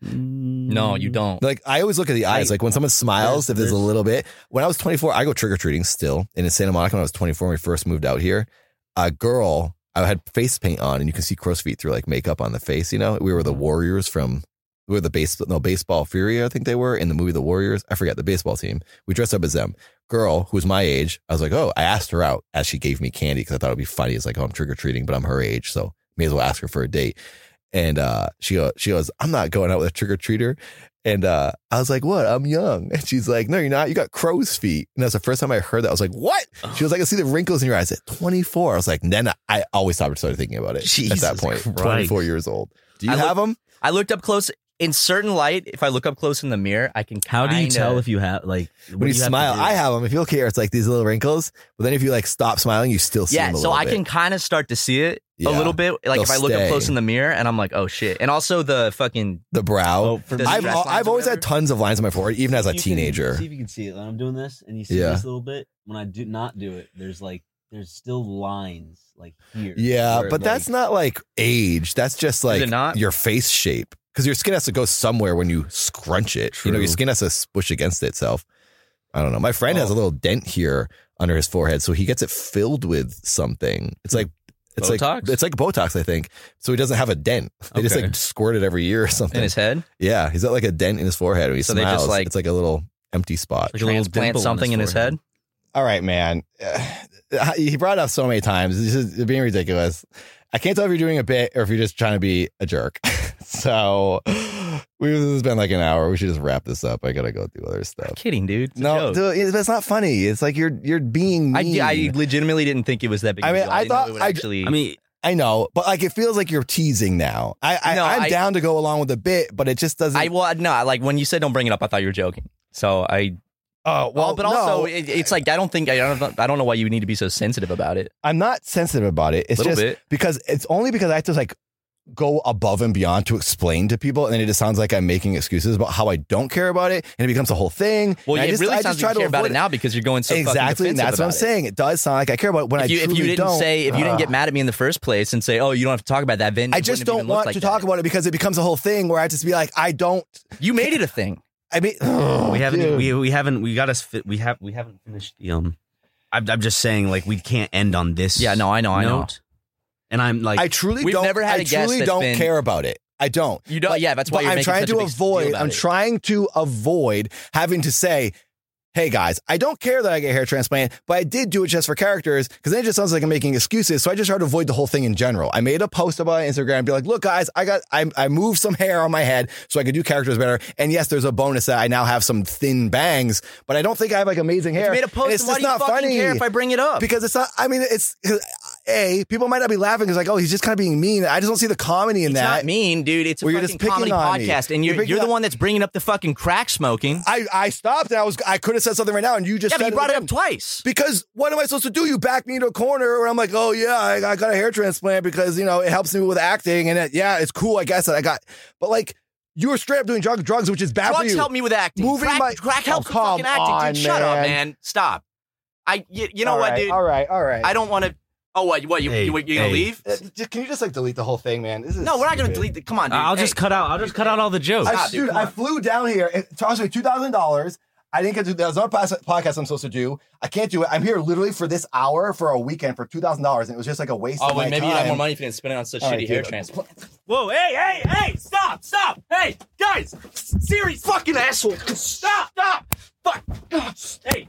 S2: no, you don't.
S3: Like I always look at the eyes.
S4: I-
S3: like when someone smiles,
S4: there's-
S3: if there's a
S4: there's-
S3: little bit. When I was 24, I go trick or treating still. And in Santa Monica, when I was 24, when we first moved out here, a girl. I had face paint on, and you can see crow's feet through like makeup on the face. You know, we were the
S2: Mm-hmm.
S3: Warriors from. We were the base, no baseball Fury, I think they were in the movie The Warriors. I forget the baseball team. We dressed up as them. Girl who was my age, I was like, oh, I asked her out as she gave me candy because I thought it'd be funny. It's like, oh, I'm trick or treating, but I'm her age, so may as well ask her for a date. And uh, she go- she goes, I'm not going out with a trick or treater. And uh, I was like, "What? I'm young." And she's like, "No, you're not. You got crow's feet." And that's the first time I heard that. I was like, "What?" She was like, "I see the wrinkles in your eyes." At 24, I was like, "Then I always stopped and started thinking about it."
S4: Jesus
S3: at that point,
S4: Christ.
S3: 24 years old. Do you
S2: I
S3: have them?
S2: I looked up close in certain light. If I look up close in the mirror, I can.
S4: How do you
S2: kinda-
S4: tell if you have like
S3: When you, smile, I have them. If you look here, it's like these little wrinkles. But then if you like stop smiling, you still see
S2: Yeah,
S3: them. a
S2: so
S3: little
S2: I
S3: bit.
S2: can kind of start to see it a
S3: Yeah.
S2: little bit. Like
S3: They'll
S2: if I look
S3: stay.
S2: up close in the mirror, and I'm like, oh shit. And also the fucking
S3: the brow.
S4: for
S2: me-
S3: Oh, I've
S2: stress Oh, lines
S3: I've
S2: or
S3: always had
S2: whatever?
S3: tons of lines on my forehead, even as a teenager.
S4: see if you can see it. I'm doing this, and you see
S3: Yeah.
S4: this little bit. When I do not do it, there's like there's still lines like here.
S3: Yeah,
S4: where,
S3: but that's
S4: like-
S3: not like age. That's just like
S2: it not?
S3: your face shape because your skin has to go somewhere when you scrunch it. You know, your
S4: True.
S3: skin has to squish against itself. I don't know. My friend
S2: Oh.
S3: has a little dent here under his forehead, so he gets it filled with something. It's like it's like
S2: Hmm. Botox?
S3: it's like Botox, I think. So he doesn't have a dent. They just
S2: Okay.
S3: like squirt it every year or something.
S2: in his head,
S3: yeah, he's got like a dent in his forehead. When he
S2: So they
S3: smiles,
S2: just, like-
S3: it's like a little empty spot.
S4: Like a little
S2: transplant
S4: dimple in
S2: something
S4: his
S2: in his
S4: forehead.
S2: head.
S3: All right, man. he brought it up so many times. This is being ridiculous. I can't tell if you're doing a bit or if you're just trying to be a jerk. so we this has been like an hour. We should just wrap this up. I gotta go do other
S2: I'm
S3: stuff.
S2: kidding, dude. It's a
S3: No,
S2: joke.
S3: dude, it's, it's not funny. It's like you're you're being
S2: I,
S3: mean.
S2: I legitimately didn't think it was that big. of
S3: I
S2: a
S3: mean,
S2: deal.
S3: I
S2: didn't know
S3: thought-
S2: it would
S3: I-
S2: actually.
S4: I mean,
S3: I know, but like it feels like you're teasing now. I, I
S2: No,
S3: I'm
S2: I-
S3: down to go along with the bit, but it just doesn't.
S2: I well, no, like when you said don't bring it up, I thought you were joking. So I,
S3: oh
S2: well, but also
S3: no,
S2: it, it's like I don't think I don't I don't know why you need to be so sensitive about it.
S3: I'm not sensitive about it.
S2: A
S3: It's
S2: little
S3: just
S2: bit.
S3: because it's only because I have to like go above and beyond to explain to people, and then it just sounds like I'm making excuses about how I don't care about it, and it becomes a whole thing.
S2: Well,
S3: and I
S2: it
S3: just,
S2: really
S3: I
S2: sounds
S3: just
S2: like
S3: try
S2: you
S3: to
S2: care about
S3: avoid
S2: it now because you're going so fucking
S3: exactly, and
S2: defensive
S3: that's what I'm
S2: about it.
S3: saying. It does sound like I care about it when
S2: if you,
S3: I
S2: if
S3: truly
S2: you didn't
S3: don't.
S2: say if you didn't
S3: Ugh.
S2: get mad at me in the first place and say oh you don't have to talk about that then
S3: I
S2: it
S3: just
S2: wouldn't have
S3: don't
S2: even looked
S3: want
S2: like
S3: to
S2: that.
S3: talk about it because it becomes a whole thing where I just be like, I don't.
S2: you made it a thing
S3: I mean, ugh,
S4: we haven't
S3: dude.
S4: we, we haven't we got us fit. We have we haven't finished the um. I'm, I'm just saying like we can't end on this.
S2: yeah no I know I know
S4: note. And I'm like
S3: I truly
S2: We've
S3: don't.
S2: never had
S3: I
S2: a guest
S3: truly
S2: that's
S3: don't
S2: been-
S3: care about it. I don't.
S2: you don't
S3: But-
S2: yeah that's why
S3: but
S2: you're
S3: I'm
S2: making
S3: trying
S2: such
S3: to
S2: a big deal
S3: avoid.
S2: about
S3: I'm
S2: it.
S3: trying to avoid having to say, "Hey guys, I don't care that I get hair transplant, but I did do it just for characters because then it just sounds like I'm making excuses." So I just try to avoid the whole thing in general. I made a post about it on Instagram, and be like, "Look, guys, I got I I moved some hair on my head so I could do characters better." And yes, there's a bonus that I now have some thin bangs, but I don't think I have like amazing
S2: If
S3: hair.
S2: you made a
S3: and
S2: post
S3: it's
S2: why
S3: just
S2: do you
S3: not
S2: fucking
S3: funny
S2: care if I bring it up
S3: because it's not. I mean, it's a people might not be laughing because like, oh, he's just kind of being mean. I just don't see the comedy in
S2: it's
S3: that.
S2: not mean dude it's a
S3: Well, you're
S2: fucking
S3: just picking
S2: comedy
S3: on me.
S2: podcast and
S3: You're
S2: you're
S3: picking
S2: you're the
S3: on-
S2: one that's bringing up the fucking crack smoking
S3: I, I stopped and I was I could have said something right now and you just
S2: yeah
S3: said
S2: but you brought it
S3: again.
S2: up twice
S3: because what am I supposed to do? You back me into a corner where I'm like, oh yeah, I, I got a hair transplant because you know it helps me with acting and it, yeah, it's cool. I guess that I got, but like you were straight up doing drug, drugs, which is bad for
S2: drugs
S3: you.
S2: help me with acting
S3: Moving
S2: crack,
S3: my-
S2: crack
S3: Oh,
S2: helps with
S3: come
S2: fucking acting
S3: on,
S2: dude shut up
S3: man.
S2: man stop I you, you know
S3: All
S2: what
S3: right,
S2: dude
S3: All right, all right.
S2: I don't want to oh what what you
S4: Hey,
S2: you, you gonna
S4: hey.
S2: leave
S3: Uh, j- Can you just like delete the whole thing, man? This is
S2: no we're not gonna
S3: stupid.
S2: delete the come on dude
S4: I'll
S2: Hey.
S4: just cut out. I'll just cut out all the jokes.
S3: I,
S2: Stop, dude,
S3: dude,
S2: come
S3: I
S2: on.
S3: flew down here. It cost me two thousand dollars. I didn't get to do that. There's another pos- podcast I'm supposed to do. I can't do it. I'm here literally for this hour for a weekend for two thousand dollars, and it was just like a waste.
S7: Oh,
S3: of my
S7: wait, maybe you
S3: time.
S7: have more money if you didn't spend it on such
S3: All
S7: shitty
S3: right,
S7: hair
S3: dude.
S7: transplant.
S2: Whoa, hey, hey, hey, stop, stop. Hey, guys, serious fucking asshole. Stop, stop. Fuck. Hey.